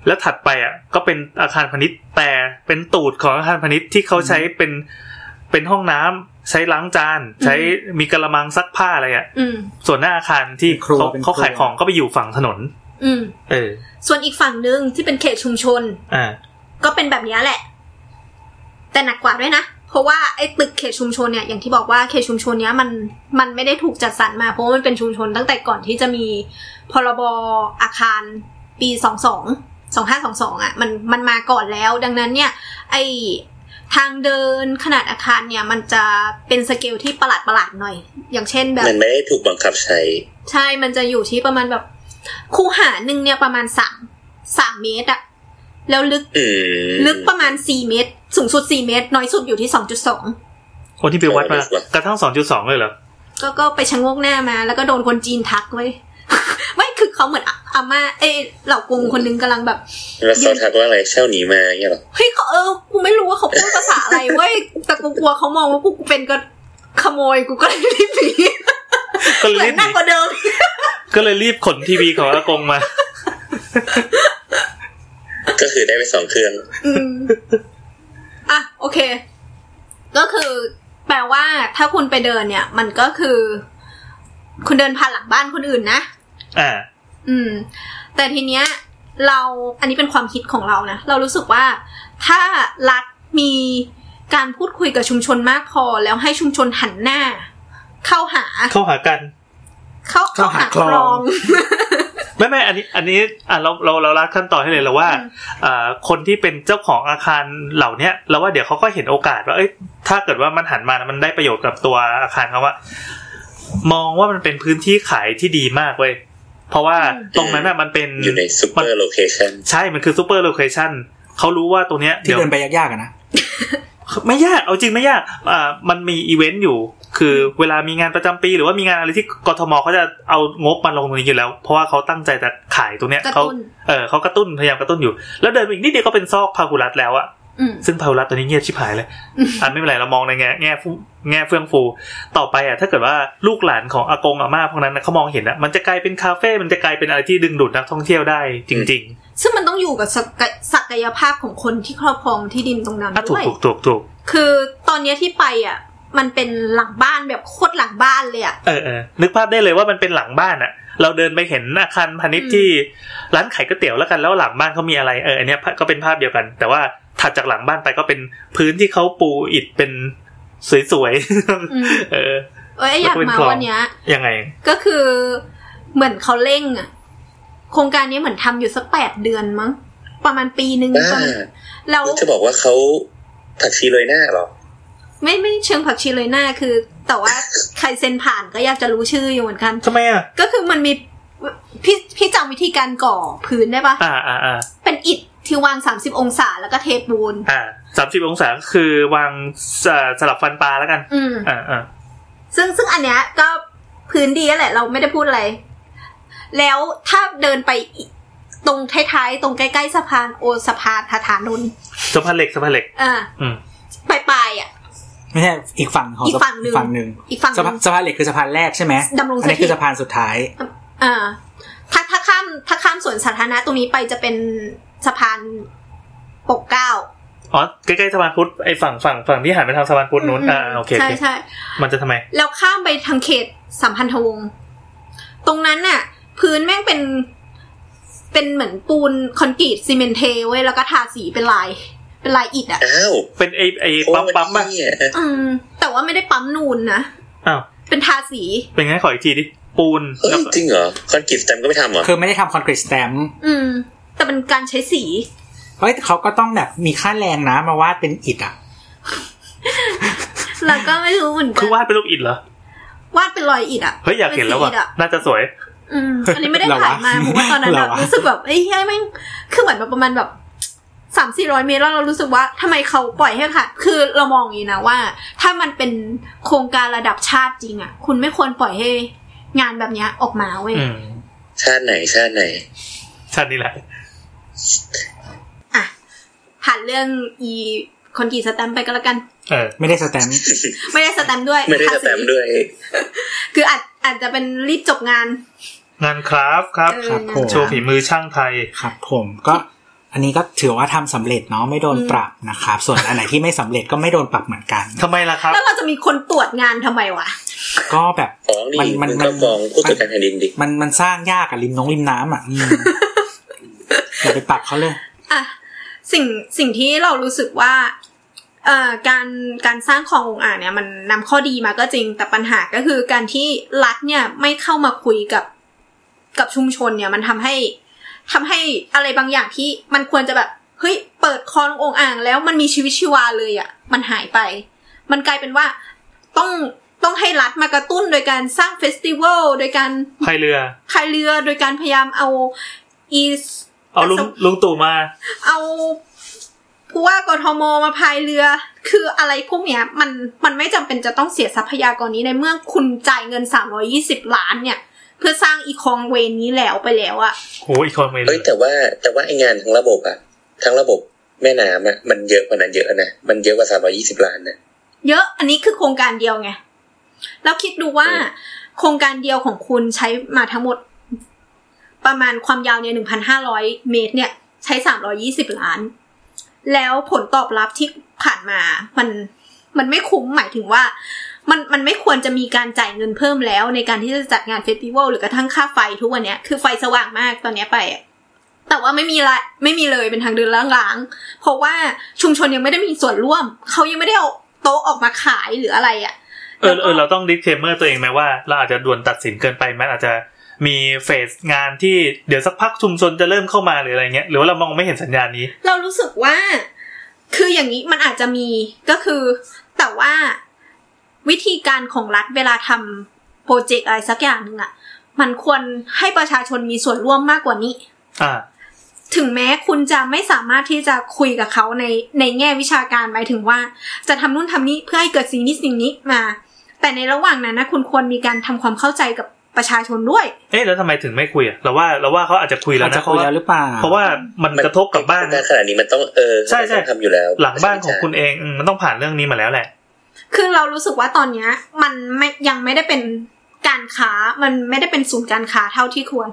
Speaker 4: แล้วถัดไปอ่ะก็เป็นอาคารพาณิชย์แต่เป็นตูดของอาคารพาณิชย์ที่เขาใช้เป็นเป็นห้องน้ำใช้ล้างจาน ใช้มีกระมังซักผ้าอะไรอ่ะ
Speaker 5: อืม
Speaker 4: ส่วนหน้าอาคารที่
Speaker 3: เป็นครัว
Speaker 4: เขา
Speaker 3: เป็นครัว
Speaker 4: เขาขายของก็ไปอยู่ฝั่งถนน
Speaker 5: อืม
Speaker 4: เออ
Speaker 5: ส่วนอีกฝั่งหนึ่งที่เป็นเขตชุมชน
Speaker 4: อ่า
Speaker 5: ก็เป็นแบบนี้แหละ แต่หนักกว่าด้วยนะ เพราะว่าไอ้ตึกเขตชุมชนเนี่ย อย่างที่บอกว่าเขตชุมชนเนี้ยมันมันไม่ได้ถูกจัดสรรมา เพราะว่ามันเป็นชุมชนตั้งแต่ก่อนที่จะมีพรบอาคารปีสองสองสองห้าสองสองอ่ะมันมันมาก่อนแล้ว ดังนั้นเนี่ย ไอทางเดินขนาดอาคารเนี่ย มันจะเป็นสเกลที่ประหลาดประหลาดๆหน่อย อย่างเช่นแบบ
Speaker 2: มันไม่ได้ถูกบังคับใช้
Speaker 5: ใช่ มันจะอยู่ที่ประมาณแบบคูหาหนึ่งเนี่ยประมาณสามสามเมตรอะแล้วลึก
Speaker 2: อืม
Speaker 5: ลึกประมาณ 4 เมตร สูงสุด 4 เมตร น้อยสุดอยู่ที่ 2.2
Speaker 4: โอ้ที่ไปวัดมากระทั่งสองจุดสองเลยเหรอ
Speaker 5: ก็ก็ไปชะโงกหน้ามา แล้วก็โดนคนจีนทักไว้ย ไม่คือเขาเหมือนอะอาม่าเอยเหล่ากงคนนึงกำลังแบบ
Speaker 2: แล้วเขาทักว่าอะไรเช่าหนีมาเงี้ยเหรอ
Speaker 5: เฮ้ยเขาเออ กูไม่รู้ว่าเขาพูดภาษาอะไรเว้ย แต่กูกลัวเขามองว่ากูเป็นก็ขโมย กูก็เลยรีบหนี
Speaker 4: ก็เล
Speaker 5: เห
Speaker 4: ย
Speaker 5: มือ
Speaker 4: รี
Speaker 5: น
Speaker 4: บ
Speaker 5: ห
Speaker 4: ห
Speaker 5: นั
Speaker 4: นี
Speaker 5: กกว่าเดิม
Speaker 4: ก็เลยรีบขนทีวีของอากง มา
Speaker 2: ก็คือได้ไปสองเครื่อง
Speaker 5: อืมอ่ะโอเค ก็คือ แปลว่าถ้าคุณไปเดินเนี่ย มันก็คือ คุณเดินผ่านหลังบ้านคนอื่นนะ
Speaker 4: อ่า
Speaker 5: อืม แต่ทีเนี้ยเราอันนี้เป็นความคิดของเรานะ เรารู้สึกว่าถ้ารัฐมีการพูดคุยกับชุมชนมากพอ แล้วให้ชุมชนหันหน้า เข้าหา
Speaker 4: เข้าหากัน
Speaker 5: เข้า
Speaker 3: เข้าหาคลอง
Speaker 4: ไม่ไม่อันนี้อันนี้อ่ะเราเราเราลัดขั้นตอนให้เลยเราว่าอ่าคนที่เป็นเจ้าของอาคารเหล่าเนี้ยเราว่าเดี๋ยวเขาก็เห็นโอกาสว่าเอ้ยถ้าเกิดว่ามันหันมานะมันได้ประโยชน์กับตัวอาคารเขาว่ามองว่ามันเป็นพื้นที่ขายที่ดีมากเว้ยเพราะว่าตรงนั้นน่ะมันเป็น
Speaker 2: อยู่ในซูเปอร์โลเคชัน
Speaker 4: ใช่มันคือซูเปอร์โลเคชัน เขารู้ว่าตรงเนี้ย
Speaker 3: ที่
Speaker 4: เดี๋ยว
Speaker 3: เดินไปยากๆอะนะ
Speaker 4: ไม่ยาก เอาจริงไม่ยากอ่ามันมีอีเวนต์อยู่ คือเวลามีงานประจำปี หรือว่ามีงานอะไรที่กทมเขาจะเอางบมาลงตรงนี้อยู่แล้ว เพราะว่าเขาตั้งใจจะขายตรงเนี้ย
Speaker 5: กระ
Speaker 4: เขา
Speaker 5: ตุ้น
Speaker 4: เออเขากระตุ้นพยายามกระตุ้นอยู่ แล้วเดินไปอีกนิดเดียวก็เป็นซอกพาหุรัตแล้วอะ
Speaker 5: อืม
Speaker 4: ซึ่งพาหุรัตตัวนี้เงียบชิบหายเลย อ่ะไม่เป็นไรเรามองในแง่แง่ฟูแง่เฟื่องฟูต่อไปอ่ะถ้าเกิดว่าลูกหลานของอากงอาม่าพวกนั้นนะเขามองเห็นอะมันจะกลายเป็นคาเฟ่ มันจะกลายเป็นอะไรที่ดึงดูดนักท่องเที่ยวได้จริง ๆ
Speaker 5: ซึ่งมันต้องอยู่กับศักยศักยภาพของคนที่ครอบครองที่ดินตรงนั้น
Speaker 4: อ่ะถู
Speaker 5: ด้
Speaker 4: ก
Speaker 5: วย
Speaker 4: ถูกถูกถูก
Speaker 5: คือตอนเนี้ยที่ไปอ่ะ มันเป็นหลังบ้านแบบโคตรหลังบ้านเลยอ่ะ
Speaker 4: เออเออนึกภาพได้เลยว่ามันเป็นหลังบ้านอะเราเดินไปเห็นอาคารพาณิชย์
Speaker 5: อืม
Speaker 4: ที่ร้านขายก๋วยเตี๋ยวแล้วกันแล้วหลังบ้านเขามีอะไรเอออันเนี้ยก็เป็นภาพเดียวกัน แต่ว่าถัดจากหลังบ้านไปก็เป็นพื้นที่เขาปูอิฐเป็นสวย
Speaker 5: อืม
Speaker 4: ๆ เออ
Speaker 5: เอ้ยอยากมาวันเนี้ย
Speaker 4: ยังไง
Speaker 5: ก็คือเหมือนเขาเร่งอ่ะ โครงการนี้เหมือนทำอยู่สักแปดเดือนมั้ง ประมาณปีหนึ่ง
Speaker 2: บ้า
Speaker 5: ประมาณแล้ว
Speaker 2: จะบอกว่าเขาผักชีเลยหน้าเหรอ
Speaker 5: ไม่ไม่เชิงผักชีเลยหน้าคือ แต่ว่าใครเซ็นผ่านก็อยากจะรู้ชื่ออยู่เหมือนกัน
Speaker 4: ทำไมอ่ะ
Speaker 5: ก็คือมันมีพี่พี่จำวิธีการก่อพื้นได้ปะ
Speaker 4: อ่าอ่าอ่า
Speaker 5: เป็นอิฐที่วาง 30 องศาแล้วก็เทปบูน
Speaker 4: อ่าสามสิบองศาคือวางสอ่าสลับฟันปลาแล้วกัน
Speaker 5: อืม
Speaker 4: อ่าอ่า
Speaker 5: ซึ่งซึ่งอันเนี้ยก็พื้นดีแหละ เราไม่ได้พูดอะไร แล้วถ้าเดินไปอีกตรงท้ายๆ ตรงใกล้ๆสะพานโอสะพานทาฐานนท์
Speaker 4: สะพานเหล็กสะพานเหล็ก
Speaker 5: อ่า
Speaker 4: อืม
Speaker 5: ปลายปลายๆอ่ะ
Speaker 3: ไม่ใช่อีกฝั่งของ
Speaker 5: อีกฝั่งหนึ่ง
Speaker 3: ฝั่งหนึ่ง
Speaker 5: อีกฝั่งห
Speaker 3: สะพาน
Speaker 5: นึ่ง
Speaker 3: สะพานเหล็กคือสะพานแรกใช่ไหม
Speaker 5: ดำรงสถิต
Speaker 3: อันนี้คือสะพานสุดท้าย
Speaker 5: อ่าถ้าถ้าข้ามถ้าข้ามสวนสาธารณะตรงนี้ไปจะเป็นสะพานปกเกล้า
Speaker 4: อ๋อ ใกล้ๆสะพานพุทธไอ้ฝั่งฝั่งฝั่งที่หันไปทางสะพานพุทธนู้นอ่าโอเคโอ
Speaker 5: ใช่
Speaker 4: เค
Speaker 5: ใช่
Speaker 4: มันจะทำไม
Speaker 5: แล้วข้ามไปทางเขตสัมพันธวงศ์ตรงนั้นน่ะ พื้นแม่งเป็น เป็นเหมือนปูนคอนกรีตซีเมนเทเว้ยแล้วก็ทาสีเป็นลาย เป็นลายอิฐอ่ะ
Speaker 2: อ้าว
Speaker 4: เป็นไอ้ไอ้ปั๊มปั๊มๆป่ะ
Speaker 2: โอ้ยเนี่ย
Speaker 5: อืม แต่ว่าไม่ได้ปั๊มนูนนะ
Speaker 4: อ้าว
Speaker 5: เป็นทาสี
Speaker 4: เป็นไงขออีกทีดิ ปูน
Speaker 2: เฮ้ย
Speaker 4: แล้ว
Speaker 2: จริงเหรอ คอนกรีตสแตมป์ก็ไม่ทำเหรอ
Speaker 3: คือไม่ได้ทำคอนกรีตสแตมป์
Speaker 5: อืม แต่เป็นการใช้สี
Speaker 3: เฮ้ยแต่เขาก็ต้องแบบมีค่าแรงนะมาวาดเป็นอิฐอ่ะ
Speaker 5: แล้วก็ไม่รู้เหมือนกั
Speaker 4: คือน วาดเป็นรูปอิฐเหรอ
Speaker 5: วาดเป็นรอยอิฐอ่ะ
Speaker 4: เฮ้ย อยากเห็นแล้วว่ะ
Speaker 5: เป็นสีอิฐอะ
Speaker 4: น่าจะสวย
Speaker 5: อืม อันนี้ไม่ได้
Speaker 3: เหรอ
Speaker 5: ถ่ายว
Speaker 3: ะ
Speaker 5: มาเพราะว่าตอนนั้นแบบ
Speaker 3: เหรอวะ
Speaker 5: รู้สึกแบบเอ้ยเฮ้ยแม่งคือเหมือนแบบประมาณแบบสามสี่ร้อยเมตรแล้วเรารู้สึกว่าทำไมเขาปล่อยให้ค่ะ คือเรามองอย่างนี้นะว่า ถ้ามันเป็นโครงการระดับชาติจริงอ่ะ คุณไม่ควรปล่อยให้งานแบบเนี้ยออกมาเว้ย
Speaker 4: อืม
Speaker 2: ชาติไหนชาติไหน
Speaker 4: ชาตินี้แหละ
Speaker 5: อ่ะ ผ่านเรื่องอีคอนกรีตสแตมป์ไปก็แล้วกัน
Speaker 4: เออ
Speaker 3: ไม่ได้สแตมป์
Speaker 5: ไม่ได้สแตมป์ด้วย
Speaker 2: ไม่ได้ส
Speaker 5: ทา
Speaker 2: แตมป์ด้วย
Speaker 5: คืออาจอาจจะเป็นรีบจบงาน
Speaker 4: งานคราฟต์ครับ
Speaker 5: เออ
Speaker 3: ครับผม
Speaker 4: โชว์ฝีมือช่างไทย
Speaker 3: ครับผมก็อันนี้ก็ถือว่าทำสำเร็จเนาะไม่โดนปรับนะครับ ส่วนอันไหนที่ไม่สำเร็จก็ไม่โดนปรับเหมือนกัน
Speaker 4: ทำไมล่ะครับ
Speaker 5: แล้วเราจะมีคนตรวจงานทำไมวะ
Speaker 3: ก็แบบ
Speaker 2: ฟ้องนี่
Speaker 3: มั
Speaker 2: มึ
Speaker 3: น
Speaker 2: ง
Speaker 3: มั
Speaker 2: ก็
Speaker 3: น
Speaker 2: ฟ้องผู้ตรวจการแผ่นดินดิ
Speaker 3: มันมันสร้างยากอะริมน้องริมน้ำอ่ะอืมอย่าไปปรับเขาเลย
Speaker 5: อ่ะสิ่งสิ่งที่เรารู้สึกว่าเอ่อการการสร้างคลององอ่างเนี่ยมันนำข้อดีมาก็จริงแต่ปัญหาก็คือการที่รัฐเนี่ยไม่เข้ามาคุยกับกับชุมชนเนี่ยมันทำให้ทำให้อะไรบางอย่างที่มันควรจะแบบเฮ้ยเปิดคลององอ่างแล้วมันมีชีวิตชีวาเลยอะ่ะมันหายไป มันกลายเป็นว่าต้องต้องให้รัฐมากระตุ้นโดยการสร้างเฟสติวัลโดยการ
Speaker 4: พายเรือ
Speaker 5: พายเรือโดยการพยายามเอาอี
Speaker 4: เอาลุงลุงตู่มา
Speaker 5: เอาผู้ว่ากทมมาพายเรือ คืออะไรพวกเนี้ย มันมันไม่จำเป็นจะต้องเสียทรัพยากรนี้ในเมื่อคุณจ่ายเงิน 320 ล้านเนี่ย เพื่อสร้างอีคองเวนนี้แล้วไปแล้วอะ
Speaker 4: โห อีกคนไม่เล
Speaker 2: เฮ้ย
Speaker 4: ย
Speaker 2: แต่ว่าแต่ว่าไองานทั้งระบบอะทั้งระบบแม่น้ำอะมันเยอะกว่านั้นเยอะนะ มันเยอะกว่าสามร้อยี่สิบล้านนะ
Speaker 5: เยอะอันนี้คือโครงการเดียวไง แล้วคิดดูว่า
Speaker 2: อืม
Speaker 5: โครงการเดียวของคุณใช้มาทั้งหมด ประมาณความยาวเนี่ย 1,500 เมตร เนี่ย ใช้ 320 ล้าน แล้วผลตอบรับที่ผ่านมา มัน มันไม่คุ้มหมายถึงว่า มัน มันไม่ควรจะมีการจ่ายเงินเพิ่มแล้ว ในการที่จะจัดงานเฟสติวัลหรือกระทั่งค่าไฟทุกวันเนี้ย คือไฟสว่างมากตอนเนี้ยไปอะแต่ว่าไม่มีละ ไม่มีเลยเป็นทางเดินล้างๆ เพราะว่าชุมชนยังไม่ได้มีส่วนร่วม เขายังไม่ได้เอาโต๊ะออกมาขายหรืออะไรอะ
Speaker 4: เออเออ เราต้องดิสเคมเมอร์ตัวเองไหมว่า เราอาจจะด่วนตัดสินเกินไปมันอาจจะมีเฟสงานที่เดี๋ยวสักพักชุมชนจะเริ่มเข้ามาหรืออะไรเงี้ย หรือว่าเรามองไม่เห็นสัญญาณนี้
Speaker 5: เรารู้สึกว่า คืออย่างนี้มันอาจจะมีก็คือ แต่ว่าวิธีการของรัฐเวลาทำโปรเจกต์อะไรสักอย่างหนึ่งอะมันควรให้ประชาชนมีส่วนร่วมมากกว่านี้
Speaker 4: อ่า
Speaker 5: ถึงแม้คุณจะไม่สามารถที่จะคุยกับเขาในในแง่วิชาการหมายถึงว่า จะทำนู่นทำนี่เพื่อให้เกิดสิ่งนี้สิ่งนี้มา แต่ในระหว่างนั้นนะคุณควรมีการทำความเข้าใจกับประชาชนด้วย
Speaker 4: เอ๊ะแล้วทำไมถึงไม่คุยอะเราว่าเราว่าเขาอาจจะคุยแล้ว
Speaker 3: อาจ
Speaker 4: นะ
Speaker 3: จะ
Speaker 4: เพ
Speaker 3: คุย
Speaker 4: ราะว่า
Speaker 3: แล้วหรือเปล่า
Speaker 4: เพราะว่ามันกระทบกับบ้าน
Speaker 2: ขนาดนี้มันต้องเออ
Speaker 4: ใช่ใช่
Speaker 2: มันต้องทำอยู่แล้ว
Speaker 4: หลังบ้านของคุณเองอืมมันต้องผ่านเรื่องนี้มาแล้วแหละ
Speaker 5: คือเรารู้สึกว่าตอนเนี้ยมันไม่ยังไม่ได้เป็นการค้ามันไม่ได้เป็นศูนย์การค้าเท่าที่ควร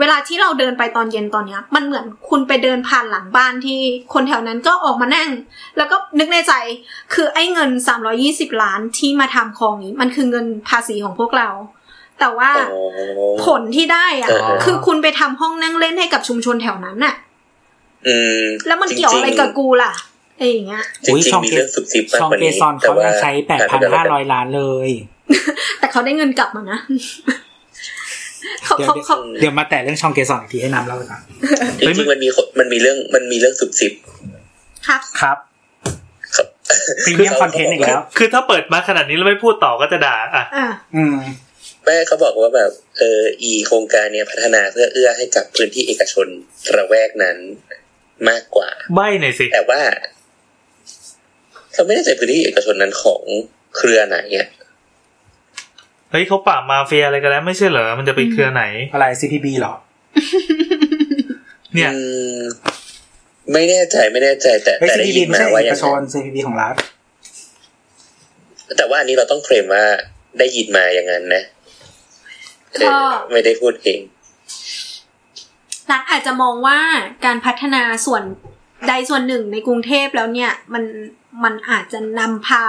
Speaker 5: เวลาที่เราเดินไปตอนเย็นตอนเนี้ย มันเหมือนคุณไปเดินผ่านหลังบ้านที่คนแถวนั้นก็ออกมานั่ง แล้วก็นึกในใจคือไอ้เงิน 320 ล้านที่มาทำคลองนี้ มันคือเงินภาษีของพวกเรา แต่ว่า
Speaker 2: อ๋อ
Speaker 5: ผลที่ได้อะ
Speaker 2: เออ
Speaker 5: คือคุณไปทำห้องนั่งเล่นให้กับชุมชนแถวนั้นน่ะ
Speaker 2: อืม
Speaker 5: แล้วมันเกี่ยวอะไรกับกูล่ะไอ้อย่างเงี้ย
Speaker 2: จริงๆจริง
Speaker 3: ช่อง
Speaker 2: ๆมี
Speaker 3: เก
Speaker 2: เรื่องสุบซิบมาก
Speaker 3: ช่อง
Speaker 2: กว่า
Speaker 3: เก
Speaker 2: นี้
Speaker 3: ซอนเขายังใช้แปดพันห้าร้อยล้านเลย
Speaker 5: แต่เขาได้เงินกลับมานะ เขา
Speaker 3: เดี๋ยว
Speaker 5: เขาเขา
Speaker 3: เดี๋ยวมาแตะเรื่องช่องเกซอนอีกทีให้น้ำเล่าก่อน
Speaker 2: จริงๆมันมีคนมันมีเรื่องมันมีเรื่องสุบซิบ
Speaker 5: ครับ
Speaker 3: ครับ
Speaker 2: ครับ
Speaker 3: พรีเมียมคอนเทนต์อีกแล้ว
Speaker 4: คือถ้าเปิดมาขนาดนี้แล้วไม่พูดต่อก็จะด่าอ่ะ
Speaker 5: อ่า
Speaker 3: อืม
Speaker 2: แม่เขาบอกว่าแบบเอออีโครงการเนี่ยพัฒนาเพื่อเอื้อให้กับพื้นที่เอกชนระแวกนั้นมากกว่า
Speaker 4: ใบหน่อยสิ
Speaker 2: แต่ว่าเขาไม่ได้ใจพื้นที่เอกชนนั้นของเครือไหนเนี่ย
Speaker 4: เฮ้ยเขาป่าบมาเฟียอะไรกันแล้วไม่ใช่เหรอ มันจะไปเครือไหน
Speaker 3: อะไร CPB เหรอ
Speaker 4: เนี่ย
Speaker 2: อืมไม่แน่ใจไม่แน่ใจ แต่
Speaker 3: เฮ้ย
Speaker 2: แต่ได้
Speaker 3: CPB
Speaker 2: ยิน
Speaker 3: ไม่
Speaker 2: มา
Speaker 3: ใช่
Speaker 2: ว่าอ
Speaker 3: เอ
Speaker 2: ก ย่าง
Speaker 3: ชน
Speaker 2: นั้น
Speaker 3: CPB ของรัฐ
Speaker 2: แต่ว่าอันนี้เราต้องเคลมว่าได้ยินมาอย่างนั้นนะเอ
Speaker 5: ก็
Speaker 2: อไม่ได้พูดเอง
Speaker 5: รัฐอาจจะมองว่าการพัฒนาส่วนใดส่วนหนึ่งในกรุงเทพแล้วเนี่ย มันมันอาจจะนำพา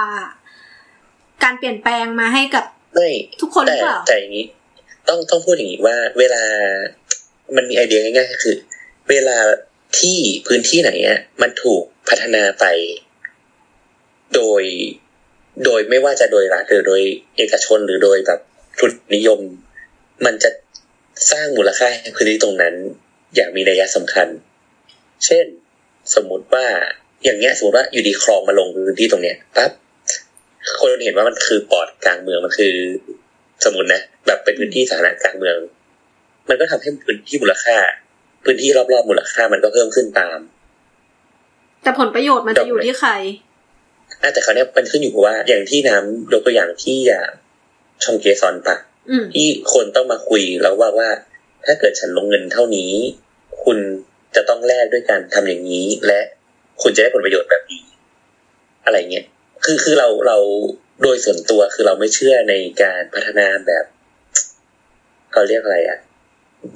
Speaker 5: การเปลี่ยนแปลงมาให้กับ
Speaker 2: ไม่
Speaker 5: ทุกคนหรือ
Speaker 2: แต่
Speaker 5: เปล่า
Speaker 2: แต่อย่างนี้ ต้องต้องพูดอย่างนี้ว่า เวลามันมีไอเดียง่ายๆก็คือ เวลาที่พื้นที่ไหนอะมันถูกพัฒนาไป โดย โดยไม่ว่าจะโดยรัฐหรือโดยเอกชนหรือโดยแบบทุนนิยม มันจะสร้างมูลค่าให้พื้นที่ตรงนั้น อย่างมีนัยสำคัญ เช่น สมมุติว่าอย่างเงี้ยสมมติว่าอยู่ดีคลองมาลงพื้นที่ตรงเนี้ยปั๊บคนเห็นว่ามันคือปอดกลางเมืองมันคือ สมมตินะแบบเป็นพื้นที่สาธารณะกลางเมือง มันก็ทำให้พื้นที่มูลค่า พื้นที่รอบๆมูลค่ามันก็เพิ่มขึ้นตาม
Speaker 5: แต่ผลประโยชน์มันจะอยู่ที่ใคร
Speaker 2: อ่ะแต่คราวเนี้ยมันขึ้นอยู่กับว่าอย่างที่น้ำยกตัวอย่างที่อย่างชองเกซอนปะ
Speaker 5: อืม
Speaker 2: ที่คนต้องมาคุยแล้วว่าว่า ถ้าเกิดฉันลงเงินเท่านี้ คุณจะต้องแลกด้วยการทำอย่างนี้ และคุณจะได้ผลประโยชน์แบบนี้อะไรเงี้ยคือคือเราเราโดยส่วนตัวคือเราไม่เชื่อในการพัฒนาแบบเขาเรียกอะไรอะ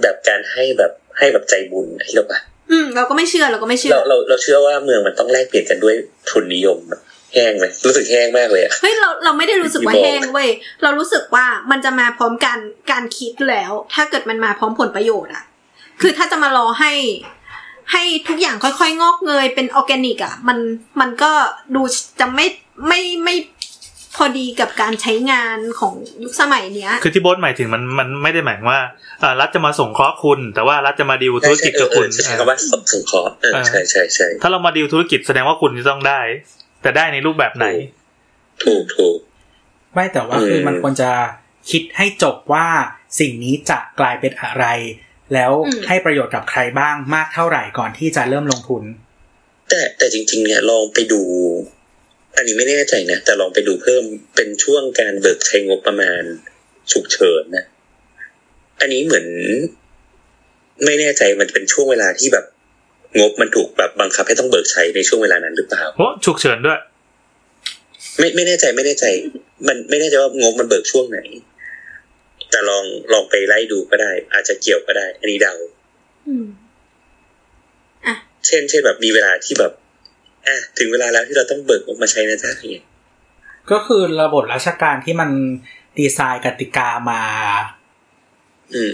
Speaker 2: แบบการให้แบบให้แบบใจบุญที่เราปะ
Speaker 5: อืม เราก็ไม่เชื่อเราก็ไม่เชื่อ
Speaker 2: เราเราเราเชื่อว่าเมืองมันต้องแลกเปลี่ยนกันด้วยทุนนิยมอะแห้งไหมรู้สึกแห้งมากเลยอะ
Speaker 5: เฮ้ยเราเราไม่ได้รู้สึกว่า
Speaker 2: ไม่บอก
Speaker 5: แห้งเว้ยเรารู้สึกว่ามันจะมาพร้อมการการคิดแล้ว ถ้าเกิดมันมาพร้อมผลประโยชน์อะคือถ้าจะมารอให้ ให้ทุกอย่างค่อยๆ งอกเงยเป็นออร์แกนิกอะมันมันก็ดูจะไม่ไม่ไม่พอดีกับการใช้งานของยุคสมัยเนี้ย
Speaker 4: คือที่โบทหมายถึงมันมันไม่ได้หมายว่าอ่ารัฐจะมาส่งเคราะห์คุณ แต่ว่ารัฐจะมาดีลธุรกิจกับคุณ
Speaker 2: ใช่ใช่เออเออใช่คำว่าส่งส่งขอเออ
Speaker 4: อ่า
Speaker 2: ใช่ใช่ใช่
Speaker 4: ถ้าเรามาดีลธุรกิจแสดงว่าคุณจะต้องได้ แต่ได้ในรูปแบบไหน
Speaker 2: ถูกถูก
Speaker 3: ไม่แต่ว่า
Speaker 2: เออ
Speaker 3: คือมันควรจะคิดให้จบว่าสิ่งนี้จะกลายเป็นอะไร แล้ว
Speaker 5: อืม
Speaker 3: ให้ประโยชน์กับใครบ้างมากเท่าไหร่ก่อนที่จะเริ่มลงทุน
Speaker 2: แต่แต่จริง ๆ เนี่ยลองไปดู อันนี้ไม่แน่ใจนะแต่ลองไปดูเพิ่มเป็นช่วงการเบิกใช้งบประมาณฉุกเฉินนะ อันนี้เหมือน ไม่แน่ใจมันเป็นช่วงเวลาที่แบบ งบมันถูกแบบบังคับให้ต้องเบิกใช้ในช่วงเวลานั้นหรือเปล่า
Speaker 4: โอ้ฉุกเฉินด้วย
Speaker 2: ไม่ไม่แน่ใจไม่แน่ใจ มันไม่แน่ใจว่างบมันเบิกช่วงไหน แต่ลองลองไปไล่ดูก็ได้ อาจจะเกี่ยวก็ได้ อันนี้เดา
Speaker 5: อืม
Speaker 2: เช่น เช่นแบบมีเวลาที่แบบอ่ะถึงเวลาแล้วที่เราต้องเบิกออกมาใช้นะจ๊ะอย่างเงี้ย
Speaker 3: ก็คือระบบราชการที่มันดีไซน์กติกามา
Speaker 2: อืม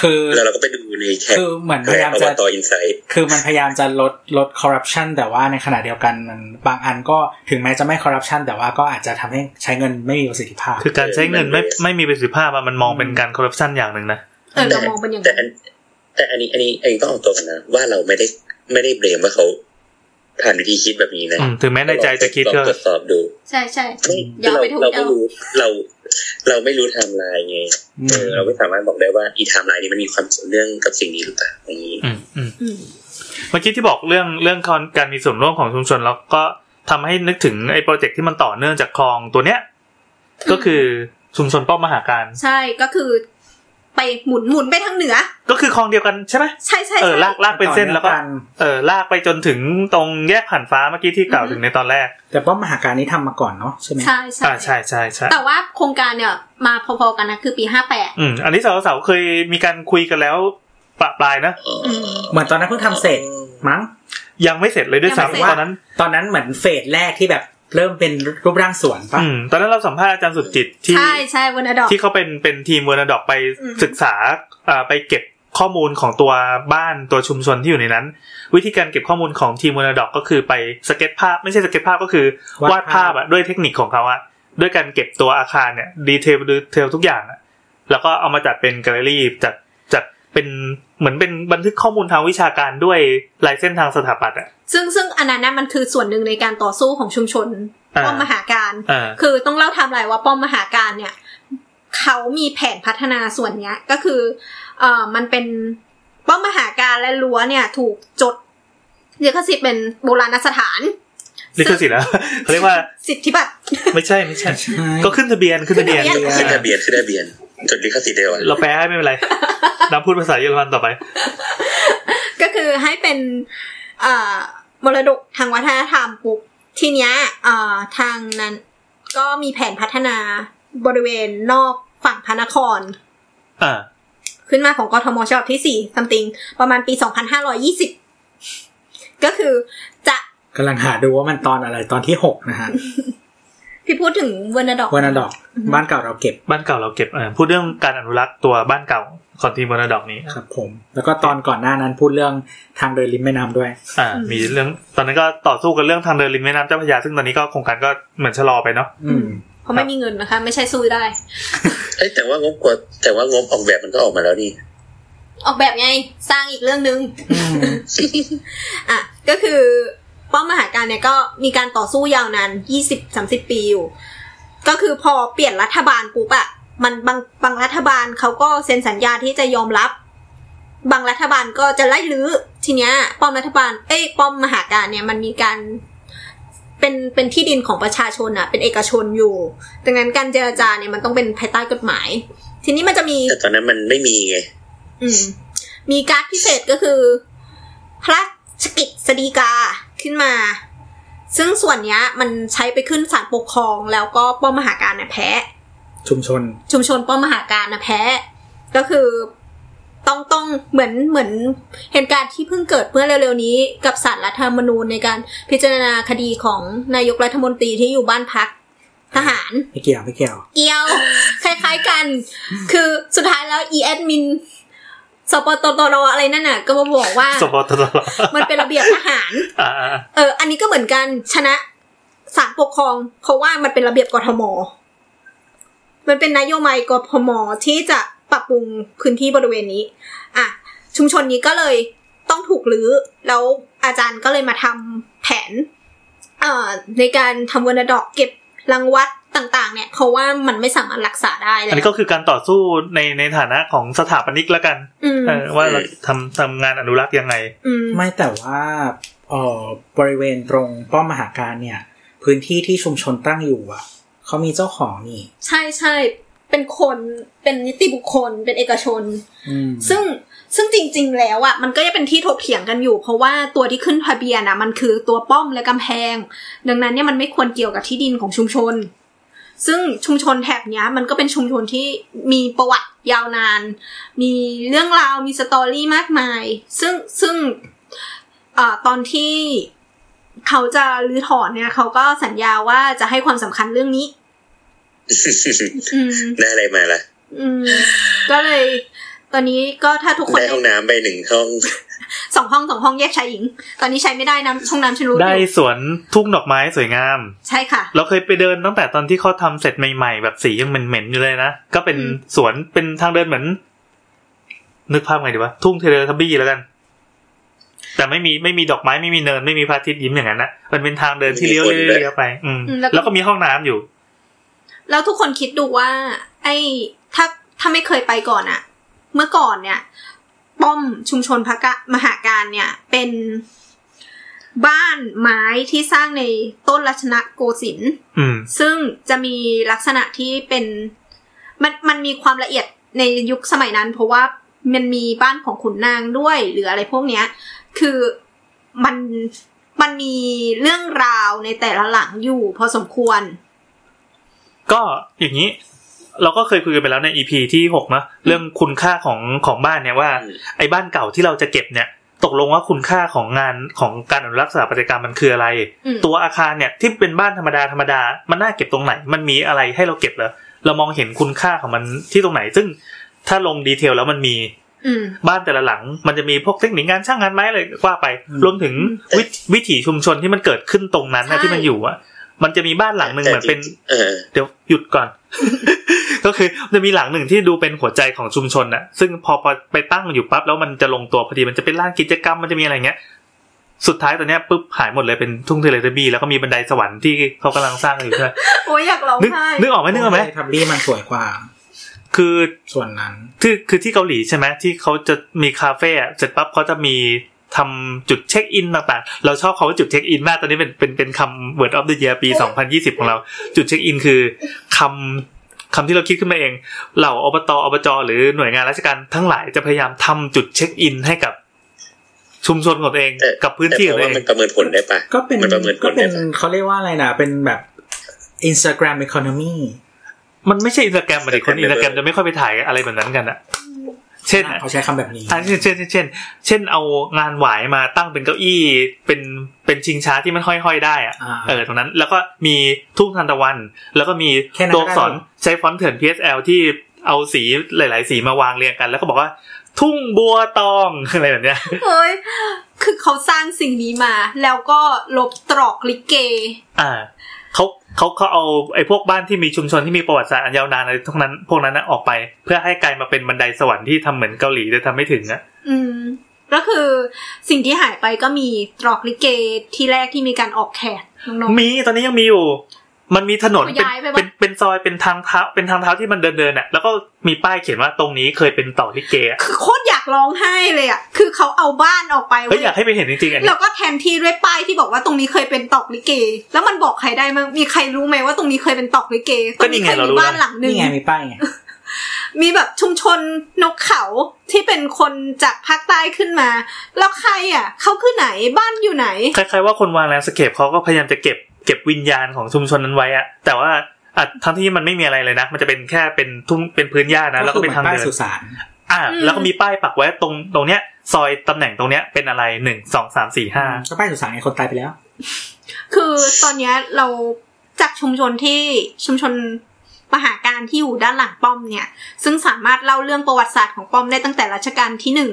Speaker 3: คือ
Speaker 2: แล้วเราก็ไปดูในแคป
Speaker 3: คือเหมือนพ
Speaker 2: แร
Speaker 3: ยาก ยาม
Speaker 2: อ
Speaker 3: จะ
Speaker 2: วตอินไซต์
Speaker 3: คือมันพยายามจะลดลดคอร์รัปชันแต่ว่าในขณะเดียวกันมันบางอันก็ถึงแม้จะไม่คอร์รัปชันแต่ว่าก็อาจจะทำให้ใช้เงินไม่มีประสิทธิภาพ
Speaker 4: คือการใช้เงินไม่ไม่มีประสิทธิภาพอะมันมองเป็นการคอร์รัปชันอย่างหนึ่งนะ
Speaker 5: เออเรามองเป็นอย่าง
Speaker 2: แต่
Speaker 5: นั้
Speaker 2: อั
Speaker 5: น
Speaker 2: นแต่อันนี้อันนี้อันนี้ต้องออกตัวก่อนนะว่าเราไม่ได้ไม่ได้เบรมว่าเขาผ่านวิธีคิดแบบนี้นะ
Speaker 4: อืมถึงแม้ในใจจะคิด
Speaker 2: ลอง
Speaker 4: ก็
Speaker 2: ตรวจสอบดู
Speaker 5: ใช่ใช่
Speaker 2: ไม่
Speaker 5: ยาวไปทุก
Speaker 2: เราไม่
Speaker 5: ยาว
Speaker 2: รู้เรา เราไม่รู้ไทม์ไลน์ไง
Speaker 3: อืม
Speaker 2: เออเราไม่สามารถบอกได้ว่าอีไทม์ไลน์นี้มันมีความเกี่ยวเนื่องกับสิ่งนี้หรือเปล่าอย่างนี้
Speaker 4: อืมอืม
Speaker 5: อืม
Speaker 4: เมื่อกี้ที่บอกเรื่องเรื่องการมีส่วนร่วมของชุมชนแล้วก็ทำให้นึกถึงไอ้โปรเจกต์ที่มันต่อเนื่องจากคลองตัวเนี้ย ก็คือชุมชนป้อมมหาการ
Speaker 5: ใช่ก็คือ ไปหมุนหมุนไปทางเหนือ
Speaker 4: ก็คือคลองเดียวกันใช่ไหม
Speaker 5: ใช่ใช่
Speaker 4: เออ
Speaker 5: ใช่
Speaker 4: ลากลากเป็นเส้นแล้วก็ เออลากไปจนถึงตรงแยกผ่านฟ้าเมื่อกี้ที่กล่าวถึงในตอนแรก
Speaker 3: แต่ป้อมมหาการนี้ทำมาก่อนเนาะใช่ไหม
Speaker 5: ใช่ใช่
Speaker 4: อ่าใช่ใช่ใช่
Speaker 5: แต่ว่าโครงการเนี่ยมาพอๆกันนะคือปีห้าแปด
Speaker 4: อืมอันนี้สาวๆเคยมีการคุยกันแล้วปะปลายนะ
Speaker 3: เหมือนตอนนั้นเพิ่งทำเสร็จมั้ง
Speaker 4: ยังไม่เสร็จเลยด้วย
Speaker 5: ยังไม่เสร็จ
Speaker 4: ซ้ำตอนนั้น
Speaker 3: ตอนนั้นเหมือนเฟสแรกที่แบบเริ่มเป็นรูปร่างสวนปะ
Speaker 4: อืมตอนนั้นเราสัมภาษณ์อาจารย์สุดจิตที่
Speaker 5: ใช่ใช่วันอดอก
Speaker 4: ที่เขาเป็นเป็นทีมเวอร์นาดอกไป
Speaker 5: อืม
Speaker 4: ศึกษาเอ่อไปเก็บข้อมูลของตัวบ้านตัวชุมชนที่อยู่ในนั้น วิธีการเก็บข้อมูลของทีมเวอร์นาดอกก็คือไปสเก็ตภาพ ไม่ใช่สเก็ตภาพก็คือวาดภาพอะด้วยเทคนิคของเขาอะด้วยการเก็บตัวอาคารเนี่ยดีเทลดีเทลทุกอย่างอะแล้วก็เอามาจัดเป็นแกลเลอรี่จัดจัดเป็นเหมือนเป็นบันทึกข้อมูลทางวิชาการด้วยลายเส้นทางสถาปัตย์อะ
Speaker 5: ซึ่งซึ่งอันนั้นนะมันคือส่วนหนึ่งในการต่อสู้ของชุมชน
Speaker 4: อ่า
Speaker 5: ป้อมมหาการ
Speaker 4: อ่า
Speaker 5: คือต้องเล่าไทำลายว่าป้อมมหาการเนี่ยเขามีแผนพัฒนาส่วนเนี้ยก็คือเอ่อมันเป็นป้อมมหาการและรั้วเนี่ย ถูกจดลิขสิทธิ์เป็นโบราณสถาน
Speaker 4: ลิขสิทธิ์นะ เขาเรียกว่า
Speaker 5: สิทธิบัตร
Speaker 4: ไม่ใช่ไม่ใช่
Speaker 3: ใช่
Speaker 4: ก็ขึ้นทะเบียนขึ้นทะเบียน
Speaker 5: ขึ้นทะเบียน
Speaker 2: ขึ้นทะเบียนขึ้นทะเบียนจดลิขสิทธิ์ได้วัน
Speaker 4: เราแปลให้ ไม่เป็นไรน้ำพูดภาษาเยอรมันต่อไป
Speaker 5: ก็คือให้เป็นเอ่อมรดกทางวัฒนธรรมปุ๊บทีเนี้ยเอ่อทางนั้นก็มีแผนพัฒนาบริเวณนอกฝั่งพระนคร
Speaker 4: อ่า
Speaker 5: ขึ้นมาของกทมฉบับที่สี่ซัมติงประมาณปี 2520 ก็คือจะ
Speaker 3: กำลังหาดูว่ามันตอนอะไรตอนที่หกนะฮะ
Speaker 5: พี่พูดถึงเวอร์นาดอก
Speaker 3: วานาดอกบ้านเก่าเราเก็บ
Speaker 4: บ้านเก่าเราเก็บเออพูดเรื่องการอนุรักษ์ตัวบ้านเก่าของทีมมรดอกนี้
Speaker 3: ครับผม แล้วก็ตอนก่อนหน้านั้นพูดเรื่องทางเดินริมแม่น้ำด้วย
Speaker 4: อ่า
Speaker 5: อืม
Speaker 4: มีเรื่องตอนนั้นก็ต่อสู้กันเรื่องทางเดินริมแม่น้ำเจ้าพระยาซึ่งตอนนี้ก็โครงการก็เหมือนชะลอไปเนาะ
Speaker 3: อืม
Speaker 5: เพราะไม่มีเงินนะคะ ไม่ใช่สู้ได้
Speaker 2: เอ้ยแต่ว่างบกว่าแต่ว่างบออกแบบมันก็ออกมาแล้วนี่
Speaker 5: ออกแบบไงสร้างอีกเรื่องนึง
Speaker 3: อืม
Speaker 5: อ่ะก็คือป้อมมหาการเนี่ยก็มีการต่อสู้ยาวนาน 20 30 ปีอยู่ ก็คือพอเปลี่ยนรัฐบาลปุ๊บอะมันบางบางรัฐบาลเขาก็เซ็นสัญญาที่จะยอมรับ บางรัฐบาลก็จะไล่รื้อทีเนี้ยป้อมรัฐบาลเอ้ยป้อมมหาการเนี่ยมันมีการเป็นเป็นที่ดินของประชาชนอะเป็นเอกชนอยู่ดังนั้นการเจรจาเนี่ยมันต้องเป็นภายใต้กฎหมาย ทีนี้มันจะมี
Speaker 2: แต่ตอนนั้นมันไม่มีไง
Speaker 5: อืมมีการ์ดพิเศษก็คือ พระราชกิจสดีกาขึ้นมา ซึ่งส่วนเนี้ยมันใช้ไปขึ้นศาลปกครอง แล้วก็ป้อมมหาการน่ะแพ้
Speaker 3: ชุมชน
Speaker 5: ชุมชนป้อมมหาการน่ะแพ้ ก็คือต้องต้องเหมือนเหมือนเหตุการณ์ที่เพิ่งเกิดเมื่อเร็วๆนี้ กับศาลรัฐธรรมนูญในการพิจารณาคดีของนายกรัฐมนตรีที่อยู่บ้านพักทหาร
Speaker 3: ไม่เกี่ยวไม่เกี่ยว
Speaker 5: เกียว คล้ายๆกัน คือสุดท้ายแล้ว e แอดมินสปตตรอะไรนั่นน่ะ ก็มาบอกว่า
Speaker 4: สปอต ตลอด
Speaker 5: มันเป็นระเบียบทหาร
Speaker 4: อ่าอ่าอ่า
Speaker 5: เออ อันนี้ก็เหมือนกันชนะศาลปกครอง เพราะว่ามันเป็นระเบียบกทม มันเป็นนโยบายกทมที่จะปรับปรุงพื้นที่บริเวณนี้ อ่ะ ชุมชนนี้ก็เลยต้องถูกรื้อ แล้วอาจารย์ก็เลยมาทำแผน เอ่อ ในการทำวรรณดอกเก็บรังวัดต่างๆ เนี่ย เพราะว่ามันไม่สามารถรักษาได้แล้
Speaker 4: อัน
Speaker 5: ว
Speaker 4: นี้ก็คือการต่อสู้ในในฐานะของสถาปนิกแล้วกัน
Speaker 5: อืม
Speaker 4: เออว่าเราทำทำงานอนุรักษ์ยังไง
Speaker 5: อืม
Speaker 3: ไม่แต่ว่าเอ่อบริเวณตรงป้อมมหาการเนี่ย พื้นที่ที่ชุมชนตั้งอยู่อ่ะเขามีเจ้าของนี่
Speaker 5: ใช่ใช่ เป็นคน เป็นนิติบุคคล เป็นเอกชน
Speaker 3: อืม
Speaker 5: ซึ่งซึ่งจริง ๆ แล้วอะ่ะมันก็จะเป็นที่ถกเถียงกันอยู่ เพราะว่าตัวที่ขึ้นทะเบียนอะ่ะมันคือตัวป้อมและกำแพง ดังนั้นเนี่ยมันไม่ควรเกี่ยวกับที่ดินของชุมชน ซึ่งชุมชนแถบเนี้ย มันก็เป็นชุมชนที่มีประวัติยาวนาน มีเรื่องราวมีสตอรี่มากมาย ซึ่งซึ่งเออตอนที่เขาจะรื้อถอนเนี่ย เขาก็สัญญาว่าจะให้ความสำคัญเรื่องนี้ อืม
Speaker 2: ได้อะไรมาล่ะ
Speaker 5: อืม ก็เลย ตอนนี้ก็ถ้าทุกคน
Speaker 2: ได้
Speaker 5: ได้
Speaker 2: ห้องน้ำไปหนึ่งห้อง
Speaker 5: สองห้องสองห้องแยกชายหญิง ตอนนี้ใช้ไม่ได้นะห้องน้ำชนรู้
Speaker 4: ได้
Speaker 5: อยู่
Speaker 4: สวนทุ่งดอกไม้สวยงาม
Speaker 5: ใช่ค่ะ
Speaker 4: เราเคยไปเดินตั้งแต่ตอนที่เขาทำเสร็จใหม่ ๆ แบบสียังเหม็นๆอยู่เลยนะ ก็เป็น
Speaker 5: อืม
Speaker 4: สวนเป็นทางเดินเหมือน นึกภาพไงดีวะ ทุ่งเทเลทับบี้แล้วกัน แต่ไม่มีไม่มีดอกไม้ไม่มีเนินไม่มีพระอาทิตย์ยิ้มอย่างนั้นนะมันเป็นทางเดินที่เลี้ยว
Speaker 2: มีคนด้วย
Speaker 4: เลี้ยวๆไป อืม
Speaker 5: อืมแล้วก็
Speaker 4: แล้วก็มีห้องน้ำอยู่
Speaker 5: แล้วทุกคนคิดดูว่า ไอ ไอ้ถ้าถ้าไม่เคยไปก่อนอะเมื่อก่อนเนี่ย ป้อมชุมชนพระกะมหาการเนี่ย เป็นบ้านไม้ที่สร้างในต้นรัชนโกสินทร์
Speaker 4: อืม
Speaker 5: ซึ่งจะมีลักษณะที่เป็นมันมันมีความละเอียดในยุคสมัยนั้น เพราะว่ามันมีบ้านของขุนนางด้วยหรืออะไรพวกเนี้ย คือมันมันมีเรื่องราวในแต่ละหลังอยู่พอสมควร
Speaker 4: ก็อย่างนี้ เราก็เคยคุยกันไปแล้วในอีพีที่หกนะเรื่องคุณค่าของของบ้านเนี่ยว่า
Speaker 2: อืม
Speaker 4: ไอ้บ้านเก่าที่เราจะเก็บเนี่ย ตกลงว่าคุณค่าของงานของการอนุรักษ์สถาปัตยกรรมมันคืออะไร
Speaker 5: อืม
Speaker 4: ตัวอาคารเนี่ยที่เป็นบ้านธรรมดาธรรมดามันน่าเก็บตรงไหน มันมีอะไรให้เราเก็บเหรอเรามองเห็นคุณค่าของมันที่ตรงไหน ซึ่งถ้าลงดีเทลแล้วมันมี
Speaker 5: อืม
Speaker 4: บ้านแต่ละหลังมันจะมีพวกเทคนิคงานช่างงานไม้อะไรว่าไป
Speaker 3: อืม
Speaker 4: รวมถึงวิถวิถีชุมชนที่มันเกิดขึ้นตรงนั้นนะ
Speaker 5: ใช่
Speaker 4: ที่มันอยู่อะมันจะมีบ้านหลังหนึ่งเหมือนเป็น
Speaker 2: เออ
Speaker 4: เดี๋ยวหยุดก่อน ก็คือจะมีหลังหนึ่งที่ดูเป็นหัวใจของชุมชนน่ะ ซึ่งพอพอไปตั้งอยู่ปั๊บแล้วมันจะลงตัวพอดีมันจะเป็นร้านกิจกรรมมันจะมีอะไรเงี้ย สุดท้ายตอนเนี้ยปุ๊บหายหมดเลยเป็นทุ่งเทเลทบีแล้วก็มีบันไดสวรรค์ที่เขากำลังสร้างอยู่ใช่ไหม
Speaker 5: โอ้ยอยากร้อง
Speaker 4: นึก
Speaker 5: ไห้
Speaker 4: นึกออกไหมนึกออกไหม
Speaker 3: ทับบี้มันสวยกว่า
Speaker 4: คือ
Speaker 3: ส่วนนั้น
Speaker 4: คือคือที่เกาหลีใช่ไหมที่เขาจะมีคาเฟ่อะเสร็จปั๊บเขาจะมีทำจุดเช็คอินต่างๆ เราชอบเขาว่าจุดเช็คอินมากตอนนี้เป็นเป็นเป็นคำ Word of the Year ปี 2020 ของเรา จุดเช็คอินคือคำคำที่เราคิดขึ้นมาเอง เหล่าอบตอบจ หรือหน่วยงานราชการทั้งหลายจะพยายามทำจุดเช็คอินให้กับชุมชนของตัวเอง
Speaker 2: แต่
Speaker 4: กับพื้น
Speaker 2: แต่
Speaker 4: ที่
Speaker 2: เพ
Speaker 4: ขอ
Speaker 2: ราะ
Speaker 4: งตัว
Speaker 2: ว่า
Speaker 4: เอ
Speaker 2: มั
Speaker 4: ง
Speaker 2: นประเมินผลได้ปะ
Speaker 3: ก็เป็น
Speaker 2: มันประเมินผ
Speaker 3: ก็
Speaker 2: ล
Speaker 3: เป็
Speaker 2: ได้
Speaker 3: น
Speaker 2: ปะ
Speaker 3: เขาเรียกว่าอะไรนะ เป็นแบบ Instagram Economy
Speaker 4: มันไม่ใช่อินสตาแกรมอะดิคนอินสตาแกรมจะไม่ค่อยไปถ่ายอะไรแบบนั้นกันอะเช่นอะ
Speaker 3: เขาใช้คำแบบนี้
Speaker 4: อ่ะเช่นเช่นเช่นเช่นเช่นเอางานหวายมาตั้งเป็นเก้าอี้เป็นเป็นชิงช้าที่มันห้อยๆได้อะ
Speaker 3: อ่า
Speaker 4: เออตรงนั้นแล้วก็มีทุ่งทานตะวัน แล้วก็มี
Speaker 3: แค่นั้น
Speaker 4: ตัวอักษร
Speaker 3: ได้หรอ
Speaker 4: ใช้ฟอนต์เถื่อน PSL ที่เอาสีหลาย ๆ สีมาวางเรียงกัน แล้วก็บอกว่า ทุ่งบัวตอง อะไรแบบเนี้ย
Speaker 5: โอ้ยคือเขาสร้างสิ่งนี้มา แล้วก็ลบตรอกลิเก
Speaker 4: อ่าเขาเขาเขาเอาไอ้พวกบ้านที่มีชุมชนที่มีประวัติศาสตร์อันยาวนานอะไรทั้งนั้นพวกนั้นนะออกไป เพื่อให้กลายมาเป็นบันไดสวรรค์ที่ทำเหมือนเกาหลีแต่ทำไม่ถึงอะ
Speaker 5: อืม ก็คือสิ่งที่หายไปก็มีตรอกลิเกที่แรกที่มีการออกแขกน้อง
Speaker 4: มีตอนนี้ยังมีอยู่ มันมีถนนเป็น
Speaker 5: ย้ายไปปะ
Speaker 4: เป็นเป็นซอยเป็นทางเท้าเป็นทางเท้าที่มันเดินเดินอ่ะแล้วก็มีป้ายเขียนว่าตรงนี้เคยเป็นต่อลิเกอะ
Speaker 5: คือโคตรอยากร้องไห้เลยอ่ะ คือเขาเอาบ้านออกไป
Speaker 4: เฮ้ย
Speaker 5: เว้ย
Speaker 4: อยากให้ไปเห็นจริงๆอันนี้
Speaker 5: แล้วก็แทนที่ด้วยป้ายที่บอกว่าตรงนี้เคยเป็นตอกลิเก แล้วมันบอกใครได้มั้งมีใครรู้ไหมว่าตรงนี้เคยเป็นตอกลิเกตรงนี้เคยมีบ้านหลังหนึ่ง
Speaker 3: นี่ไงมีป้ายไง
Speaker 5: มีแบบชุมชนนกเขาที่เป็นคนจากภาคใต้ขึ้นมา แล้วใครอ่ะเขาคือไหนบ้านอยู่ไหน
Speaker 4: คล้ายๆว่าคนวางแลนด์สเคปเขาก็พยายามจะเก็บเก็บวิญญาณของชุมชนนั้นไว้อะแต่ว่าอ่ะทั้งที่มันไม่มีอะไรเลยนะ มันจะเป็นแค่เป็นทุ่งเป็นพื้นหญ้านะแล้วก็เป็นทาง
Speaker 3: ป้าย
Speaker 4: เดิน
Speaker 3: สุสาน
Speaker 4: อ่า
Speaker 5: อืม
Speaker 4: แล้วก็มีป้ายปักไว้ตรงตรงเนี้ย ซอยตำแหน่งตรงเนี้ยเป็นอะไรหนึ่งสองสามสี่ห้า
Speaker 3: ก็ป้ายสุสานไงคนตายไปแล้ว
Speaker 5: คือตอนเนี้ยเราจากชุมชนที่ชุมชนมหาการที่อยู่ด้านหลังป้อมเนี่ย ซึ่งสามารถเล่าเรื่องประวัติศาสตร์ของป้อมได้ตั้งแต่รัชกาลที่หนึ่ง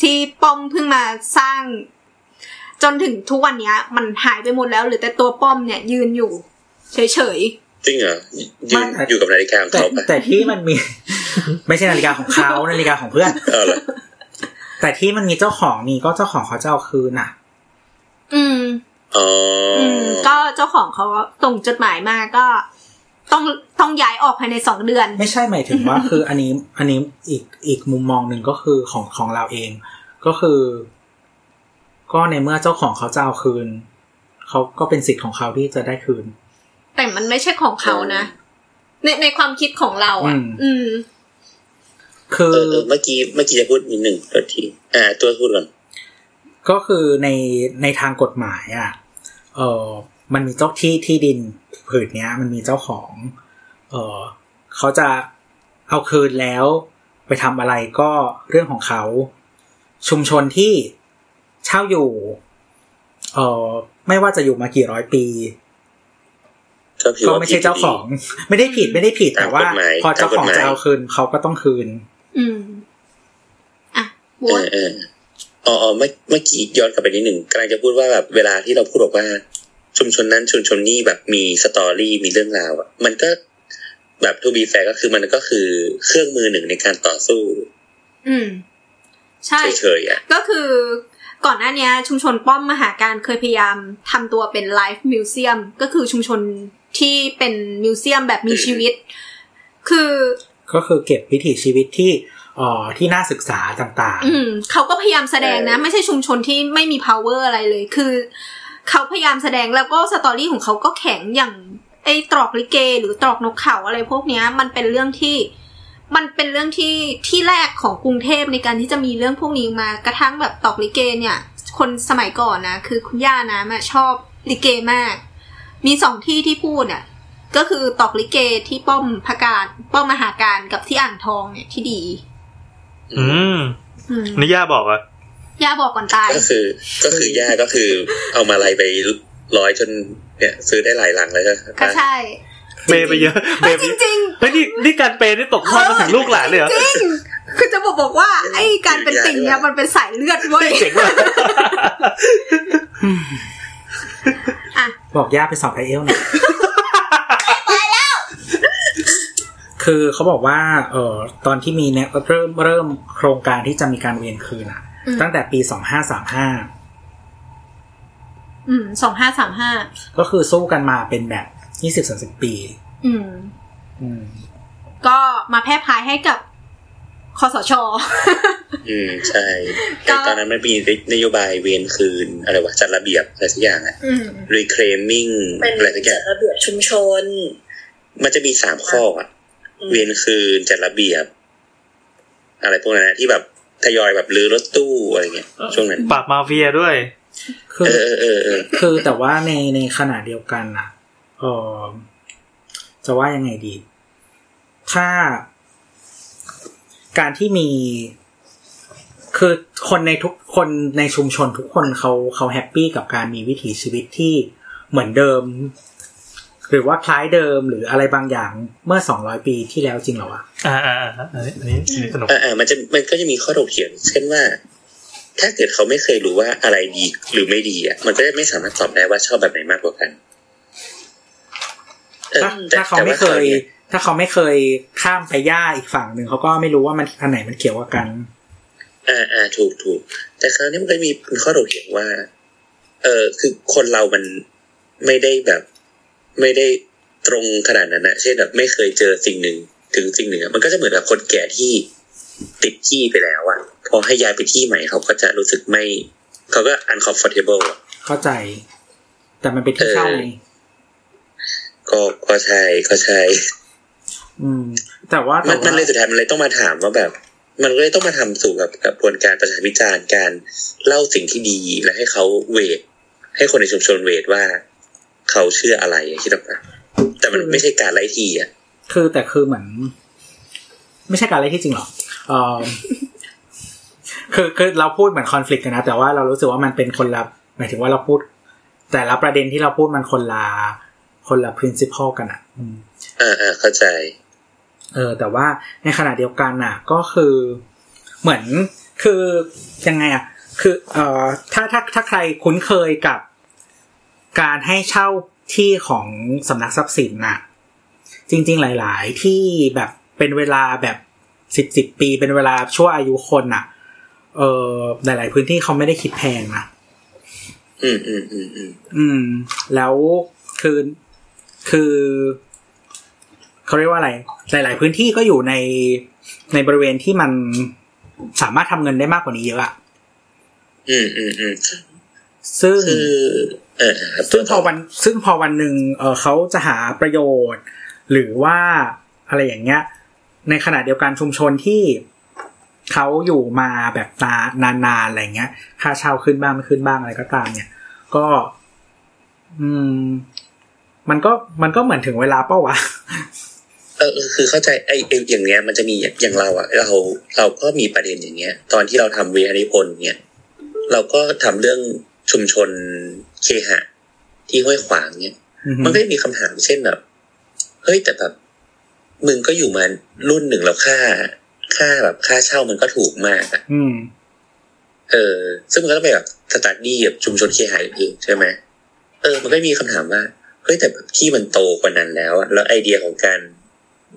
Speaker 5: ที่ป้อมเพิ่งมาสร้าง จนถึงทุกวันเนี้ย มันหายไปหมดแล้วเหรือแต่ตัวป้อมเนี่ยยืนอยู่เฉย
Speaker 2: จริงเหรอยืน
Speaker 3: ไม่
Speaker 2: อยู่กับนาฬิกาของ
Speaker 3: แต่
Speaker 2: เขาปะ
Speaker 3: แต่ที่มันมี ไม่ใช่นาฬิกาของเขานาฬิกาของเพื่อน
Speaker 2: เออเหรอ
Speaker 3: แต่ที่มันมีเจ้าของนี่ก็เจ้าของเขาจะเอาคืนน่ะ
Speaker 5: ๆอืม
Speaker 2: อ๋ออ
Speaker 5: อืม ก็เจ้าของเขาส่งจดหมายมาก็ ต้องต้องย้ายออกภายในสองเดือน
Speaker 3: ไม่ใช่หมายถึงว่า คืออันนี้อันนี้อีกอีกมุมมองหนึ่งก็คือของของเราเอง ก็คือ ก็ในเมื่อเจ้าของเขาจะเอาคืนเขาก็เป็นสิทธิ์ของเขาที่จะได้คืน
Speaker 5: แต่มันไม่ใช่ของเขานะ ในในความคิดของเราอ่ะ
Speaker 3: อืม
Speaker 5: อืม
Speaker 3: คื
Speaker 2: เออ
Speaker 3: อ
Speaker 2: เออเมื่อกี้เมื่อกี้จะพูดนิดหนึ่งตัวทีอ่า ตัวพูดก่อน
Speaker 3: ก็คือในในทางกฎหมายอ่ะ เออมันมีเจ้าที่ที่ดินผืนเนี้ย มันมีเจ้าของ เออเขาจะเอาคืนแล้ว ไปทำอะไรก็เรื่องของเขา ชุมชนที่เช่าอยู่ เออไม่ว่าจะอยู่มากี่ร้อยปี
Speaker 2: ก็ผิด
Speaker 3: ก็
Speaker 2: ว่า
Speaker 3: ไม่
Speaker 2: ผิ
Speaker 3: ใช่
Speaker 2: ด
Speaker 3: เจ้าของ ไม่ได้ผิดไม่ได้ผิดแต่ว่า
Speaker 2: ตามกฎหมาย
Speaker 3: พอเจ้าของ
Speaker 2: ตามกฎหมาย
Speaker 3: จะเอาคืนเขาก็ต้องคืน
Speaker 5: อืม อ่ะบวช
Speaker 2: เออเอออ๋ออ๋อเมื่อเมื่อกี้ย้อนกลับไปนิดหนึ่งกำลังจะพูดว่าแบบเวลาที่เราพูดบอกว่า ชุมชนนั้นชุมชนนี้แบบมีสตอรี่มีเรื่องราวอ่ะมันก็แบบทูบีแฟก็คือมันก็คือเครื่องมือหนึ่งในการต่อสู้
Speaker 5: อืม ใช่
Speaker 2: เฉยๆอ่ะ
Speaker 5: ก็คือก่อนหน้าเนี้ย ชุมชนป้อมมหาการเคยพยายามทำตัวเป็นไลฟ์มิวเซียมก็คือชุมชนที่เป็นมิวเซียมแบบมีชีวิต คือ
Speaker 3: ก็คือเก็บวิถีชีวิตที่เอ่อที่น่าศึกษาต่าง
Speaker 5: อืมเขาก็พยายามแสดงนะ ไม่ใช่ชุมชนที่ไม่มี power อะไรเลย คือเขาพยายามแสดงแล้วก็สตอรี่ของเขาก็แข็งอย่างไอ้ตรอกลิเก หรือตรอกนกเขาอะไรพวกเนี้ย มันเป็นเรื่องที่ มันเป็นเรื่องที่ที่แรกของกรุงเทพในการที่จะมีเรื่องพวกนี้มากระทั่งแบบตรอกลิเกเนี่ย คนสมัยก่อนนะคือคุณย่านะมะชอบลิเกมาก มีสองที่ที่พูดอ่ะ ก็คือตอกลิเกที่ป้อมพระการป้อมมหาการกับที่อ่างทองเนี่ยที่ดี
Speaker 4: อืม
Speaker 5: อืม
Speaker 4: นิย่าบอกอะ
Speaker 5: ย่าบอกก่อนตาย
Speaker 2: ก็คือก็คือย่าก็คือเอามาลายไปร้อยจนเนี่ย ซื้อได้หลายหลังแล้วใช่ไหม
Speaker 5: ก็ใช่
Speaker 4: เปย์ไปเยอะเปย์ไป
Speaker 5: จ
Speaker 4: เยอะ
Speaker 5: ริง
Speaker 4: เฮ้ยนี่นี่การเปย์นี่ตกทอดมาถึงลูกหลานเลยเหรอ
Speaker 5: จริงๆ คือจะบอกบอกว่า ไอ้การเป็นติ่งเนี่ยมันเป็นสายเลือดเว้ย
Speaker 4: เจ๋งมาก
Speaker 5: อ่ะ
Speaker 3: ๆ บอกย่าไปสอบไอเอลหน่อย คือเขาบอกว่าเอ่อตอนที่มีเนี่ยเริ่มเริ่มโครงการที่จะมีการเวียนคืนอะ
Speaker 5: อืม
Speaker 3: ตั้งแต่ปีสองห้าสามห้า
Speaker 5: อืมสองห้าสามห้า
Speaker 3: ก็คือสู้กันมาเป็นแบบยี่สิบสามสิบปี
Speaker 5: อืม
Speaker 3: อืม
Speaker 5: ก็มาแพร่พายให้กับคอสช
Speaker 2: อืมใช่
Speaker 5: ก็
Speaker 2: แต่ตอนนั้นมันมีนโยบายเวียนคืนอะไรวะจัดระเบียบอะไรสักอย่างอะ
Speaker 5: อืม
Speaker 2: reclaiming
Speaker 6: เป็น
Speaker 2: อะไรสักอ
Speaker 6: จั
Speaker 2: ย่า
Speaker 6: ด
Speaker 2: ง
Speaker 6: ระเบียบชุมชน
Speaker 2: มันจะมีสามข้ออะ
Speaker 6: อืม
Speaker 2: เวียนคืนจัดระเบียบ อะไรพวกนั้นนะที่แบบทยอยแบบรื้อรถตู้อะไรเงี้ยช่วงนั้น
Speaker 4: ปราบมาเฟียด้วย
Speaker 3: คือ
Speaker 2: เออเออเออ
Speaker 3: คือแต่ว่าในในขณะเดียวกันอ่ะเออจะว่ายังไงดี ถ้าการที่มี คือคนในทุกคนในชุมชนทุกคนเขาเขาแฮปปี้กับการมีวิถีชีวิตที่เหมือนเดิม หรือว่าคล้ายเดิมหรืออะไรบางอย่างเมื่อสองร้อยปีที่แล้วจริงเหรอวะ
Speaker 4: อ่าอ่าอ่าอันนี้อันนี้อันนี้สนุก
Speaker 2: เออเออมันจะมันก็จะมีข้อถกเถียงเช่นว่า ถ้าเกิดเขาไม่เคยรู้ว่าอะไรดีหรือไม่ดีอ่ะมันก็จะไม่สามารถตอบได้ว่าชอบแบบไหนมากกว่ากันเออ
Speaker 3: ถ้า
Speaker 2: แต่
Speaker 3: ถ้าเขา
Speaker 2: แต่ว่
Speaker 3: ไม่เคย
Speaker 2: ราวนี้
Speaker 3: ถ้าเขาไม่เคยข้ามไปย่าอีกฝั่งหนึ่งเขาก็ไม่รู้ว่ามันอันไหนมันเกี่ยวกับกัน
Speaker 2: อ่าอ่าถูกถูกแต่คราวนี้มันก็มีข้อถกเถียงว่า เออคือคนเรามันไม่ได้แบบ ไม่ได้ตรงขนาดนั้นนะเช่นแบบไม่เคยเจอสิ่งหนึ่งถึงสิ่งหนึ่งอะมันก็จะเหมือนกับคนแก่ที่ติดที่ไปแล้วอะพอให้ย้ายไปที่ใหม่เขาก็จะรู้สึกไม่ เขาก็ uncomfortable อะ
Speaker 3: เข้าใจ แต่มันเป็นที่เช่า
Speaker 2: เออ
Speaker 3: ไง
Speaker 2: ก็ก็ใช่ก็ใช่
Speaker 3: อืมแต่ว่า
Speaker 2: มัน
Speaker 3: แต่ว่า
Speaker 2: มันเลยสุดท้ายมันเลยต้องมาถามว่าแบบ มันก็เลยต้องมาทำสู่กับกระบวนการประชาพิจารณ์การเล่าสิ่งที่ดีและให้เขาเวท ให้คนในชุมชนเวทว่า เขาเชื่ออะไรคิดออกปะแต่มันไม่ใช่การไล่ทีอ่ะ
Speaker 3: คือแต่คือเหมือน ไม่ใช่การอะไรที่จริงหรอกเออคือคือเราพูดเหมือนคอน FLICT กันนะ แต่ว่าเรารู้สึกว่ามันเป็นคนละหมายถึงว่าเราพูด แต่ละประเด็นที่เราพูดมันคนละคนละ principle กันอ่ะ อืม
Speaker 2: อ่าอ่าเข้าใจ
Speaker 3: เออแต่ว่าในขณะเดียวกันน่ะ ก็คือเหมือนคือยังไงอ่ะคือเอ่อถ้าถ้าถ้าใครคุ้นเคยกับการให้เช่าที่ของสำนักทรัพย์สินน่ะ จริง ๆ หลาย ๆ ที่แบบเป็นเวลาแบบสิบสิบปีเป็นเวลาชั่วอายุคนน่ะ เออหลาย ๆ พื้นที่เขาไม่ได้คิดแพงนะ
Speaker 2: อืมอืมอืมอืม
Speaker 3: อืม แล้วคือคือเขาเรียกว่าอะไร หลาย ๆ พื้นที่ก็อยู่ในในบริเวณที่มันสามารถทำเงินได้มากกว่านี้เยอะอะ
Speaker 2: อืมอืมอืม
Speaker 3: ซึ่ง
Speaker 2: คือเออครับ
Speaker 3: ซึ่งพอวัน ซึ่งพอวันหนึ่งเออเขาจะหาประโยชน์ หรือว่าอะไรอย่างเงี้ย ในขณะเดียวกันชุมชนที่เขาอยู่มาแบบตานานๆอะไรอย่างเงี้ย ค่าเช่าขึ้นบ้างไม่ขึ้นบ้างอะไรก็ตามเนี่ย ก็ อืม มันก็มันก็เหมือนถึงเวลาเป้าวะ
Speaker 2: เออเออคือเข้าใจไอ้ไอ้อย่างเงี้ย มันจะมีอย่างอย่างเราอ่ะเราเราก็มีประเด็นอย่างเงี้ย ตอนที่เราทำเวรนิพนธ์เนี่ยเราก็ทำเรื่องชุมชนเคหะ ที่ห้วยขวางเนี่ย
Speaker 3: อือฮึ
Speaker 2: มันก็จะมีคำถามเช่นแบบ เฮ้ยแต่แบบมึงก็อยู่มารุ่นหนึ่งแล้วค่า ค่าแบบค่าเช่ามันก็ถูกมากอะ
Speaker 3: อืม
Speaker 2: เออ ซึ่งมันก็ต้องไปแบบสตัดดี้แบบชุมชนเคหะเองใช่ไหมเออ มันก็มีคำถามว่าเฮ้ยแต่แบบที่มันโตกว่านั้นแล้วอะแล้วไอเดียของการ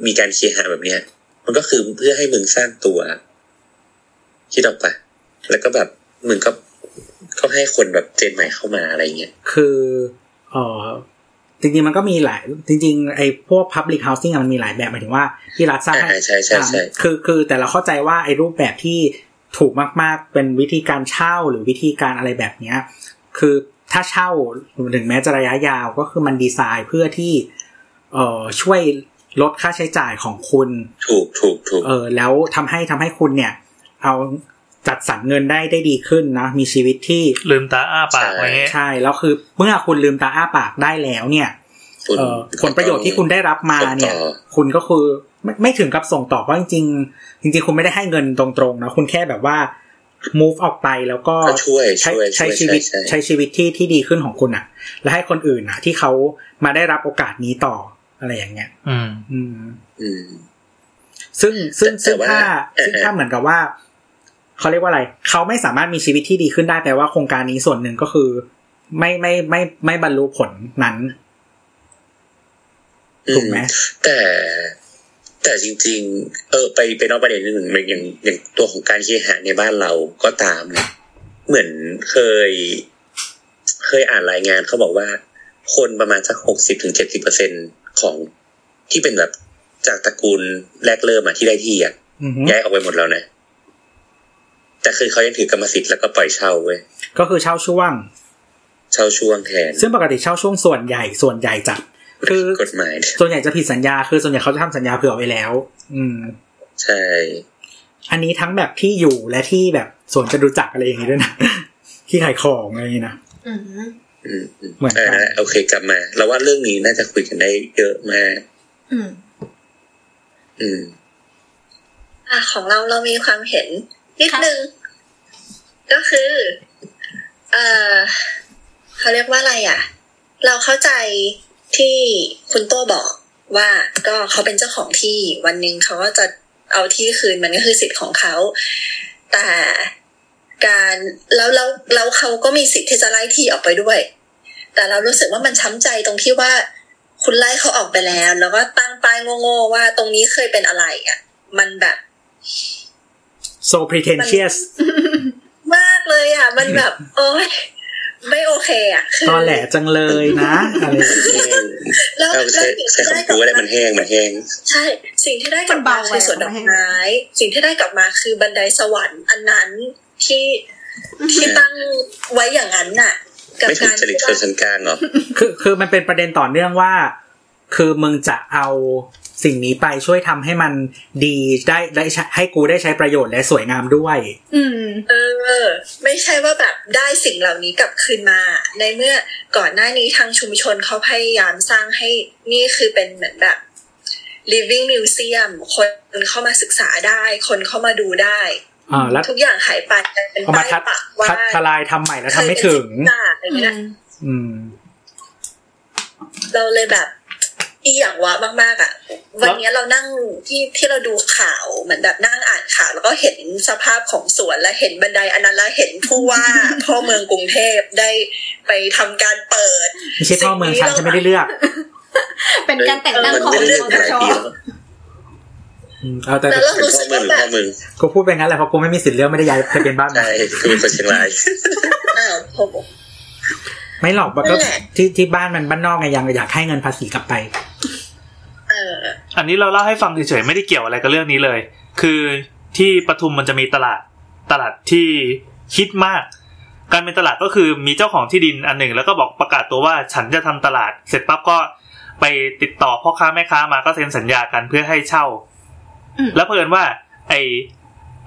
Speaker 2: มีการเคหะแบบเนี้ย มันก็คือเพื่อให้มึงสร้างตัวคิดออกปะแล้วก็แบบมึงก็ก็ให้คนแบบเจนใหม่เข้ามาอะไรเงี้ย
Speaker 3: คือเออจ จริงๆมันก็มีหลาย จริงๆไอ้พวก Public Housing อะมันมีหลายแบบหมายถึงว่าที่รัฐสร้าง
Speaker 2: อ่า
Speaker 3: ให้
Speaker 2: ใช่ใช่ใช่
Speaker 3: อ่าคือคือแต่เราเข้าใจว่าไอ้รูปแบบที่ถูกมากๆเป็นวิธีการเช่าหรือวิธีการอะไรแบบเนี้ยคือถ้าเช่าถึงแม้จะระยะยาวก็คือมันดีไซน์เพื่อที่เอ่อช่วยลดค่าใช้จ่ายของคุณ
Speaker 2: ถูกถูกถูก
Speaker 3: เออแล้วทำให้ทำให้คุณเนี่ย เอาจัดสรรเงินได้ได้ดีขึ้นนะมีชีวิตที่
Speaker 4: ลืมตาอ้าปากอะไรเงี้ย
Speaker 3: ใช่แล้วคือเมื่อคุณลืมตาอ้าปากได้แล้วเนี่ย
Speaker 2: คุณ
Speaker 3: เอ่อผลประโยชน์ที่คุณได้รับมาเนี่ย
Speaker 2: ส่งต่อ
Speaker 3: คุณก็คือไม่ไม่ถึงกับส่งต่อเพราะจริงๆจริง ๆ คุณไม่ได้ให้เงินตรงๆนะคุณแค่แบบว่า move ออกไปแล้วก็
Speaker 2: ก็ช่วย
Speaker 3: ใช้
Speaker 2: ช่วย
Speaker 3: ใช้
Speaker 2: วย
Speaker 3: ชีวิต
Speaker 2: ใช่ใช่
Speaker 3: ใช้ชีวิตที่ที่ดีขึ้นของคุณอะและให้คนอื่นอะที่เขามาได้รับโอกาสนี้ต่ออะไรอย่างเงี้ย
Speaker 4: อืม
Speaker 3: อืม
Speaker 2: อืม
Speaker 3: ซึ่งซึ่ง
Speaker 2: แต่
Speaker 3: ซึ่ง
Speaker 2: แต่ว่า
Speaker 3: ถ้า
Speaker 2: เอ่อ
Speaker 3: ซึ่ง
Speaker 2: เอ่อ
Speaker 3: ถ้าเหมือนกับว่า เขาเรียกว่าอะไร เขาไม่สามารถมีชีวิตที่ดีขึ้นได้แปลว่าโครงการนี้ส่วนหนึ่งก็คือ ไม่ไม่ไม่ไม่บรรลุผลนั้น ถูกไหม
Speaker 2: แต่แต่จริง ๆ เออ ไปไปนอกประเด็นนิดหนึ่งอย่างอย่างอย่างตัวของการเคหะในบ้านเราก็ตามนะเหมือนเคย เคยอ่านรายงานเขาบอกว่า คนประมาณสักหกสิบถึงเจ็ดสิบเปอร์เซ็นของที่เป็นแบบจากตระกูลแรกเริ่มมาที่ได้ที่อ่ะ
Speaker 3: อือฮึ
Speaker 2: ย้ายออกไปหมดแล้วนะ แต่คือเขายังถือกรรมสิทธิ์แล้วก็ปล่อยเช่าเว้ย
Speaker 3: ก็คือเช่าช่วง
Speaker 2: เช่าช่วงแทน
Speaker 3: ซึ่งปกติเช่าช่วงส่วนใหญ่ส่วนใหญ่จะคือก
Speaker 2: ฎหมายเนี่ย
Speaker 3: ส่วนใหญ่จะผิดสัญญาคือส่วนใหญ่เขาจะทำสัญญาเผื่อไว้แล้ว อืม
Speaker 2: ใช่
Speaker 3: อันนี้ทั้งแบบที่อยู่และที่แบบส่วนจะดูจักรอะไรอย่างงี้ด้วยนะ ที่ขายของอะไรอย่างงี้นะ
Speaker 6: อืม
Speaker 2: อืมอืม
Speaker 3: เหมือนกัน
Speaker 2: อ่าโอเคกลับมาเราว่าเรื่องนี้น่าจะคุยกันได้เยอะมาก
Speaker 5: อืม
Speaker 2: อืม
Speaker 6: อ่ะของเราเรามีความเห็น นิดนึง ก็คือเออเขาเรียกว่าอะไรอ่ะ เราเข้าใจที่คุณโต้บอกว่าก็เขาเป็นเจ้าของที่วันหนึ่งเขาก็จะเอาที่คืนมันก็คือสิทธิ์ของเขา แต่การแล้วแล้วแล้วเขาก็มีสิทธิ์ที่จะไล่ที่ออกไปด้วย แต่เรารู้สึกว่ามันช้ำใจตรงที่ว่า คุณไล่เขาออกไปแล้ว แล้วก็ตั้งป้ายโง่ๆว่าตรงนี้เคยเป็นอะไรอ่ะ มันแบบ
Speaker 3: so pretentious
Speaker 6: มากเลยอ่ะ มันแบบ โอ้ยไม่โอเคอ่ะคื
Speaker 3: ตอนแหลจังเลยนะอะไรอย่างงี้
Speaker 6: แล้ว
Speaker 2: เอา
Speaker 6: แล้ว
Speaker 2: ใช้
Speaker 6: สิ่ง
Speaker 2: ใช้
Speaker 6: ที่ได้
Speaker 2: คำ
Speaker 6: กลั
Speaker 2: กูก็
Speaker 6: บ
Speaker 2: ได้
Speaker 6: มา
Speaker 2: มันแห้งมันแห้ง
Speaker 6: ใช่ สิ่งที่ได้กลับ
Speaker 5: มัน
Speaker 6: มา
Speaker 5: เบา
Speaker 6: คือสวนดอกไม้สิ่งที่ได้กลับมาคือบันไดสวรรค์อันนั้นที่ที่ตั้งไว้อย่างนั้นน่ะ กับ
Speaker 2: ไม่ถูก
Speaker 6: การ
Speaker 2: จริตชน
Speaker 6: ที่ว่า
Speaker 2: ชั้นกลางเหรอ
Speaker 3: คือคือมันเป็นประเด็นต่อเนื่องว่า คือมึงจะเอาสิ่งนี้ไปช่วยทำให้มันดีได้ได้ใช้ให้กูได้ใช้ประโยชน์และสวยงามด้วย
Speaker 5: อืม
Speaker 6: เออ ไม่ใช่ว่าแบบได้สิ่งเหล่านี้กลับคืนมา ในเมื่อก่อนหน้านี้ทางชุมชนเขาพยายามสร้างให้นี่คือเป็นเหมือนแบบ living museum คนเข้ามาศึกษาได้ คนเข้ามาดูได้
Speaker 3: อ่าแล้ว
Speaker 6: ทุกอย่างหายไปเป็น
Speaker 3: เอามา
Speaker 6: ป้าย
Speaker 3: ทัด
Speaker 6: ปักว่า
Speaker 3: ทัดทลายทำใหม่แล้วทำไม่ถึง
Speaker 6: เคยเป็นสิบหน้าอะไรเงี้ย
Speaker 3: อืม
Speaker 6: เราเลยแบบอีอย่างวะมากๆอ่ะ วันเนี้ยเรานั่งที่ที่เราดูข่าวเหมือนแบบนั่งอ่านข่าว แล้วก็เห็นสภาพของสวนและเห็นบันไดอันนั้นแล้วเห็นผู้ว่า พ่อเมืองกรุงเทพได้ไปทำการเปิด
Speaker 3: ไม่ใช่พ่อเมื องฉันฉันไม่ได้เลือก
Speaker 5: เป็นการแต่งตั้ง
Speaker 2: มัน
Speaker 5: ของ
Speaker 2: ไม่ได้
Speaker 5: ค
Speaker 2: เรื่อง
Speaker 5: อส
Speaker 2: หลาย
Speaker 5: ช
Speaker 2: ปีแล้ว
Speaker 3: อืมเอาแต่
Speaker 6: แล้วเรา
Speaker 2: เป็น
Speaker 6: รู้
Speaker 2: พ่
Speaker 6: สึ
Speaker 2: อก มึง
Speaker 6: ว่า
Speaker 2: หรือ
Speaker 6: แบ
Speaker 2: พ่อบ มึง
Speaker 3: กูพูดไปงั้นแหละเพราะกูไม่มีสิทธิ์เลือกไม่ได้ย้ายทะเบียนบ้านมา
Speaker 2: ใช่คือเป็นคนเชียงราย
Speaker 6: อ้าวผม
Speaker 3: ไม่หรอกมันก็
Speaker 6: นั่นแหละ
Speaker 3: ที่ที่บ้านมันบ้านนอกไงยังอยากให้เงินภาษีกลับไป
Speaker 6: เออ
Speaker 4: อันนี้เราเล่าให้ฟังเฉยๆไม่ได้เกี่ยวอะไรกับเรื่องนี้เลย คือที่ปทุมมันจะมีตลาดตลาดที่คิดมาก การเป็นตลาดก็คือมีเจ้าของที่ดินอันหนึ่ง แล้วก็บอกประกาศตัวว่าฉันจะทำตลาด เสร็จปั๊บก็ไปติดต่อพ่อค้าแม่ค้ามาก็เซ็นสัญญากันเพื่อให้เช่า
Speaker 5: อืม
Speaker 4: แล้วเพิ่นว่า ไอ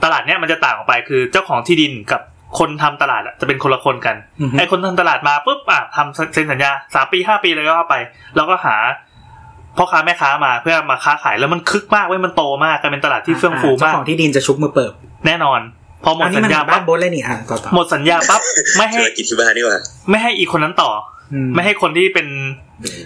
Speaker 4: ตลาดเนี้ยมันจะต่างออกไปคือเจ้าของที่ดินกับคนทำตลาดอะจะเป็นคนละคนกัน
Speaker 3: อือฮึ
Speaker 4: ไอคนทำตลาดมาปุ๊บอ่ะทำเซ็นสัญญาสามปีห้าปีเลยก็ว่าไป แล้วก็หาพ่อค้าแม่ค้ามาเพื่อมาค้าขายแล้วมันคึกมากเว้ยมันโตมากกลายเป็นตลาดที่เฟื่องฟู
Speaker 3: เจ้าม
Speaker 4: าก
Speaker 3: ของที่ดินจะชุบมือเปิบ
Speaker 4: แน่นอน พอหม
Speaker 3: อั
Speaker 4: ด
Speaker 3: นนี้
Speaker 4: สั
Speaker 3: มั
Speaker 4: ญ
Speaker 3: น
Speaker 4: ญา
Speaker 3: บ้า
Speaker 4: ปั๊
Speaker 3: น
Speaker 4: บ
Speaker 3: โบทเลยนี่อ่ะต่อต่อ
Speaker 4: หมดสัญญา ปั๊บไม่
Speaker 2: ธุ
Speaker 4: ให้
Speaker 2: รกิจที่บ้านนี่หว่า
Speaker 4: ไม่ให้อีกคนนั้นต่อ
Speaker 3: อื
Speaker 4: ไม่ให้คนที่เป็น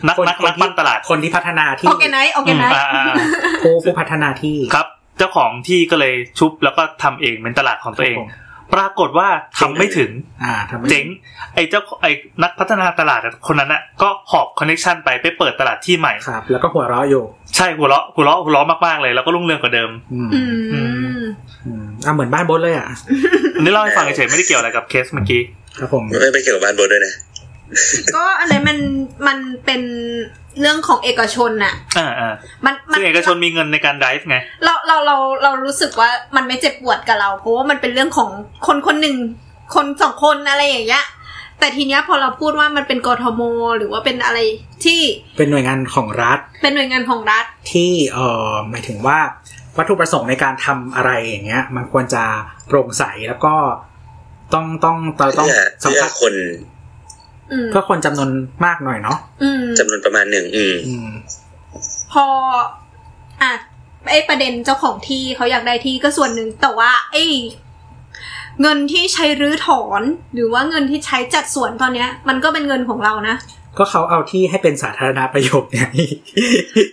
Speaker 4: นัก
Speaker 3: คน
Speaker 4: นัก
Speaker 3: คน
Speaker 4: นักปั้นตลาด
Speaker 3: คนที่พัฒนาที่
Speaker 5: โอเคไนท์โอเค
Speaker 4: อืม
Speaker 5: ไนท์
Speaker 4: อ่าอ่าอ่า
Speaker 3: ผู้ผู้พัฒนาที่
Speaker 4: ครับ เจ้าของที่ก็เลยชุบแล้วก็ทำเองเป็นตลาดของตัวเอง
Speaker 3: ครับผม
Speaker 4: ปรากฏว่าทำไม่ถึง
Speaker 3: อ่าทำไม
Speaker 4: เจ๋งไอ้เจ้าไอ้นักพัฒนาตลาดอะคนนั้นอ่ะก็หอบคอนเน็ชันไปไปเปิดตลาดที่ใหม่
Speaker 3: ครับ แล้วก็หัวเราะอยู่
Speaker 4: ใช่หัวเราะหัวเราะหัวเราะมากๆเลย แล้วก็รุ่งเรืองกว่าเดิม
Speaker 3: อืม
Speaker 5: อืม
Speaker 3: อืมอ่ะเหมือนบ้านบดเลยอ่ะ
Speaker 4: อันนี้เล่าให้ฟังเฉยๆไม่ได้เกี่ยวอะไรกับเคสเมื่อกี้
Speaker 3: ครับผม
Speaker 2: ไม่ไม่เกี่ยวกับบ้านบนด้วยนะ
Speaker 5: ก็อันนี้นมันมันเป็นเรื่องของเอกชนน่ะ
Speaker 4: อ่าอ่า
Speaker 5: มันมั
Speaker 4: ซึ่งเอกชนมีเงินในการไดฟ์ไง
Speaker 5: เราเราเราเรารู้สึกว่ามันไม่เจ็บปวดกับเรา เพราะว่ามันเป็นเรื่องของคนคนหนึ่งคนสองคนอะไรอย่างเงี้ยแต่ทีเนี้ยพอเราพูดว่ามันเป็นกทมหรือว่าเป็นอะไรที่
Speaker 3: เป็นหน่วยงานของรัฐ
Speaker 5: เป็นหน่วยงานของรัฐ
Speaker 3: ที่เอ่อหมายถึงว่าวัตถุประสงค์ในการทำอะไรอย่างเงี้ย มันควรจะโปร่งใสแล้วก็ต้องต้องเราต้อง
Speaker 2: เพื่อ
Speaker 3: สัม
Speaker 2: เพื่อ
Speaker 3: ผัส
Speaker 2: คน
Speaker 5: อืม
Speaker 3: เพื่อคนจำนวนมากหน่อยเนาะ
Speaker 5: อืม
Speaker 2: จำนวนประมาณหนึ่งอืม
Speaker 3: อืม
Speaker 5: พออ่ะไอประเด็นเจ้าของที่เขาอยากได้ที่ก็ส่วนหนึ่งแต่ว่าไอเงินที่ใช้รื้อถอน หรือว่าเงินที่ใช้จัดสวนตอนเนี้ย มันก็เป็นเงินของเรานะ
Speaker 3: ก็เขาเอาที่ให้เป็นสาธารณประโยชน์ไง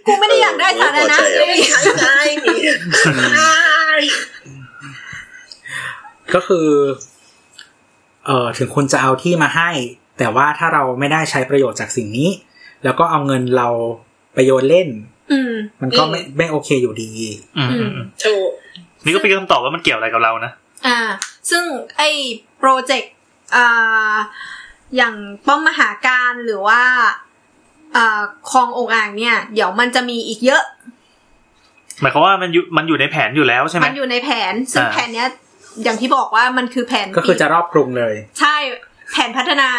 Speaker 5: กูไม่ได้อยากได้สาธารณะ
Speaker 2: เออ
Speaker 5: เล
Speaker 2: ไม่พอ
Speaker 5: ย
Speaker 2: ใจอะ
Speaker 6: ใช่ใช่
Speaker 3: ก็คือ เอ่อถึงคุณจะเอาที่มาให้ แต่ว่าถ้าเราไม่ได้ใช้ประโยชน์จากสิ่งนี้ แล้วก็เอาเงินเราไปโยนเล่น
Speaker 5: อืม
Speaker 3: มันก็ไม่ไม่โอเคอยู่ดี
Speaker 4: อืม
Speaker 5: อื
Speaker 4: อื
Speaker 5: ม
Speaker 4: มอืม
Speaker 6: ถูก
Speaker 4: นี่ก็เป็นคำตอบว่ามันเกี่ยวอะไรกับเรานะ
Speaker 5: อ่า ซึ่งไอ้โปรเจกต์อ่าอย่างป้อมมหาการหรือว่าอ่าคลององอ่างเนี่ย เดี๋ยวมันจะมีอีกเยอะ
Speaker 4: หมายความว่ามันอยู่มันอยู่ในแผนอยู่แล้วใช่ไหม
Speaker 5: มันอยู่ในแผน ซึ่ง
Speaker 4: อ่า
Speaker 5: แผนเนี้ย อย่างที่บอกว่ามันคือแผน
Speaker 3: ก็คือ
Speaker 5: ปี
Speaker 3: จะรอบกรุงเลย
Speaker 5: ใช่แผนพัฒนา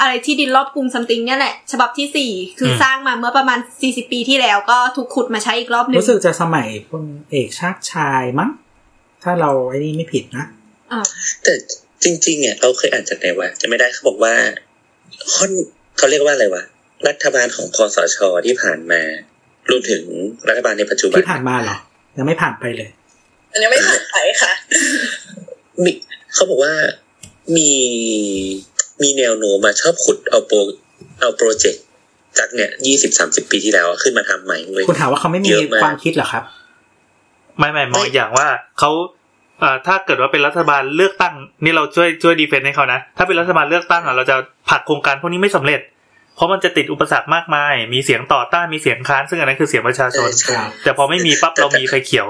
Speaker 5: อะไรที่ดินรอบกรุงซัมติงเนี่ยแหละ ฉบับที่สี่คืออ
Speaker 4: ม
Speaker 5: สร้างมาเมื่อประมาณ 40 ปีที่แล้วก็ถูกขุดมาใช้อีกรอบหนึ่ง
Speaker 3: รู้สึกจะสมัยพลเอกชาติชายมั้ง ถ้าเราไอ้นี่ไม่ผิดนะ
Speaker 5: อ่า
Speaker 2: แต่จริงๆเนี่ยเราเคยอ่านจากไหนวะจะไม่ได้เขาบอกว่าค่อนเขาเรียกว่าอะไรวะรัฐบาลของคอสชที่ผ่านมารวมถึงรัฐบาลในปัจจุบัน
Speaker 3: ที่ผ่านมาเหรอ ยังไม่ผ่านไปเลย
Speaker 6: อันนี้ไม่ผ่านไปค่ะ
Speaker 2: มีเขาบอกว่ามีมีแนวโน้มมาชอบขุดเอาโปรเอาโปรเจกต์จากเนี่ยยี่สิบสามสิบปีที่แล้วอะขึ้นมาทำใหม่เลย
Speaker 3: คุณถามว่าเขาไม่มี
Speaker 2: เยอะมาก
Speaker 3: ความคิดเหรอครับ
Speaker 4: ไม่ไม่มองอีกอย่างว่าเขาเอ่อถ้าเกิดว่าเป็นรัฐบาลเลือกตั้ง นี่เราช่วยช่วยดีเฟนต์ให้เขานะ ถ้าเป็นรัฐบาลเลือกตั้งอ่ะเราจะผลักโครงการพวกนี้ไม่สำเร็จ เพราะมันจะติดอุปสรรคมากมาย มีเสียงต่อต้านมีเสียงค้านซึ่งอันนั้นคือเสียงประชาชน
Speaker 2: ใช่
Speaker 4: แต่พอไม่มีปั๊บเรามีไฟเขียว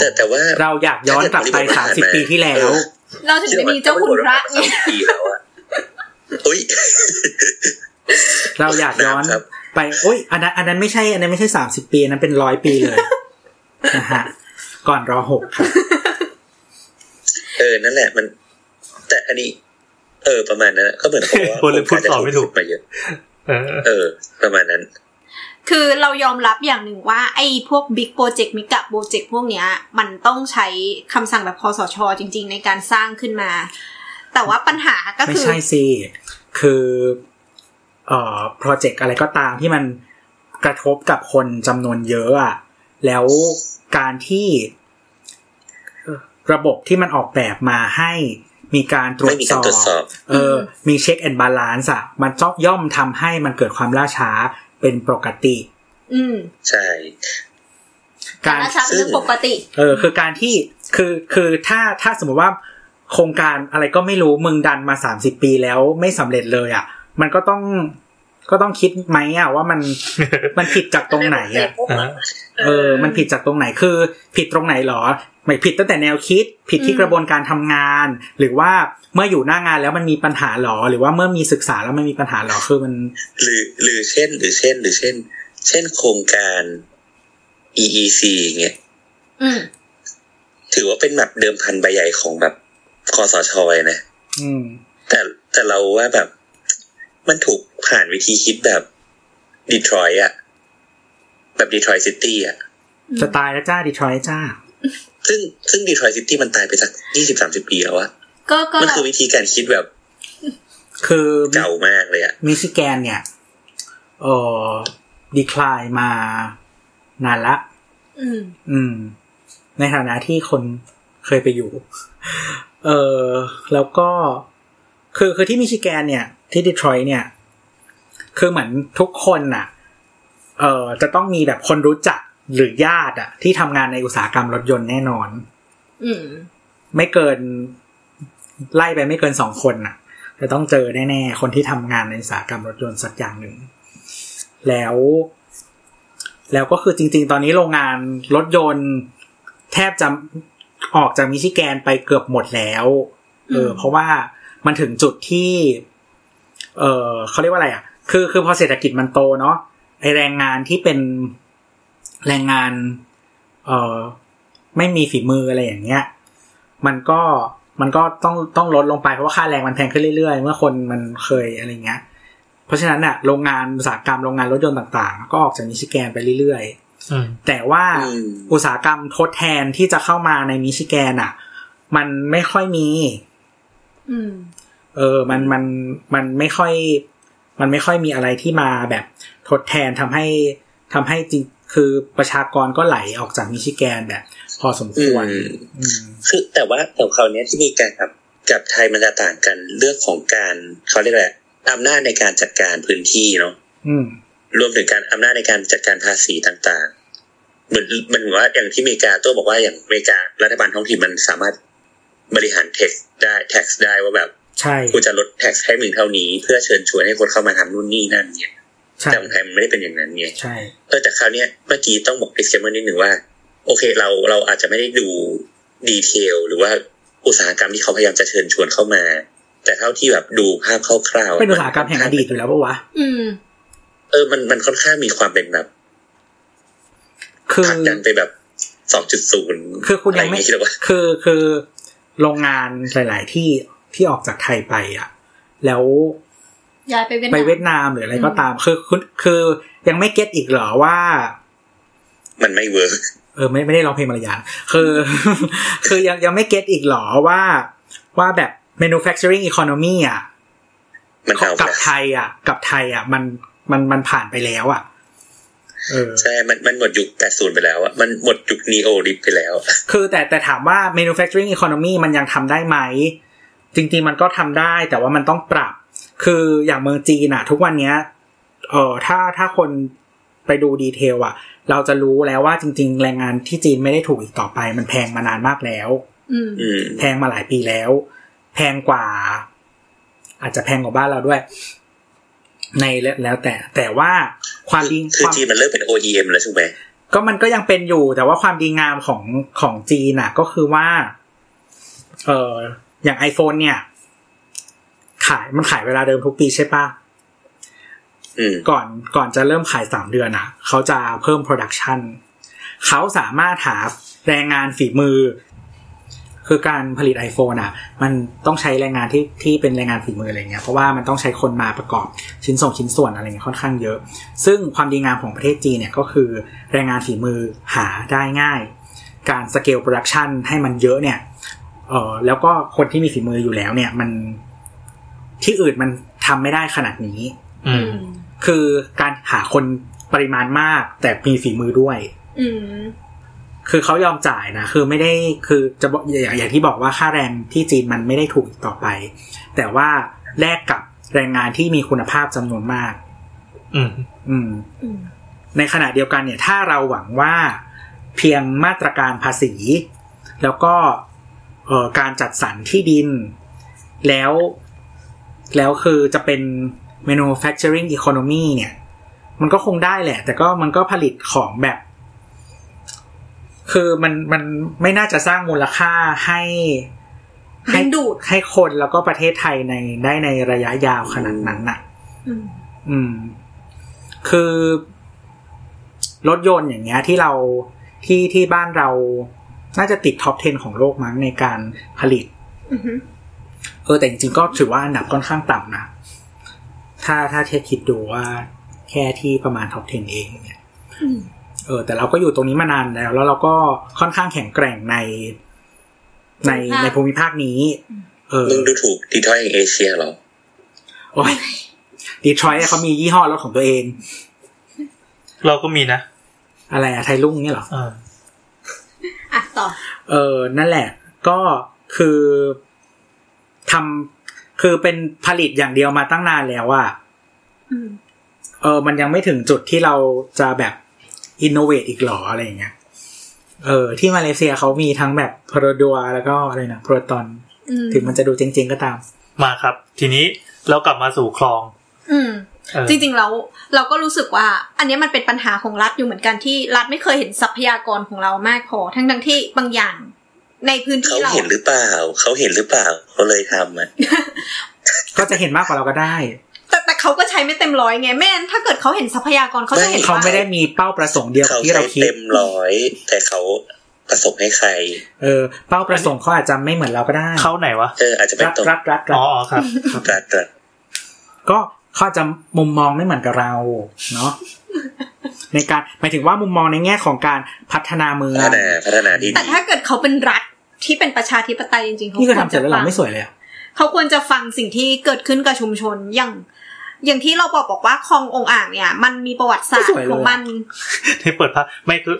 Speaker 2: แต่แต่ว่า
Speaker 3: เราอยากย้อนกลับไปสามสิบปีที่แล้ว
Speaker 5: เราถึงจะมีเจ้าคุณพระไง
Speaker 2: ปีแล้วอะอุ้ย
Speaker 3: เราอยากย้อน
Speaker 2: ครับ
Speaker 3: ไปโอ้ยอันนั้นอันนั้นไม่ใช่ อันนั้นไม่ใช่สามสิบปีอันนั้นเป็นร้อยปีเลย นะฮะ ก่อนรอหกครับ
Speaker 2: เออ นั่นแหละมัน แต่อันนี้ เออ ประมาณนั้นอะก็เหมือนกับว่า
Speaker 4: คนเลยพูดต่อไม่ถูก
Speaker 2: มาเยอะ
Speaker 4: เออ
Speaker 2: เออ ประมาณนั้น
Speaker 5: คือเรายอมรับอย่างหนึ่งว่า ไอ้พวกบิ๊กโปรเจกต์มิกะโปรเจกต์พวกเนี้ย มันต้องใช้คำสั่งแบบคอสช จริง ๆ ในการสร้างขึ้นมา แต่ว่าปัญหาก็
Speaker 3: ไม่
Speaker 5: คือ
Speaker 3: ใช่สิ คือ เอ่อ โปรเจกต์อะไรก็ตามที่มันกระทบกับคนจำนวนเยอะอะ แล้วการที่เอ่อระบบที่มันออกแบบมาให้มีการตรว
Speaker 2: ไม่
Speaker 3: จ
Speaker 2: มี
Speaker 3: ส
Speaker 2: การ
Speaker 3: อบ
Speaker 2: ตรวจสอบ
Speaker 3: เออ มีเช็คแอนด์บาลานซ์อะมันจ้อย่อมทำให้มันเกิดความล่าช้าเป็นปกติ
Speaker 5: อืม
Speaker 2: ใช่
Speaker 5: กา
Speaker 3: การ ร
Speaker 5: ชับเรื่องปกติ
Speaker 3: เออคือการที่คือคือถ้าถ้าสมมติว่าโครงการอะไรก็ไม่รู้มึงดันมาสามสิบปีแล้วไม่สำเร็จเลยอ่ะ มันก็ต้องก็ต้องคิดไหมอ่ะว่ามันมันผิดจากตรงไหนอ่ะ
Speaker 4: อ่า
Speaker 3: เออ มันผิดจากตรงไหนคือ ผิดตรงไหนหรอไม่ผิดตั้งแต่แนวคิด ผิดที่
Speaker 5: อืม
Speaker 3: กระบวนการทำงาน หรือว่าเมื่ออยู่หน้างานแล้วมันมีปัญหาหรอ หรือว่าเมื่อมีศึกษาแล้วมันมีปัญหาหรอคือมัน
Speaker 2: หรือ หรือเช่น หรือเช่น หรือเช่น เช่นโครงการ EEC เงี้ย
Speaker 5: อืม
Speaker 2: ถือว่าเป็นแบบเดิมพันใบใหญ่ของแบบคอสชเลยนะ
Speaker 3: อืม
Speaker 2: แต่แต่เราว่าแบบ มันถูกผ่านวิธีคิดแบบดีทรอยอะแบบดีทรอยซิตี้อะ
Speaker 3: จะตายแล้วจ้าดีทรอยจ้า
Speaker 2: ซึ่งซึ่งดีทรอยซิตี้มันตายไปจากยี่สิบสามสิบปีแล้วอะ
Speaker 5: ก็ก็
Speaker 2: มันคือวิธีการคิดแบบ
Speaker 3: คือ
Speaker 2: เก่ามากเลยอะ
Speaker 3: มิชิแกนเนี่ยเออดีคลายมานานละ
Speaker 5: อืม
Speaker 3: อืม ในฐานะที่คนเคยไปอยู่ เออแล้วก็ คือคือที่มิชิแกนเนี่ย ที่ดีทรอยต์เนี่ย คือเหมือนทุกคนน่ะ เออจะต้องมีแบบคนรู้จักหรือญาติอะที่ทำงานในอุตสาหกรรมรถยนต์แน่นอน
Speaker 5: อืม
Speaker 3: ไม่เกิน ไล่ไปไม่เกินสองคนน่ะจะต้องเจอแน่ๆ คนที่ทำงานในอุตสาหกรรมรถยนต์สักอย่างหนึ่ง แล้ว แล้วก็คือจริง ๆ ตอนนี้โรงงานรถยนต์ แทบจะออกจากมิชิแกนไปเกือบหมดแล้ว เออ
Speaker 5: อืม
Speaker 3: เพราะว่ามันถึงจุดที่ เ เออเขาเรียกว่าอะไรอ่ะ คือคือพอเศรษฐกิจมันโตเนาะไอแรงงานที่เป็นแรงงาน เออไม่มีฝีมืออะไรอย่างเงี้ย มันก็มันก็ต้องต้องลดลงไปเพราะว่าค่าแรงมันแพงขึ้นเรื่อยๆ เมื่อคนมันเคยอะไรเงี้ย เพราะฉะนั้นน่ะโรงงานอุตสาหกรรมโรงงานรถยนต์ต่างๆ ก็ออกจากมิชิแกนไปเรื่อยๆ
Speaker 4: อืม
Speaker 3: แต่ว่า
Speaker 2: อืม
Speaker 3: อุตสาหกรรมทดแทนที่จะเข้ามาในมิชิแกนอ่ะ มันไม่ค่อยมี
Speaker 5: อืม
Speaker 3: เออ มันมันมันไม่ค่อย มันไม่ค่อยมีอะไรที่มาแบบทดแทนทำให้ทำให้จริงคือประชากรก็ไหลออกจากมิชิแกนแบบ พอสมควร
Speaker 2: อืม
Speaker 3: อืม
Speaker 2: คือแต่ว่าแต่คราวเนี้ยที่มีการกับกับไทยมันจะต่างกันเรื่องของการเขาเรียกอะไรอำนาจในการจัดการพื้นที่เนาะ
Speaker 3: อืม
Speaker 2: รวมถึงการอำนาจในการจัดการภาษีต่างๆเหมือนมันเหมือนว่าอย่างที่อเมริกาตัวบอกว่าอย่างอเมริการัฐบาลท้องถิ่นมันสามารถบริหาร tax ได้ tax ได้ว่าแบบ
Speaker 3: ใช่
Speaker 2: กูจะลด tax ให้มึงเท่านี้ เพื่อเชิญชวนให้คนเข้ามาทำนู่นนี่นั่นเนี่ย
Speaker 3: ใช่
Speaker 2: แต่ของไทยมันไม่ได้เป็นอย่างนั้นไง
Speaker 3: ใช่
Speaker 2: เออแต่คราวเนี้ยเมื่อกี้ต้องบอก disclaimer นิดหนึ่งว่า โอเคเราเราอาจจะไม่ได้ดูดีเทลหรือว่าอุตสาหกรรมที่เขาพยายามจะเชิญชวนเข้ามา แต่เท่าที่แบบดูภาพคร่าวๆ
Speaker 3: เป็นอุตสาหกรรมแห่งอดีตอยู่แล้วปะวะ
Speaker 5: อืม
Speaker 2: เออมันมันค่อนข้างมีความเป็นแบบ
Speaker 3: คือ
Speaker 2: ผลักดันไปแบบสองจุดศูนย์
Speaker 3: คือคุณยังไม่
Speaker 2: คิดว่า
Speaker 3: คือคือโรงงานหลาย ๆ ที่ที่ออกจากไทยไปอ่ะ แล้ว
Speaker 5: ย้ายไปเวียด
Speaker 3: ไป
Speaker 5: นาม
Speaker 3: เวียดนามหรืออะไรก็ตาม คือคุณคือยังไม่เก็ตอีกเหรอว่า
Speaker 2: มันไม่เวิร์ก
Speaker 3: เออไม่ไม่ได้ร้องเพลงมารยาทคือ คือยังยังไม่เก็ตอีกเหรอว่าว่าแบบ manufacturing economy อ่ะ
Speaker 2: มันเอา
Speaker 3: กับไทยอ่ะ กับไทยอ่ะ มันมันมันผ่านไปแล้วอ่ะ เออ
Speaker 2: ใช่มันมันหมดยุคแปดศูนย์ไปแล้วอะมันหมดยุคนีโอริปไปแล้ว
Speaker 3: คือแต่แต่ถามว่า manufacturing economy มันยังทำได้ไหม จริง ๆ มันก็ทำได้ แต่ว่ามันต้องปรับ คืออย่างเมืองจีนอะทุกวันเนี้ยเออถ้าถ้าคนไปดูดีเทลอะเราจะรู้แล้วว่าจริง ๆ แรงงานที่จีนไม่ได้ถูกอีกต่อไป มันแพงมานานมากแล้ว
Speaker 5: อืม
Speaker 2: อืม
Speaker 3: แพงมาหลายปีแล้ว แพงกว่า อาจจะแพงกว่าบ้านเราด้วย ในแล้วแต่ แต่ว่าความดี
Speaker 2: คือ
Speaker 3: ความ
Speaker 2: จีนมันเลิกเป็น OEM แล้วใช่ไหม
Speaker 3: ก็มันก็ยังเป็นอยู่แต่ว่าความดีงามของของจีนน่ะ ก็คือว่า เอออย่าง iPhone เนี่ย ขายมันขายเวลาเดิมทุกปีใช่ปะ
Speaker 2: อืม
Speaker 3: ก่อนก่อนจะเริ่มขายสามเดือนอ่ะ เขาจะเพิ่ม production เขาสามารถหาแรงงานฝีมือ คือการผลิต iPhone อ่ะ มันต้องใช้แรงงานที่ที่เป็นแรงงานฝีมืออะไรเงี้ยเพราะว่ามันต้องใช้คนมาประกอบชิ้นส่งชิ้นส่วนอะไรเงี้ยค่อนข้างเยอะ ซึ่งความดีงามของประเทศจีนเนี่ยก็คือแรงงานฝีมือหาได้ง่าย การสเกลโปรดักชันให้มันเยอะเนี่ยเออแล้วก็คนที่มีฝีมืออยู่แล้วเนี่ยมันที่อื่นมันทำไม่ได้ขนาดนี้
Speaker 4: อืม
Speaker 3: คือการหาคนปริมาณมาก แต่มีฝีมือด้วย
Speaker 5: อืม
Speaker 3: คือเขายอมจ่ายนะ คือไม่ได้คือจะบอกอย่างอย่างที่บอกว่าค่าแรงที่จีนมันไม่ได้ถูกอีกต่อไป แต่ว่าแลกกับแรงงานที่มีคุณภาพจำนวนมาก
Speaker 4: อืม
Speaker 3: อืม
Speaker 5: อืม
Speaker 3: ในขณะเดียวกันเนี่ยถ้าเราหวังว่าเพียงมาตรการภาษี แล้วก็เอ่อการจัดสรรที่ดิน แล้วแล้วคือจะเป็น manufacturing economy เนี่ย มันก็คงได้แหละ แต่ก็มันก็ผลิตของแบบ คือมันมันไม่น่าจะสร้างมูลค่าให้
Speaker 5: ดึงดูด
Speaker 3: ให้ให้คนแล้วก็ประเทศไทยในได้ในระยะยาวขนาดนั้นน่ะ
Speaker 5: อืม
Speaker 3: อืม คือรถยนต์อย่างเงี้ยที่เราที่ที่บ้านเราน่าจะติดท็อป 10 ของโลกมั้งในการผลิต
Speaker 5: อืม
Speaker 3: เออแต่จริงๆก็ถือว่าอันดับค่อนข้างต่ำนะ ถ้าถ้าเทียบคิดดูว่าแค่ที่ประมาณท็อป 10 เองเนี่ย
Speaker 5: อืม
Speaker 3: เออ แต่เราก็อยู่ตรงนี้มานานแล้ว แล้วเราก็ค่อนข้างแข็งแกร่งใน ในในภูมิภาคนี้ เออ
Speaker 2: มึงดูถูกดีทอยแห่งเอเชียเหรอ
Speaker 3: โอ้ยดีทรอยต์เขามียี่ห้อรถของตัวเอง
Speaker 4: เราก็มีนะ
Speaker 3: อะไรอะไทยรุ่งเนี่ยเหรอ
Speaker 4: เออ
Speaker 5: อ่ะต่อ
Speaker 3: เออ นั่นแหละ ก็คือทำคือเป็นผลิตอย่างเดียวมาตั้งนานแล้วอะ
Speaker 5: อืม
Speaker 3: เออ มันยังไม่ถึงจุดที่เราจะแบบอินโนเวตอีกหรออะไรอย่างเงี้ย เออ ที่มาเลเซียเขามีทั้งแบบโปรดัวแล้วก็อะไรนะโปรตอน
Speaker 5: อืม
Speaker 3: ถึงมันจะดูเจ๋งๆก็ตาม
Speaker 4: มาครับ ทีนี้เรากลับมาสู่คลอง
Speaker 5: อืม
Speaker 4: เออ
Speaker 5: จริงๆแล้วเราก็รู้สึกว่า อันเนี้ยมันเป็นปัญหาของรัฐอยู่เหมือนกันที่รัฐไม่เคยเห็นทรัพยากรของเรามากพอ ทั้งๆที่บางอย่าง ในพื้น
Speaker 2: เขา
Speaker 5: ที่เรา
Speaker 2: เห็นหรือเปล่า เขาเห็นหรือเปล่าเขาเลยทำอ่ะ
Speaker 3: ก็จะเห็นมากกว่าเราก็ได้
Speaker 5: แต่แต่เขาก็ใช้ไม่เต็มร้อยไงแม่งั้นถ้าเกิดเขาเห็นทรัพยากรเขาจะเห็น
Speaker 3: เขา
Speaker 5: ว่า
Speaker 3: ไม่ได้มีเป้าประสงค์เดียวกับ
Speaker 2: เขา
Speaker 3: ที่เรา
Speaker 2: ใช้
Speaker 3: คิด
Speaker 2: เต็มร้อย แต่เขาประสบให้ใคร
Speaker 3: เออเป้าประสงค์เขาอาจจะไม่เหมือนเราก็ได้
Speaker 4: เขาไหนวะ
Speaker 2: เอออาจจะเป็น
Speaker 3: รัด
Speaker 2: ตรง
Speaker 3: รัดรัดรั
Speaker 4: อ๋อ
Speaker 3: ด
Speaker 4: อ๋อ ครับ
Speaker 2: รัดรัด
Speaker 3: ก็เขาอาจจะมุมมองไม่เหมือนกับเราเนาะ ในการหมายถึงว่ามุมมองในแง่ของการพัฒนาเมือง
Speaker 2: พัฒนาพัฒนาที่
Speaker 5: แต่
Speaker 2: ดี
Speaker 5: ถ้าเกิดเขาเป็นรัฐที่เป็นประชาธิปไตยจริงๆเขา
Speaker 3: นี่
Speaker 5: ค
Speaker 3: ก็
Speaker 5: ว
Speaker 3: ทำ
Speaker 5: ร
Speaker 3: เสร็
Speaker 5: จะ
Speaker 3: จแล้วเห
Speaker 5: ฟั
Speaker 3: ราง ไม่สวยเลยอะ
Speaker 5: เขาควรจะฟังสิ่งที่เกิดขึ้นกับชุมชนอย่าง อย่างที่เราบอกบอกว่าคลององอ่างเนี่ย มันมีประวัติศาสตร์ของมัน
Speaker 4: ที่เปิดพักไม่คือ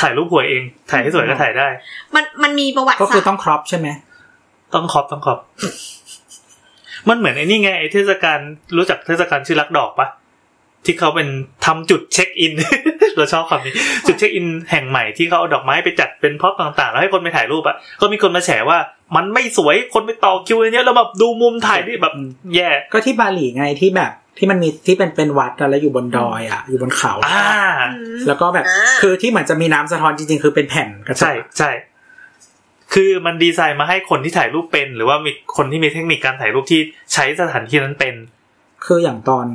Speaker 4: ถ่ายรูปหวยเอง ถ่ายให้สวยก็ถ่ายได้
Speaker 5: มันมันมีประวัติ
Speaker 3: ก็
Speaker 5: ศา
Speaker 3: คือ
Speaker 5: สต
Speaker 3: ต้
Speaker 5: ร์
Speaker 3: องครอปใช่ไหม
Speaker 4: ต้องขอบต้องข อบ มันเหมือนไอ้นี่ไงไอ้เทศกาลรู้จักเทศกาลชื่อรักดอกปะที่เขาเป็นทำจุดเช็คอิน เราชอบคำนี้ จุดเช็คอินแห่งใหม่ที่เขาเอาดอกไม้ไปจัดเป็นพร็อพต่างๆ แล้วให้คนไปถ่ายรูปอะก็มีคนมาแฉว่า มันไม่สวยคนไปต่อคิวอะไรเนี้ยแล้วแบบดูมุมถ่ายที่แบบ แย่
Speaker 3: ก็ที่บาหลีไงที่แบบที่มันมีที่เป็นเป็นวัดอะแล้วอยู่บนดอยอ่ะ อยู่บนเขา
Speaker 4: อ่า
Speaker 5: อืม
Speaker 3: แล้วก็แบบคือที่เหมือนจะมีน้ำสะท้อนจริงๆ คือเป็นแผ่นกระจ
Speaker 4: ใช่
Speaker 3: ก
Speaker 4: ใช่ คือมันดีไซน์มาให้คนที่ถ่ายรูปเป็น หรือว่ามีคนที่มีเทคนิคการถ่ายรูปที่ใช้สถานที่นั้นเป็น
Speaker 3: คืออย่างตอน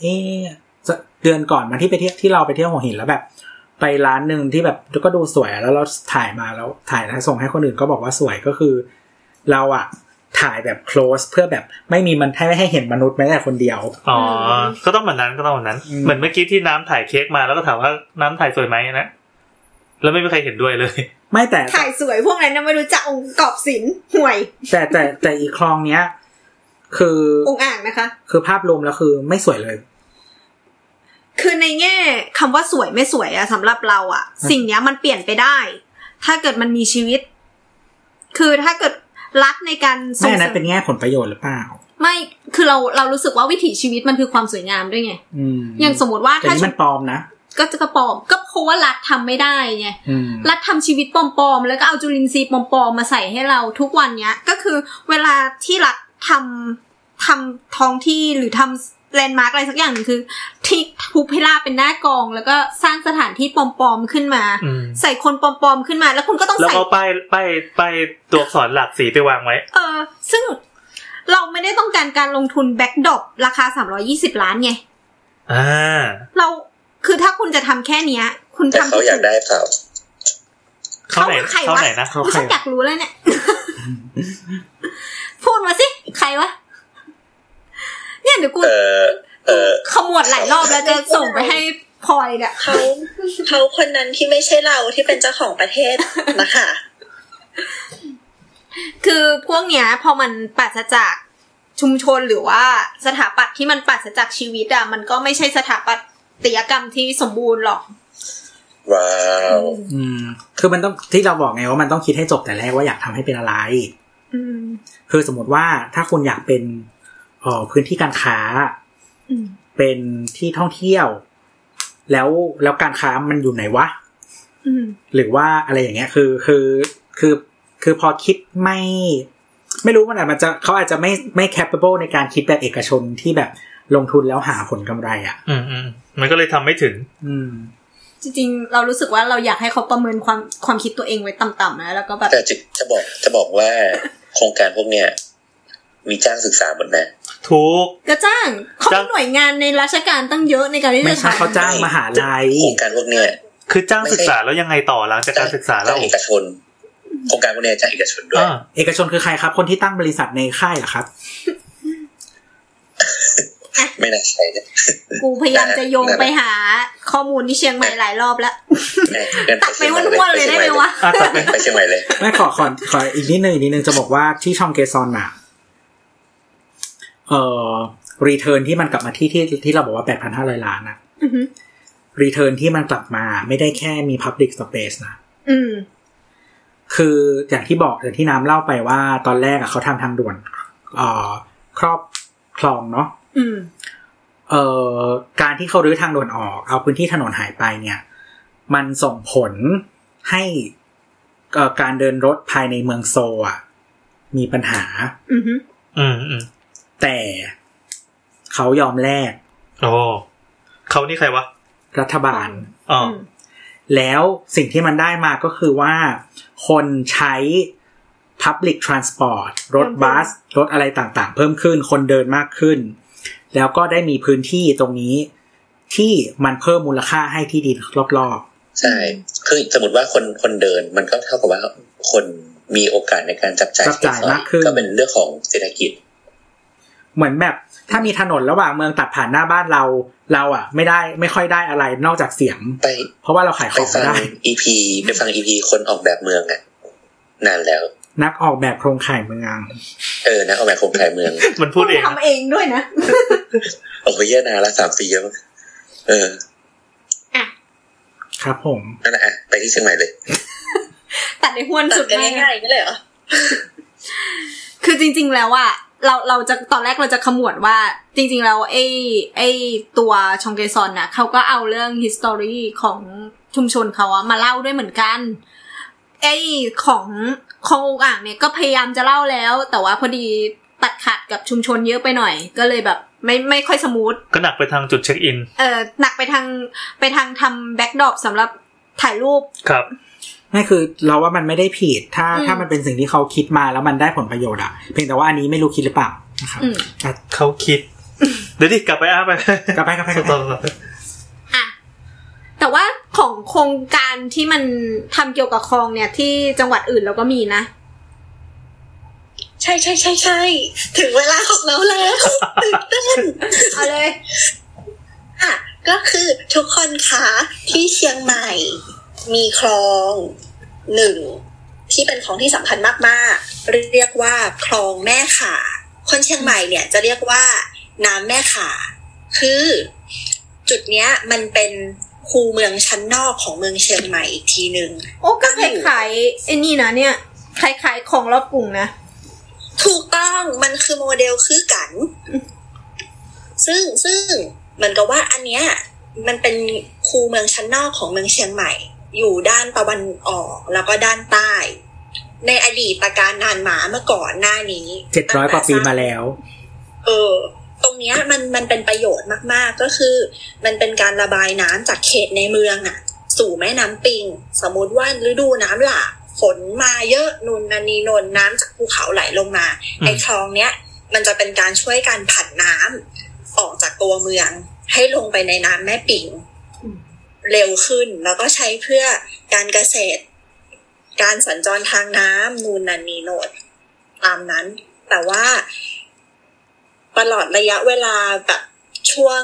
Speaker 3: เอ๊ะจะเดือนก่อนมาที่ไปเที่ยวที่เราไปเที่ยวหัวหินแล้วแบบ ไปร้านหนึ่งที่แบบก็ดูสวยแล้วเราถ่ายมาแล้วถ่ายแล้วส่งให้คนอื่นก็บอกว่าสวยก็คือ เราอะถ่ายแบบ close เพื่อแบบไม่มีมันให้ไม่ให้เห็นมนุษย์แม้แต่คนเดียว
Speaker 4: อ๋อ ก็ต้องแบบนั้นก็ต้องแบบนั้น
Speaker 3: อืม
Speaker 4: เหมือนเมื่อกี้ที่น้ำถ่ายเค้กมาแล้วก็ถามว่าน้ำถ่ายสวยไหมนะ แล้วไม่มีใครเห็นด้วยเลย
Speaker 3: ไม่แต่
Speaker 5: ถ่ายสวยพวกนั้นนะไม่รู้จักองค์กรอบศิลป์ห่วย
Speaker 3: แต่แต่แต่แต่อีกคลองเนี้ย คือ
Speaker 5: องอ่างนะคะ
Speaker 3: คือภาพรวมแล้วคือไม่สวยเลย
Speaker 5: คือในแง่คำว่าสวยไม่สวยอะสำหรับเราอะสิ่งเนี้ยมันเปลี่ยนไปได้ ถ้าเกิดมันมีชีวิต คือถ้าเกิดรัฐในการส่ง
Speaker 3: แม่
Speaker 5: เส
Speaker 3: นั้น
Speaker 5: ริ
Speaker 3: เป็น
Speaker 5: ม
Speaker 3: แง่ผลประโยชน์หรือเปล่า
Speaker 5: ไม่คือเราเรารู้สึกว่าวิถีชีวิตมันคือความสวยงามด้วยไง
Speaker 3: อืม
Speaker 5: อย่างสมมติว่า
Speaker 3: แต่
Speaker 5: ถ้า
Speaker 3: นี่มันปลอมนะ
Speaker 5: ก็จะกระปอมก็เพราะว่ารัฐทำไม่ได้ไง
Speaker 3: อืม
Speaker 5: รัฐทำชีวิตปลอมๆแล้วก็เอาจุลินทรีย์ปลอมๆมาใส่ให้เราทุกวันเนี้ย ก็คือเวลาที่รัฐทำทำท้องที่หรือทำแลนด์มาร์กอะไรสักอย่างหนึ่งคือทิ้งภูพิราบเป็นหน้ากอง แล้วก็สร้างสถานที่ปลอมๆขึ้นมา
Speaker 4: อืม
Speaker 5: ใส่คนปลอมๆขึ้นมา แล้วคุณก็ต้อง
Speaker 4: แล้ว
Speaker 5: ใส่
Speaker 4: เอาป้ายป้ายป้ายตัวอักษรหลักสีไปวางไว้
Speaker 5: เออซึ่งเราไม่ได้ต้องการการลงทุนแบ็กดอปราคา 320 ล้านไง
Speaker 4: อ่า
Speaker 5: เราคือถ้าคุณจะทำแค่เนี้ย คุณ
Speaker 2: แต่
Speaker 5: ทำ
Speaker 2: เขาอยากได้เปล่า
Speaker 4: เขาไหน
Speaker 5: คือใคร
Speaker 4: เขา
Speaker 5: วะ
Speaker 4: ไหนนะ
Speaker 3: เขา
Speaker 5: กู
Speaker 3: ใคร
Speaker 5: ชักอยากรู้แล้วเนี่ย พูดมาสิ ใครวะ เนี่ยเดี๋ยวกู
Speaker 2: เออเออ
Speaker 5: ขมวดหลายรอบแล้วจะส่งไปให้พลอยเนี่ย
Speaker 6: เขาเขาคนนั้นที่ไม่ใช่เราที่เป็นเจ้าของประเทศนะคะ
Speaker 5: คือพวกเนี้ย พอมันปราศจากชุมชนหรือว่าสถาปัตย์ที่มันปราศจากชีวิตอะมันก็ไม่ใช่สถาปัตยกรรมที่สมบูรณ์หรอก
Speaker 2: ว้าว
Speaker 3: อืมคือมันต้องที่เราบอกไงว่ามันต้องคิดให้จบแต่แรกว่าอยากทำให้เป็นอะไร
Speaker 5: อืม
Speaker 3: คือสมมติว่าถ้าคุณอยากเป็นเอ่อพื้นที่การค้า
Speaker 5: อืม
Speaker 3: เป็นที่ท่องเที่ยว แล้วแล้วการค้ามันอยู่ไหนวะ
Speaker 5: อืม
Speaker 3: หรือว่าอะไรอย่างเงี้ยคือคือคือคือพอคิดไม่ ไม่รู้มันอาจมันจะเขาอาจจะไม่ไม่ capable ในการคิดแบบเอกชนที่แบบลงทุนแล้วหาผลกำไรอะ่ะ
Speaker 4: อืมอืมมันก็เลยทำไม่ถึง
Speaker 3: อืม
Speaker 5: จริงๆ เรารู้สึกว่าเราอยากให้เขาประเมินความความคิดตัวเองไว้ต่ำๆนะแล้วก็แบบ
Speaker 2: แต่จะจะบอกจะบอกว่าโครงการพวกเนี้ยมีจ้างศึกษาหมดนะ
Speaker 4: ถูก
Speaker 5: ก็จ้างเขา
Speaker 4: จ้า
Speaker 5: มี
Speaker 4: ง
Speaker 5: หน่วยงานในราชการตั้งเยอะในการที่
Speaker 3: ไม่
Speaker 5: จะ
Speaker 3: ใช่เขา
Speaker 5: ทำ
Speaker 3: จ้างมหาลัย
Speaker 2: โครงการพวกเนี้ย
Speaker 4: คือจ้าง
Speaker 2: ไม่ใช่
Speaker 4: ศึกษาแล้วยังไงต่อหลังจากการศึกษาแล้
Speaker 2: จ้าว งเอกชน โครงการพวกเนี้ยจ้างเอกชนด้วย
Speaker 4: อ่า
Speaker 3: เอกชนคือใครครับ คนที่ตั้งบริษัทในค่ายเหรอครับ
Speaker 2: ไม่น่าใช่นะ
Speaker 5: กูพยายามจะโยง
Speaker 2: นั่นแหละ
Speaker 5: ไปหาข้อมูลที่เชียงใหม่หลายรอบแล้ว
Speaker 2: แม่งั้น
Speaker 5: ตัดไป
Speaker 2: ชียง
Speaker 5: วุ่
Speaker 2: ใม่
Speaker 5: นๆเลยได้ไหมวะ
Speaker 4: อ่ะตัดไป
Speaker 2: ไปเชียงใหม่เลย
Speaker 3: ไม่ขอขอขออีกนิดนึงอีกนิดนึงจะบอกว่าที่ช่องเกซอนน่ะเอ่อรีเทิร์นที่มันกลับมาที่ที่ที่เราบอกว่า 8,500 ล้านนะ
Speaker 5: อือหือ
Speaker 3: รีเทิร์นที่มันกลับมาไม่ได้แค่มี Public Space นะ
Speaker 5: อืม
Speaker 3: คืออย่างที่บอกอย่างที่น้ำเล่าไปว่าตอนแรกอะเขาทำทางด่วนเอ่อครอบคลองเนาะ
Speaker 5: อืม
Speaker 3: เอ่อการที่เขารื้อทางด่วนออก เอาพื้นที่ถนนหายไปเนี่ย มันส่งผลให้เอ่อการเดินรถภายในเมืองโซลอะมีปัญหา
Speaker 5: อือหือ
Speaker 4: อืมอืม
Speaker 3: แต่เขายอมแลก
Speaker 4: โอ้เขานี่ใครวะ
Speaker 3: รัฐบาล
Speaker 4: อ๋อ
Speaker 5: อื
Speaker 4: อ
Speaker 5: ม
Speaker 3: แล้วสิ่งที่มันได้มาก็คือว่า คนใช้ Public Transport รถบัส รถอะไรต่างๆ เพิ่มขึ้น คนเดินมากขึ้น แล้วก็ได้มีพื้นที่ตรงนี้ ที่มันเพิ่มมูลค่าให้ที่ดินรอบ
Speaker 2: ใช่ คือสมมติว่าคนคนเดินมันก็เท่ากับว่าคนมีโอกาสในการจับจ่าย
Speaker 3: ๆจับจ่าย
Speaker 2: ใสอ
Speaker 3: มากขึ้น
Speaker 2: ก็เป็นเรื่องของเศรษฐกิจ
Speaker 3: เหมือนแบบถ้ามีถนนระหว่างเมืองตัดผ่านหน้าบ้านเรา เราอ่ะ ไม่ได้ไม่ค่อยได้อะไรนอกจากเสียง
Speaker 2: ไป
Speaker 3: เพราะว่าเราขายข
Speaker 2: ไป
Speaker 3: อง
Speaker 2: ฟั
Speaker 3: ไม่
Speaker 2: ง
Speaker 3: ได้
Speaker 2: อีพีไปฟังอีพีคนออกแบบเมืองอ่ะนานแล้ว
Speaker 3: นักออกแบบโครงข่ายเมือง
Speaker 2: เออนะออกแบบโครงข่าย เมือง
Speaker 4: มันพูดเอง
Speaker 5: ทำเองด้วยนะ
Speaker 2: โอ้โหเหี้ยอะนานละสามปีแล้วมั้งเออ
Speaker 3: ครับผม
Speaker 2: นั่นแหละอ่ะไปที่เชียงใหม่เลย
Speaker 5: ตัดในห้วน
Speaker 6: ตั
Speaker 5: สุ
Speaker 6: ด
Speaker 5: ด
Speaker 6: กัน
Speaker 5: มาก
Speaker 6: ง่ายๆก็เลยเหรอ
Speaker 5: คือจริง ๆ แล้วอะเราเราจะตอนแรกเราจะขมวดว่าจริง ๆ แล้วไอ้ไอ้ตัวชองเกซอนนะเขาก็เอาเรื่อง history ของชุมชนเขาอะมาเล่าด้วยเหมือนกัน ไอ้ของขององค์อ่างเนี่ยก็พยายามจะเล่าแล้ว แต่ว่าพอดีตัดขาดกับชุมชนเยอะไปหน่อย ก็เลยแบบไม่ไม่ค่อยสมูท
Speaker 4: ก็หนักไปทางจุดเช็คอิน
Speaker 5: เออหนักไปทางไปทางทำแบ็กดอปสำหรับถ่ายรูป
Speaker 4: ครับ
Speaker 3: นั่นคือเราว่ามันไม่ได้ผิด ถ้า
Speaker 5: อืม
Speaker 3: ถ้ามันเป็นสิ่งที่เขาคิดมาแล้วมันได้ผลประโยชน์อะเพียงแต่ว่าอันนี้ไม่รู้คิดหรือเปล่านะครับ
Speaker 5: อืม
Speaker 3: อ่ะ
Speaker 4: เขาคิด เดี๋ยวดิกลับไปอ้าไป
Speaker 3: กลับไปกลับไปกลับไป
Speaker 4: ต่อต่อต่อ
Speaker 5: อะแต่ว่าของโครงการที่มันทำเกี่ยวกับคลองเนี่ยที่จังหวัดอื่นเราก็มีนะ
Speaker 6: ใช่ใช่ใช่ใช่ถึงเวลาของเราแล้วตื่นเต้น
Speaker 5: เอาเลย
Speaker 6: ค่ะก็คือทุกคนคะที่เชียงใหม่ มีคลองหนึ่งที่เป็นคลองที่สำคัญมากๆ เรียกว่าคลองแม่ขา คนเชียงใหม่เนี่ยจะเรียกว่าน้ำแม่ขา คือจุดเนี้ยมันเป็นคูเมืองชั้นนอกของเมืองเชียงใหม่อีกทีหนึ่ง
Speaker 5: โอ้ก็คล้ายๆไอ้นี่นะเนี่ยคล้ายๆของรอบกลุ่มนะ
Speaker 6: ถูกต้องมันคือโมเดลคือกัน ซึ่งซึ่งเหมือนกับว่าอันเนี้ยมันเป็นคูเมืองชั้นนอกของเมืองเชียงใหม่ อยู่ด้านตะวันออกแล้วก็ด้านใต้ ในอดีตการนานหมาเมื่อก่อนหน้านี้
Speaker 3: เจ็ดร้อยกว่าปีมาแล้ว
Speaker 6: เออ ตรงเนี้ยมันมันเป็นประโยชน์มากๆก็คือ มันเป็นการระบายน้ำจากเขตในเมืองอะสู่แม่น้ำปิง สมมติว่าฤดูน้ำหลากฝนมาเยอะนุนนันนีนนน้ำจากภูเขาไหลลงมา ไอ้คลองเนี้ยมันจะเป็นการช่วยการผันน้ำออกจากตัวเมือง ให้ลงไปในน้ำแม่ปิง เร็วขึ้นแล้วก็ใช้เพื่อการเกษตร การสัญจรทางน้ำนูนนันนีโนดตามนั้น แต่ว่า ตลอดระยะเวลาแบบช่วง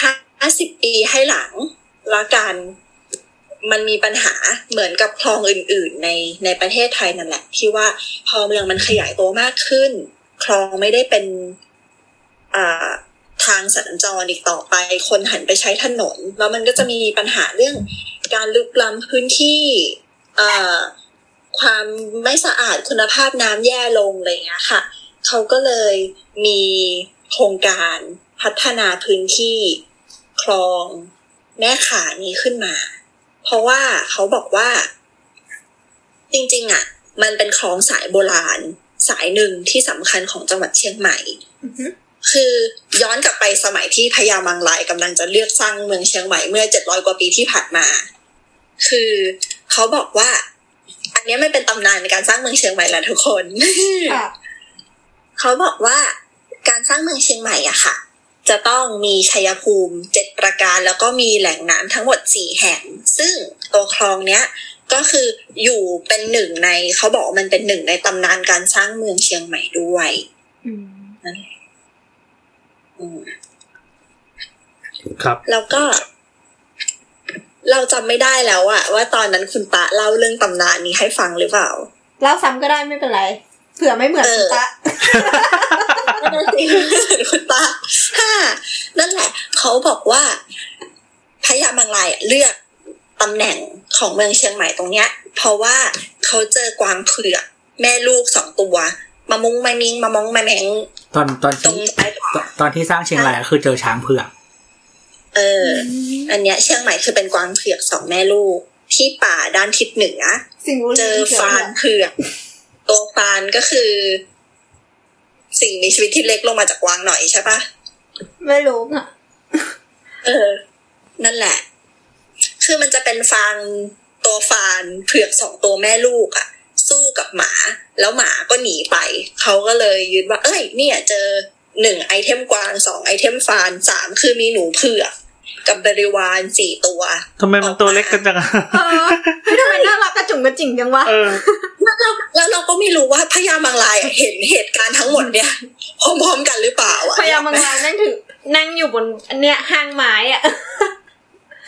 Speaker 6: ห้าสิบปีให้หลัง แล้วกันมันมีปัญหาเหมือนกับคลองอื่น ๆ ในในประเทศไทยนั่นแหละ ที่ว่าพอเมืองมันขยายตัวมากขึ้น คลองไม่ได้เป็นอ่าทางสัญจรอีกต่อไป คนหันไปใช้ถนน แล้วมันก็จะมีปัญหาเรื่องการลุกล้ำพื้นที่เอ่อความไม่สะอาดคุณภาพน้ำแย่ลงอะไรอย่างเงี้ยค่ะ เขาก็เลยมีโครงการพัฒนาพื้นที่คลองแม่ขานี้ขึ้นมา เพราะว่าเขาบอกว่า จริงๆอ่ะ มันเป็นคลองสายโบราณ สายหนึ่งที่สำคัญของจังหวัดเชียงใหม่
Speaker 5: อือฮึ
Speaker 6: คือย้อนกลับไปสมัยที่พญามังรายกำลังจะเลือกสร้างเมืองเชียงใหม่เมื่อเจ็ดร้อยกว่าปีที่ผ่านมา คือเขาบอกว่า อันเนี้ยมันเป็นตำนานในการสร้างเมืองเชียงใหม่แหละทุกคน เขาบอกว่าการสร้างเมืองเชียงใหม่อะค่ะ จะต้องมีชัยภูมิเจ็ดประการ แล้วก็มีแหล่งน้ำทั้งหมดสี่แห่ง ซึ่งตัวคลองเนี้ยก็คืออยู่เป็นหนึ่งในเขาบอกว่ามันเป็นหนึ่งในตำนานการสร้างเมืองเชียงใหม่ด้วย อืม
Speaker 4: ครับ
Speaker 6: แล้วก็ เราจำไม่ได้แล้วอะว่าตอนนั้นคุณตะเล่าเรื่องตำนานนี้ให้ฟังหรือเปล่า
Speaker 5: เล่าซ้ำก็ได้ไม่เป็นไร เผื่อไม่เหมือน
Speaker 6: เอ
Speaker 5: คุ
Speaker 6: อ
Speaker 5: ณตะ
Speaker 6: คุณตาห้านั่นแหละ เขาบอกว่าพญามังรายอะเลือกตำแหน่งของเมืองเชียงใหม่ตรงเนี้ย เพราะว่าเขาเจอกวางเผือกแม่ลูกสองตัวมามุงมามิงมาม้องมาแมง
Speaker 3: ตอนตอน
Speaker 6: ตร
Speaker 3: ที่
Speaker 6: งไอ้
Speaker 3: ตตอนที่สร้างเชียงรายก็คือเจอช้างเผือก
Speaker 6: เออ อันเนี้ยเชียงใหม่คือเป็นกวางเผือกสองแม่ลูก ที่ป่าด้านทิศเหนือ
Speaker 5: สิงห์บุรี
Speaker 6: เจอฟานเผือกตัวฟานก็คือ สิ่งมีชีวิตที่เล็กลงมาจากกวางหน่อยใช่ปะ
Speaker 5: ไม่รู้อะ
Speaker 6: เออ นั่นแหละ คือมันจะเป็นฟางตัวฟานเผือกสองตัวแม่ลูกอะสู้กับหมา แล้วหมาก็หนีไป เขาก็เลยยึดว่า เอ้ย เนี่ย เจอ หนึ่งไอเทมกวางสองไอเทมฟานสามคือมีหนูเผือกกับบริวารสี่ตัว
Speaker 4: ทำไมมันตัวเล็กกันจังอะ
Speaker 5: เออเฮ้ยทำไมน่ารักกระจุงกระจิงจังวะ
Speaker 4: เออ
Speaker 6: แล้วเราแล้วเราก็ไม่รู้ว่าพญามังรายเห็นเหตุการณ์ทั้งหมดเนี่ยพร้อมๆกันหรือเปล่าอะ
Speaker 5: พยามังลานั่งถึงนั่งอยู่บนเนี่ยห้างไม้อะ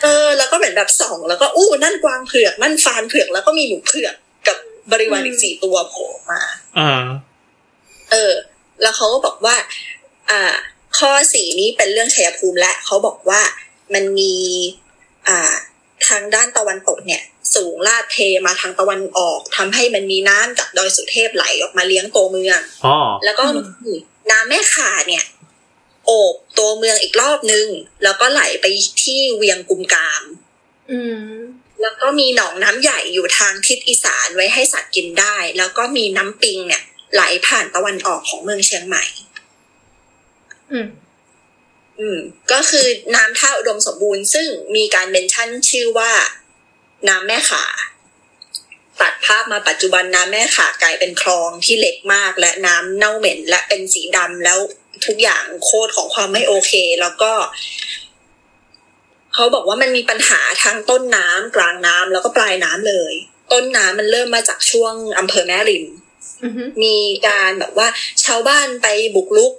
Speaker 6: เออแล้วก็เหมือนแบบส่องแล้วก็อู้นั่นกวางเผือกนั่นฟานเผือกแล้วก็มีหนูเผือกกับบริวารอีกสี่ตัวโผล่มา
Speaker 4: เออ
Speaker 6: เออ แล้วเขาก็บอกว่า อ่า ข้อสี่นี้เป็นเรื่องชัยภูมิและเขาบอกว่ามันมี อ่า ทางด้านตะวันตกเนี่ย สูงลาดเทมาทางตะวันออกทำให้มันมีน้ำจากดอยสุเทพไหลออกมาเลี้ยงตัวเมือง
Speaker 4: อ๋อ
Speaker 6: แล้วก็มีน้ำแม่ข่าเนี่ย โอบตัวเมืองอีกรอบนึง แล้วก็ไหลไปที่เวียงกุมกาม
Speaker 5: อืม
Speaker 6: แล้วก็มีหนองน้ำใหญ่อยู่ทางทิศอีสานไว้ให้สัตว์กินได้ แล้วก็มีน้ำปิงเนี่ย ไหลผ่านตะวันออกของเมืองเชียงใหม่
Speaker 5: อืม
Speaker 6: อืมก็คือน้ำท่าอุดมสมบูรณ์ซึ่งมีการเมนชั่นชื่อว่าน้ำแม่ขาตัดภาพมาปัจจุบันน้ำแม่ขากลายเป็นคลองที่เล็กมาก และน้ำเน่าเหม็น และเป็นสีดำแล้วทุกอย่างโคตรของความไม่โอเค แล้วก็ เขาบอกว่ามันมีปัญหาทางต้นน้ำกลางน้ำแล้วก็ปลายน้ำเลย ต้นน้ำมันเริ่มมาจากช่วงอำเภอแม่ริม
Speaker 5: อือหือ
Speaker 6: มีการแบบว่าชาวบ้านไปบุกรุก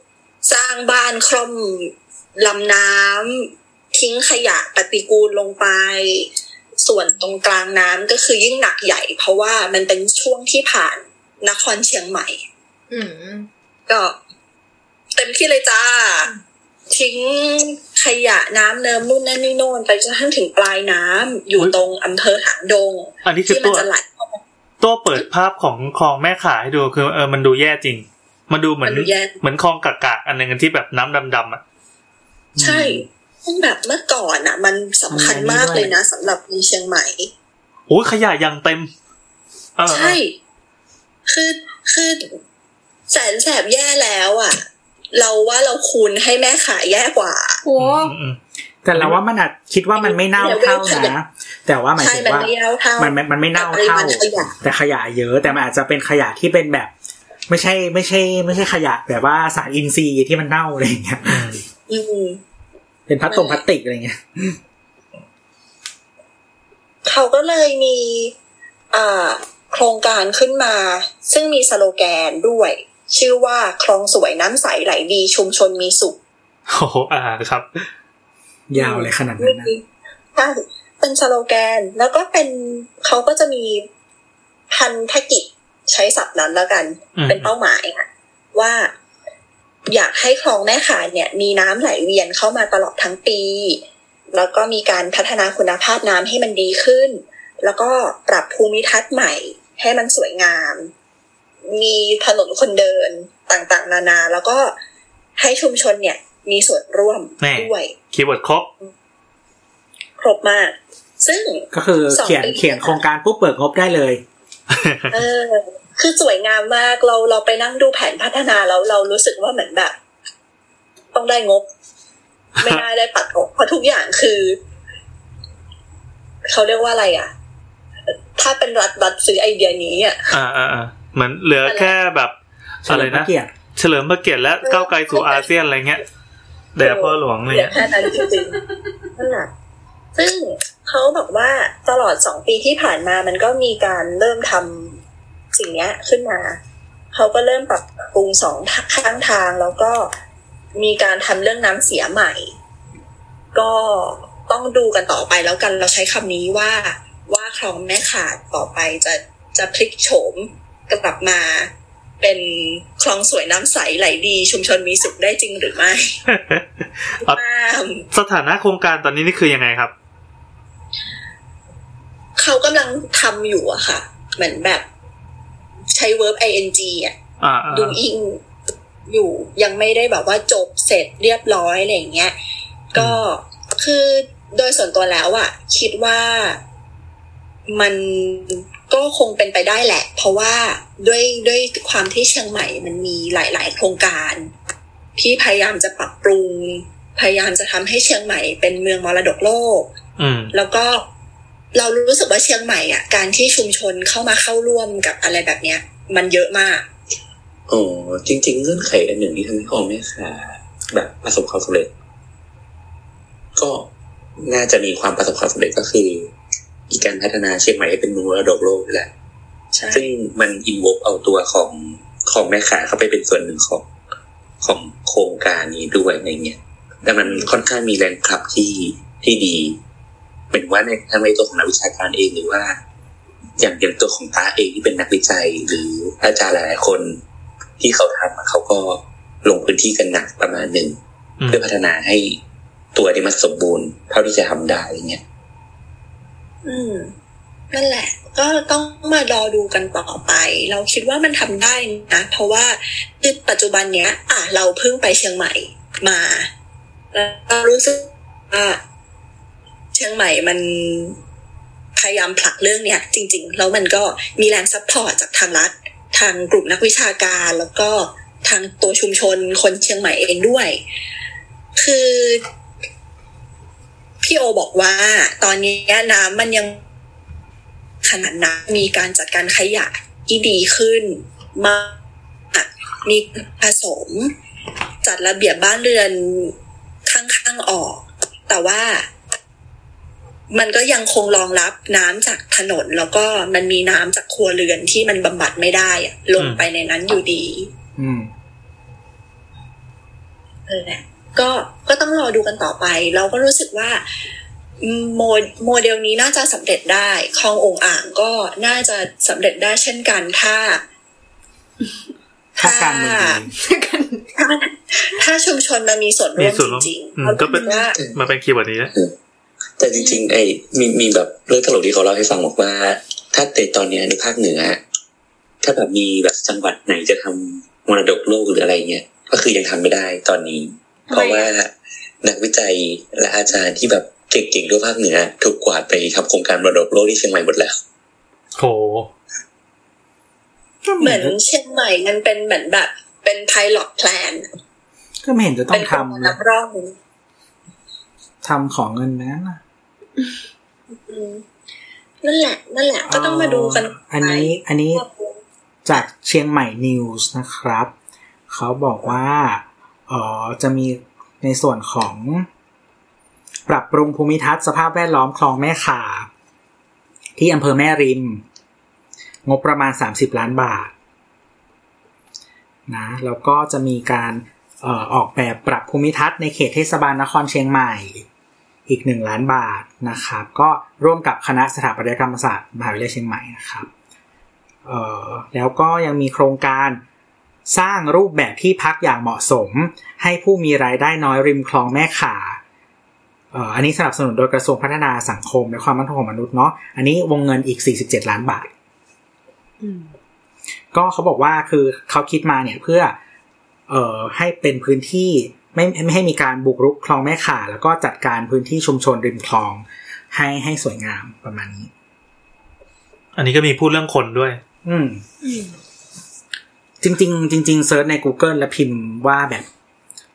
Speaker 6: สร้างบ้านคล่อมลำน้ำทิ้งขยะปฏิกูลลงไป ส่วนตรงกลางน้ำก็คือยิ่งหนักใหญ่ เพราะว่ามันเป็นช่วงที่ผ่านนครเชียงใหม่
Speaker 5: อืม
Speaker 6: ก็ เต็มที่เลยจ้า ทิ้งขยะน้ำเนิมนู่นนั่นนี่โน่นไปจนกระทั่งถึงปลายน้ำอยู่ตรงอำเภอหางดง
Speaker 4: อันนี้คือ
Speaker 6: ที่มั
Speaker 4: ตัว
Speaker 6: นจะไหล
Speaker 4: ตัวเปิดภาพของคลองแม่ขาให้ดูคือเออมันดูแย่จริง มันดูเหมือน
Speaker 6: มันดูแย่
Speaker 4: เหมือนคลองกากๆอันหนึงที่แบบน้ำดำๆอ่ะ
Speaker 6: ใช่ซึ่งแบบเมื่อก่อนอ่ะ มันสำคัญมากเลยนะสำหรับในเชียงใหม่
Speaker 4: โอ้ยขยะอย่างเต็มเออ
Speaker 6: ใช่ คือ คือแสนแสบแย่แล้วอ่ะ เราว่าเราคูณให้แม่ขายแย่กว่า
Speaker 5: โห
Speaker 4: อืมอืม
Speaker 3: แต่เราว่ามันอาจคิดว่ามันไม่เน่าเท่านะแต่ว่าหมาย
Speaker 6: ใช่
Speaker 3: ถึง
Speaker 6: มัน
Speaker 3: ว่า
Speaker 6: ไม่เล่าเท่า
Speaker 3: มั
Speaker 6: มัน
Speaker 3: มันมันไม่เน่า
Speaker 6: ริ
Speaker 3: เท่า
Speaker 6: มาณขยะ
Speaker 3: แต่ขยะเยอะ แต่มันอาจจะเป็นขยะที่เป็นแบบ ไม่ใช่ไม่ใช่ ไม่ใช่ขยะแบบว่าสารอินทรีย์ที่มันเน่าอะไรอย่างเงี้ย
Speaker 4: อืม
Speaker 6: อืม
Speaker 3: เป็นพลาสติกพลาสติกอะไรเงี้ย
Speaker 6: เขาก็เลยมีอ่าโครงการขึ้นมา ซึ่งมีสโลแกนด้วย ชื่อว่าคลองสวยน้ำใสไหลดีชุมชนมีสุข
Speaker 4: โอ้โหอ่าครับ
Speaker 3: ยาวเลยขนาดนั้นนะ
Speaker 6: ใช่เป็นสโลแกนแล้วก็เป็นเขาก็จะมีพันธกิจใช้ศัพท์นั้นแล้วกัน
Speaker 4: อืม
Speaker 6: เป็นเป้าหมายอะว่า อยากให้คลองแม่ขานเนี่ย มีน้ำไหลเวียนเข้ามาตลอดทั้งปี แล้วก็มีการพัฒนาคุณภาพน้ำให้มันดีขึ้น แล้วก็ปรับภูมิทัศน์ใหม่ ให้มันสวยงาม มีถนนคนเดินต่างๆ นานา แล้วก็ให้ชุมชนเนี่ย มีส่วนร่วม
Speaker 4: แน่
Speaker 6: ด้วย
Speaker 4: คีย์เวิร์ดครบ
Speaker 6: ครบมาก ซึ่ง
Speaker 3: ก็คือเขียน
Speaker 6: สองปี
Speaker 3: เขียนโครงการปุ๊บเปิดงบได้เลย
Speaker 6: เออ คือสวยงามมาก เราเราไปนั่งดูแผนพัฒนาแล้วเรารู้สึกว่าเหมือนแบบ ต้องได้งบ ไม่น่าได้ปัดออกเพราะทุกอย่างคือ เขาเรียกว่าอะไรอ่ะ ถ้าเป็นรัฐรัฐซื้อไอเดียนี้อ่ะ
Speaker 4: อ่าอ่าอ่าเหมือนเหลือแค่แบบอะ
Speaker 3: เฉ
Speaker 4: ไร
Speaker 3: ลิมพ
Speaker 4: นะ
Speaker 3: เกียรติ
Speaker 4: เฉลิมพระเกียรติและก้าวไกลสู่อาเซียนอะไรเงี้ยแด่พ่อหลวงอะไร
Speaker 6: เหลือ
Speaker 4: เงี้ย
Speaker 6: แค่นั้นจริงๆนั่นแหละซึ่งเขาบอกว่าตลอดสองปีที่ผ่านมามันก็มีการเริ่มทำสิ่งเนี้ยขึ้นมา เขาก็เริ่มปรับปรุงสองข้างทางแล้วก็มีการทำเรื่องน้ำเสียใหม่ ก็ต้องดูกันต่อไปแล้วกันเราใช้คำนี้ว่าว่าคลองแม่ขาดต่อไปจะจะพลิกโฉมกลับมา เป็นคลองสวยน้ำใสไหลดีชุมชนมีสุขได้จริงหรือไม่ห้าม
Speaker 4: สถานะโครงการตอนนี้นี่คือยังไงครับ
Speaker 6: เขากำลังทำอยู่อะค่ะ เหมือนแบบใช้ verb ing อะ
Speaker 4: อ่าอ่า
Speaker 6: ดูอิงอยู่ยังไม่ได้แบบว่าจบเสร็จเรียบร้อยอะไรอย่างเงี้ย ก็คือโดยส่วนตัวแล้วอะคิดว่ามันก็คงเป็นไปได้แหละ เพราะว่าด้วยด้วยความที่เชียงใหม่มันมีหลาย ๆ โครงการ ที่พยายามจะปรับปรุง พยายามจะทำให้เชียงใหม่เป็นเมืองมรดกโลก
Speaker 4: อืม
Speaker 6: แล้วก็เรารู้สึกว่าเชียงใหม่อ่ะ การที่ชุมชนเข้ามาเข้าร่วมกับอะไรแบบเนี้ย มันเยอะมาก
Speaker 2: โอ้จริง ๆ เงื่อนไขอันหนึ่งที่ทำให้พ่อแม่สาแบบประสบความสำเร็จ ก็น่าจะมีความประสบความสำเร็จก็คือมีการพัฒนาเชียงใหม่ให้เป็นเมืองมรดกโลกนี่แหละ
Speaker 6: ใช่
Speaker 2: ซึ่งมันอินวอเอาตัวของของแม่ขาเข้าไปเป็นส่วนหนึ่งของของโครงการนี้ด้วยอะไรเงี้ยแต่มันค่อนข้างมีแรงขับที่ที่ดี เป็นว่าในทั้งในตัวของนักวิชาการเองหรือว่า อย่างอย่างตัวของตาเองที่เป็นนักวิจัย หรืออาจารย์หลายๆคนที่เขาทำอะเขาก็ลงพื้นที่กันหนักประมาณหนึ่ง
Speaker 4: อืม
Speaker 2: เพื่อพัฒนาให้ตัวนี้มันสมบูรณ์เท่าที่จะทำได้อะไรเงี้ย
Speaker 6: อืมนั่นแหละ ก็ต้องมารอดูกันต่อไป เราคิดว่ามันทำได้นะเพราะว่าคือปัจจุบันเนี้ย อ่ะเราเพิ่งไปเชียงใหม่มา แล้วเรารู้สึกว่าเชียงใหม่มันพยายามผลักเรื่องเนี้ย จริง ๆ แล้วมันก็มีแรงซัพพอร์ตจากทางรัฐ ทางกลุ่มนักวิชาการ แล้วก็ทางตัวชุมชนคนเชียงใหม่เองด้วย คือ พี่โอบอกว่า ตอนนี้น้ำมันยังขนาดน้ำมีการจัดการขยะที่ดีขึ้นมากมีผสม จัดระเบียบบ้านเรือนข้างๆออก แต่ว่ามันก็ยังคงรองรับน้ำจากถนน แล้วก็มันมีน้ำจากครัวเรือนที่มันบำบัดไม่ได้อะลงไปในนั้นอยู่ดี
Speaker 3: อืม
Speaker 6: เออแหละก็ก็ต้องรอดูกันต่อไป เราก็รู้สึกว่าโมโมเดลนี้น่าจะสำเร็จได้คลององอ่างก็น่าจะสำเร็จได้เช่นกันถ้า
Speaker 3: ถ้าการเมืองดี
Speaker 6: ถ้าถ้าชุมชนมันมีส่วนร่
Speaker 4: มี
Speaker 6: วม
Speaker 4: ส่วนร่วม
Speaker 6: จริง
Speaker 4: อื
Speaker 6: ๆ
Speaker 4: ม
Speaker 6: เรา
Speaker 4: ก็
Speaker 6: ก็
Speaker 4: เป็
Speaker 6: คิ
Speaker 4: น
Speaker 6: ดว่า
Speaker 4: มาเป็นคีย์เวิร์ดนี้นะ
Speaker 2: แต่จริงๆไอ้มีมีแบบเรื่องตลกที่เขาเล่าให้ฟังบอกว่า ถ้าเตะตอนเนี้ยในภาคเหนือ ถ้าแบบมีแบบจังหวัดไหนจะทำมรดกโลกหรืออะไรเงี้ยก็คือยังทำไม่ได้ตอนนี้ เพราะว่านักวิจัยและอาจารย์ที่แบบเก่งๆทั่วภาคเหนือ ถูกกวาดไปทำโครงการมรดกโลกที่เชียงใหม่หมดแล้ว
Speaker 4: โห
Speaker 3: ก็
Speaker 6: เห
Speaker 3: ไม่
Speaker 6: มื
Speaker 3: เห็
Speaker 6: อน
Speaker 3: น
Speaker 6: เชียงใหม่มันเป็นเหมือนแบบเป็นไพลอตแพลน
Speaker 3: ก็ไม่เห็นจะต้อ
Speaker 6: เป็
Speaker 3: ง
Speaker 6: น
Speaker 3: ทำนะ
Speaker 6: น้ำร่อง
Speaker 3: ทำของเงินนั้นนะ
Speaker 6: อืมนั่นแหละ นั่นแหละ ก็ต้องมาดูกัน
Speaker 3: อันนี้ อันนี้จากเชียงใหม่นิวส์นะครับ เขาบอกว่าเออจะมีในส่วนของ ปรับปรุงภูมิทัศน์สภาพแวดล้อมคลองแม่ข่าที่อำเภอแม่ริม งบประมาณ 30 ล้านบาท นะแล้วก็จะมีการเอ่อออกแบบปรับภูมิทัศน์ในเขตเทศบาลนครเชียงใหม่ อีก 1 ล้านบาทนะครับ ก็ร่วมกับคณะสถาปัตยกรรมศาสตร์มหาวิทยาลัยเชียงใหม่นะครับเอ่อแล้วก็ยังมีโครงการสร้างรูปแบบที่พักอย่างเหมาะสม ให้ผู้มีรายได้น้อยริมคลองแม่ข่าเอ่ออันนี้สนับสนุนโดยกระทรวงพัฒนาสังคม และความมั่นคงของมนุษย์เนาะอันนี้วงเงินอีก 47 ล้านบาท ก็เขาบอกว่าคือเขาคิดมาเนี่ยเพื่อเอ่อให้เป็นพื้นที่ไม่ไม่ให้มีการบุกรุกคลองแม่ข่า แล้วก็จัดการพื้นที่ชุมชนริมคลอง ให้ให้สวยงามประมาณนี้
Speaker 4: อันนี้ก็มีพูดเรื่องคนด้วย
Speaker 3: อืม จริง ๆ จริง ๆ เซิร์ชใน Google แล้วพิมพ์ว่าแบบ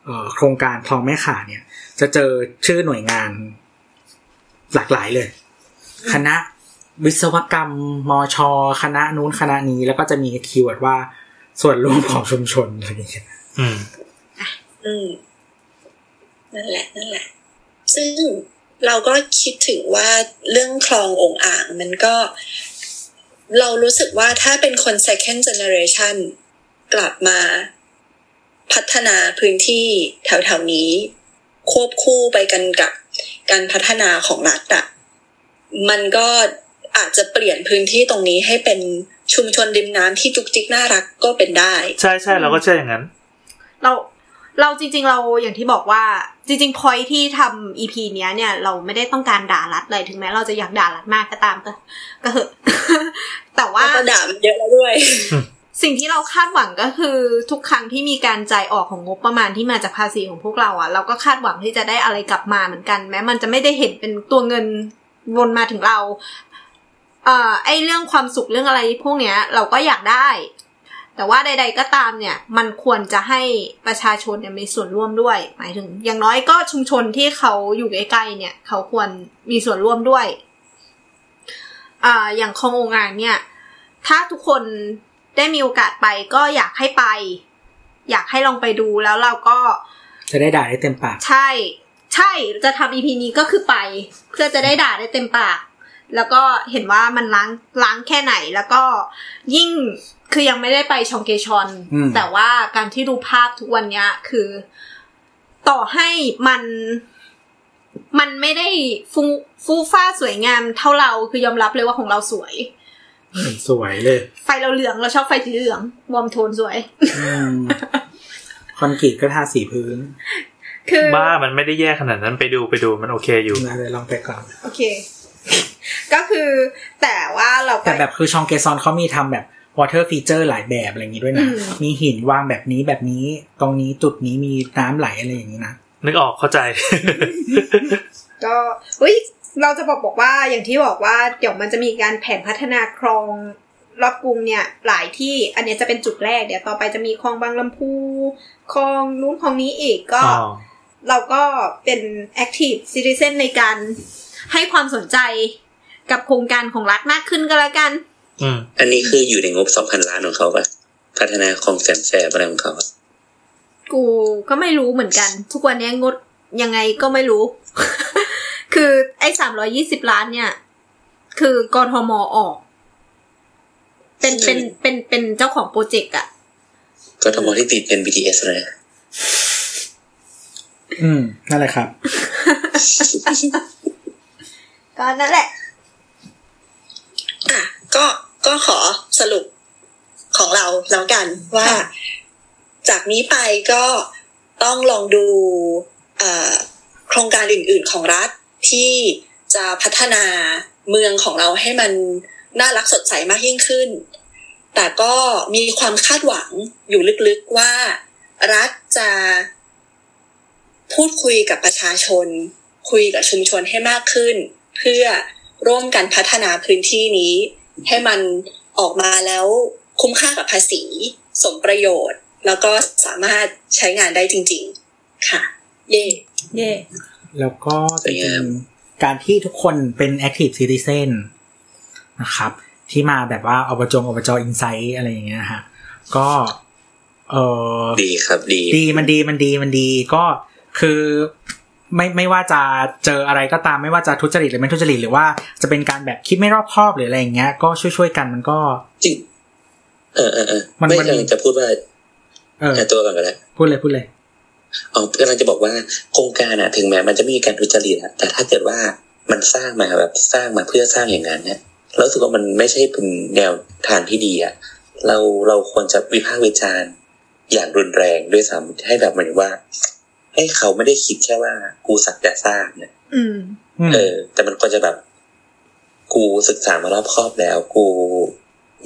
Speaker 3: เอ่อโครงการคลองแม่ข่าเนี่ย จะเจอชื่อหน่วยงานหลากหลายเลย คณะวิศวกรรม มอชอคณะนู้นคณะนี้แล้วก็จะมีคีย์เวิร์ดว่าส่วนรวมของชุมชนอะไรอย่างเงี้ย
Speaker 4: อืม
Speaker 6: อืมนั่นแหละ นั่นแหละ ซึ่งเราก็คิดถึงว่าเรื่องคลององอ่าง มันก็ เรารู้สึกว่าถ้าเป็นคน second generation กลับมาพัฒนาพื้นที่แถวๆนี้ ควบคู่ไปกันกับการพัฒนาของรัฐอะมันก็อาจจะเปลี่ยนพื้นที่ตรงนี้ให้เป็นชุมชนริมน้ำที่จุกจิกน่ารักก็เป็นได้
Speaker 4: ใช่ใช่เราก็เชื่ออย่างนั้น
Speaker 5: เราเราจริง ๆ เราอย่างที่บอกว่าจริงๆพอยที่ทำ EP เนี้ยเนี่ยเราไม่ได้ต้องการด่ารัฐเลยถึงแม้เราจะอยากด่ารัฐมากก็ตามก็ก็เหอะ แต่ว่า
Speaker 6: ก็ด่ามันเยอะแล้วด้วย
Speaker 5: สิ่งที่เราคาดหวังก็คือทุกครั้งที่มีการจ่ายออกของงบประมาณที่มาจากภาษีของพวกเราอะ่ะ เราก็คาดหวังที่จะได้อะไรกลับมาเหมือนกัน แม้มันจะไม่ได้เห็นเป็นตัวเงินวนมาถึงเราเอ่อไอเรื่องความสุขเรื่องอะไรพวกเนี้ย เราก็อยากได้ แต่ว่าใด ๆ ก็ตามเนี่ย มันควรจะให้ประชาชนเนี่ยมีส่วนร่วมด้วย หมายถึง อย่างน้อยก็ชุมชนที่เขาอยู่ใกล้ๆเนี่ย เขาควรมีส่วนร่วมด้วยอ่าอย่างคลององอางเนี่ย ถ้าทุกคน ได้มีโอกาสไปก็อยากให้ไป อยากให้ลองไปดูแล้วเราก็
Speaker 3: จะได้ด่าได้เต็มปาก
Speaker 5: ใช่ ใช่จะทำอีพีนี้ก็คือไป เพื่อจะได้ด่าได้เต็มปาก แล้วก็เห็นว่ามันล้างล้างแค่ไหนแล้วก็ยิ่งคือยังไม่ได้ไปชองเกชอน
Speaker 3: อืม
Speaker 5: แต่ว่าการที่ดูภาพทุกวันเนี้ยคือ ต่อให้มัน มันไม่ได้ฟูฟูฟ้าสวยงามเท่าเราคือยอมรับเลยว่าของเราสวย
Speaker 3: สวยเลย
Speaker 5: ไฟเราเหลืองเราชอบไฟสีเหลืองวอร์มโทนสวย
Speaker 3: อืมคอนกรีตก็ทาสีพื้น
Speaker 5: คือ
Speaker 4: บ้ามันไม่ได้แย่ขนาดนั้นไปดูไปดูมันโอเคอยู่
Speaker 3: นะเดี๋ยวลองไปก่อน
Speaker 5: โอเค ก็คือแต่ว่าเราก็
Speaker 3: แต่แบบคือชองเกซอนเขามีทำแบบ water feature หลายแบบอะไรอย่างนี้ด้วยนะ
Speaker 5: อืม
Speaker 3: มีหินวางแบบนี้แบบนี้ ตรงนี้จุดนี้มีน้ำไหลอะไรอย่างนี้นะ
Speaker 4: นึกออกเข้าใจ
Speaker 5: ก็เฮ้ยเราจะบอกบอกว่าอย่างที่บอกว่าเดี๋ยวมันจะมีการแผนพัฒนาคลองรอบกรุงเนี่ย หลายที่อันเนี้ยจะเป็นจุดแรกเดี๋ยวต่อไปจะมีคลองบางลำพูคลองนู้นคลองนี้อีกก็
Speaker 4: อ๋อ
Speaker 5: เราก็เป็น active citizen ในการให้ความสนใจกับโครงการของรัฐมากขึ้นก็แล้วกัน
Speaker 4: อืม
Speaker 2: อันนี้คืออยู่ในงบสองพันล้านของเขาปะพัฒนาของแสนแสบอะไรของเขาอะ
Speaker 5: กูก็ไม่รู้เหมือนกัน ทุกวันนี้งดยังไงก็ไม่รู้ คือไอ้สามรอยี่สิบล้านเนี่ย คือกทมออก เป็นเป็นเป็นเป็นเจ้าของโปรเจกต์อะ
Speaker 2: ก็ทมที่ติดเป็น BTS เลยนะ
Speaker 3: อืมนั่นแหละครับ
Speaker 5: ก็นั่นแหละ
Speaker 6: อ่ะก็ก็ขอสรุปของเราแล้วกันว่า
Speaker 5: ค่ะ
Speaker 6: จากนี้ไปก็ต้องลองดูเอ่อโครงการอื่น ๆของรัฐที่จะพัฒนาเมืองของเราให้มันน่ารักสดใสมากยิ่งขึ้น แต่ก็มีความคาดหวังอยู่ลึกๆว่า รัฐจะพูดคุยกับประชาชน คุยกับชุมชนให้มากขึ้น เพื่อร่วมกันพัฒนาพื้นที่นี้ ให้มันออกมาแล้วคุ้มค่ากับภาษี สมประโยชน์ แล้วก็สามารถใช้งานได้จริง ๆ ค่ะ เย่
Speaker 5: เย่
Speaker 3: แล้วก็จริงๆการที่ทุกคนเป็น active citizen นะครับ ที่มาแบบว่าอบจงอบจอินไซต์อะไรอย่างเงี้ยฮะก็เออ
Speaker 2: ดีครับดี
Speaker 3: ดีมันดีมันดีมันดีก็คือไม่ไม่ว่าจะเจออะไรก็ตามไม่ว่าจะทุจริตหรือไม่ทุจริตหรือว่าจะเป็นการแบบคิดไม่รอบคอบหรืออะไรอย่างเงี้ยก็ช่วยช่วยๆกันมันก็
Speaker 2: จริงเออเออเออ
Speaker 3: มัน
Speaker 2: ไม่
Speaker 3: มัน
Speaker 2: กำลังจะพูดว่า
Speaker 3: เออ
Speaker 2: แต่ตัวก่อนก็แล้ว
Speaker 3: พูดเลยพูดเลย
Speaker 2: อ๋อกำลังจะบอกว่าโครงการอะถึงแม้มันจะไม่มีการทุจริตอะแต่ถ้าเกิดว่ามันสร้างมาแบบสร้างมาเพื่อสร้างอย่างนั้นเนี่ยเรารู้สึกว่ามันไม่ใช่เป็นแนวทางที่ดีอะเราเราควรจะวิพากษ์วิจารณ์อย่างรุนแรงด้วยซ้ำให้แบบเหมือนว่า ให้เขาไม่ได้คิดแค่ว่ากูสักแต่สร้างเนี่ย
Speaker 5: อืม
Speaker 3: อืม
Speaker 2: เออ แต่มันควรจะแบบ กูศึกษามารอบครอบแล้ว กู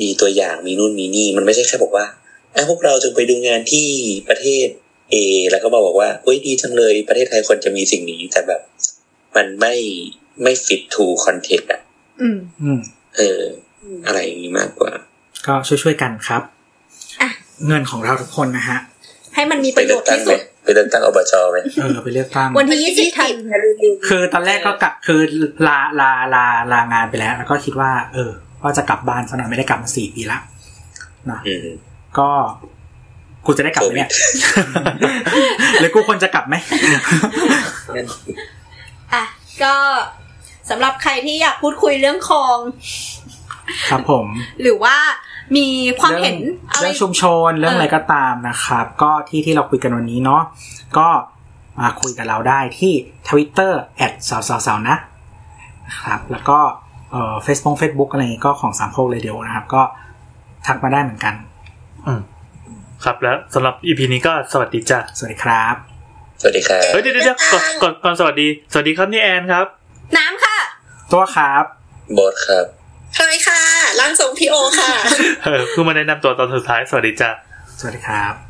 Speaker 2: มีตัวอย่างมีนู่นมีนี่ มันไม่ใช่แค่บอกว่าไอ้พวกเราจงไปดูงานที่ประเทศเอแล้วก็มาบอกว่าเฮ้ยดีจังเลยประเทศไทยควรจะมีสิ่งนี้ แต่แบบ มันไม่ไม่ฟิตทูคอนเทกต์อะ
Speaker 5: อืม
Speaker 3: อืม
Speaker 2: เออ อะไรอย่างนี้มากกว่า
Speaker 3: ก็ช่วยช่วยๆกันครับ
Speaker 5: อ่ะ
Speaker 3: เงินของเราทุกคนนะฮะ
Speaker 5: ให้มันมีป
Speaker 2: ไประ
Speaker 5: โย
Speaker 2: เลือ
Speaker 5: ช
Speaker 2: ก
Speaker 5: น์
Speaker 2: ตั้ง
Speaker 5: ที่
Speaker 2: ไหม
Speaker 5: สุด
Speaker 2: ไปเลือกตั้งอบจไหม
Speaker 3: เออไปเลือกตั้ง
Speaker 5: วันที่ยี่สิบธัน
Speaker 6: อย่าลืม
Speaker 3: คือตอนแรกก็กลับคือลาลาลาลางานไปแล้ว แล้วก็คิดว่า เออว่าจะกลับบ้านสักหน่อยไม่ได้กลับมาสี่ปีละนะ
Speaker 2: อืม
Speaker 3: ก็กูจะได้กลับไหมเนี่ย หรือกูควรจะกลับไหม
Speaker 5: อ่ะก็สำหรับใครที่อยากพูดคุยเรื่องคลอง
Speaker 3: ครับผม
Speaker 5: หรือว่ามีความเห็นอะไร
Speaker 3: เรื่องชุมชนเรื่องอะไรก็ตามนะครับ ก็ที่ที่เราคุยกันวันนี้เนาะก็มาคุยกับเราได้ที่ Twitter แอดสาวสาวสาวนะนะครับ แล้วก็เอ่อเฟซบุ๊กเฟซบุ๊กอะไรอย่างงี้ก็ของสามโคกเรดิโอนะครับ ก็ทักมาได้เหมือนกัน
Speaker 4: ครับแล้วสำหรับอีพีนี้ก็สวัสดีจ้ะ
Speaker 3: สวัสดีครับ
Speaker 2: สวัสดีครับ
Speaker 4: เฮ้ยเดี๋ยวเดี๋ยวเดี๋ยวก่อนก่อนก่อนสวัสดี สวัสดีครับนี่แอนครับ
Speaker 5: น้ำค่ะ
Speaker 3: ตัวครับ
Speaker 2: โบอสครับ
Speaker 6: ๆพลอยค่ะร่างทรงพี่โอค่ะ
Speaker 4: เออเพิ่งมาแนะนำตัวตอนสุดท้ายสวัสดีจ้ะ
Speaker 3: สวัสดีครับ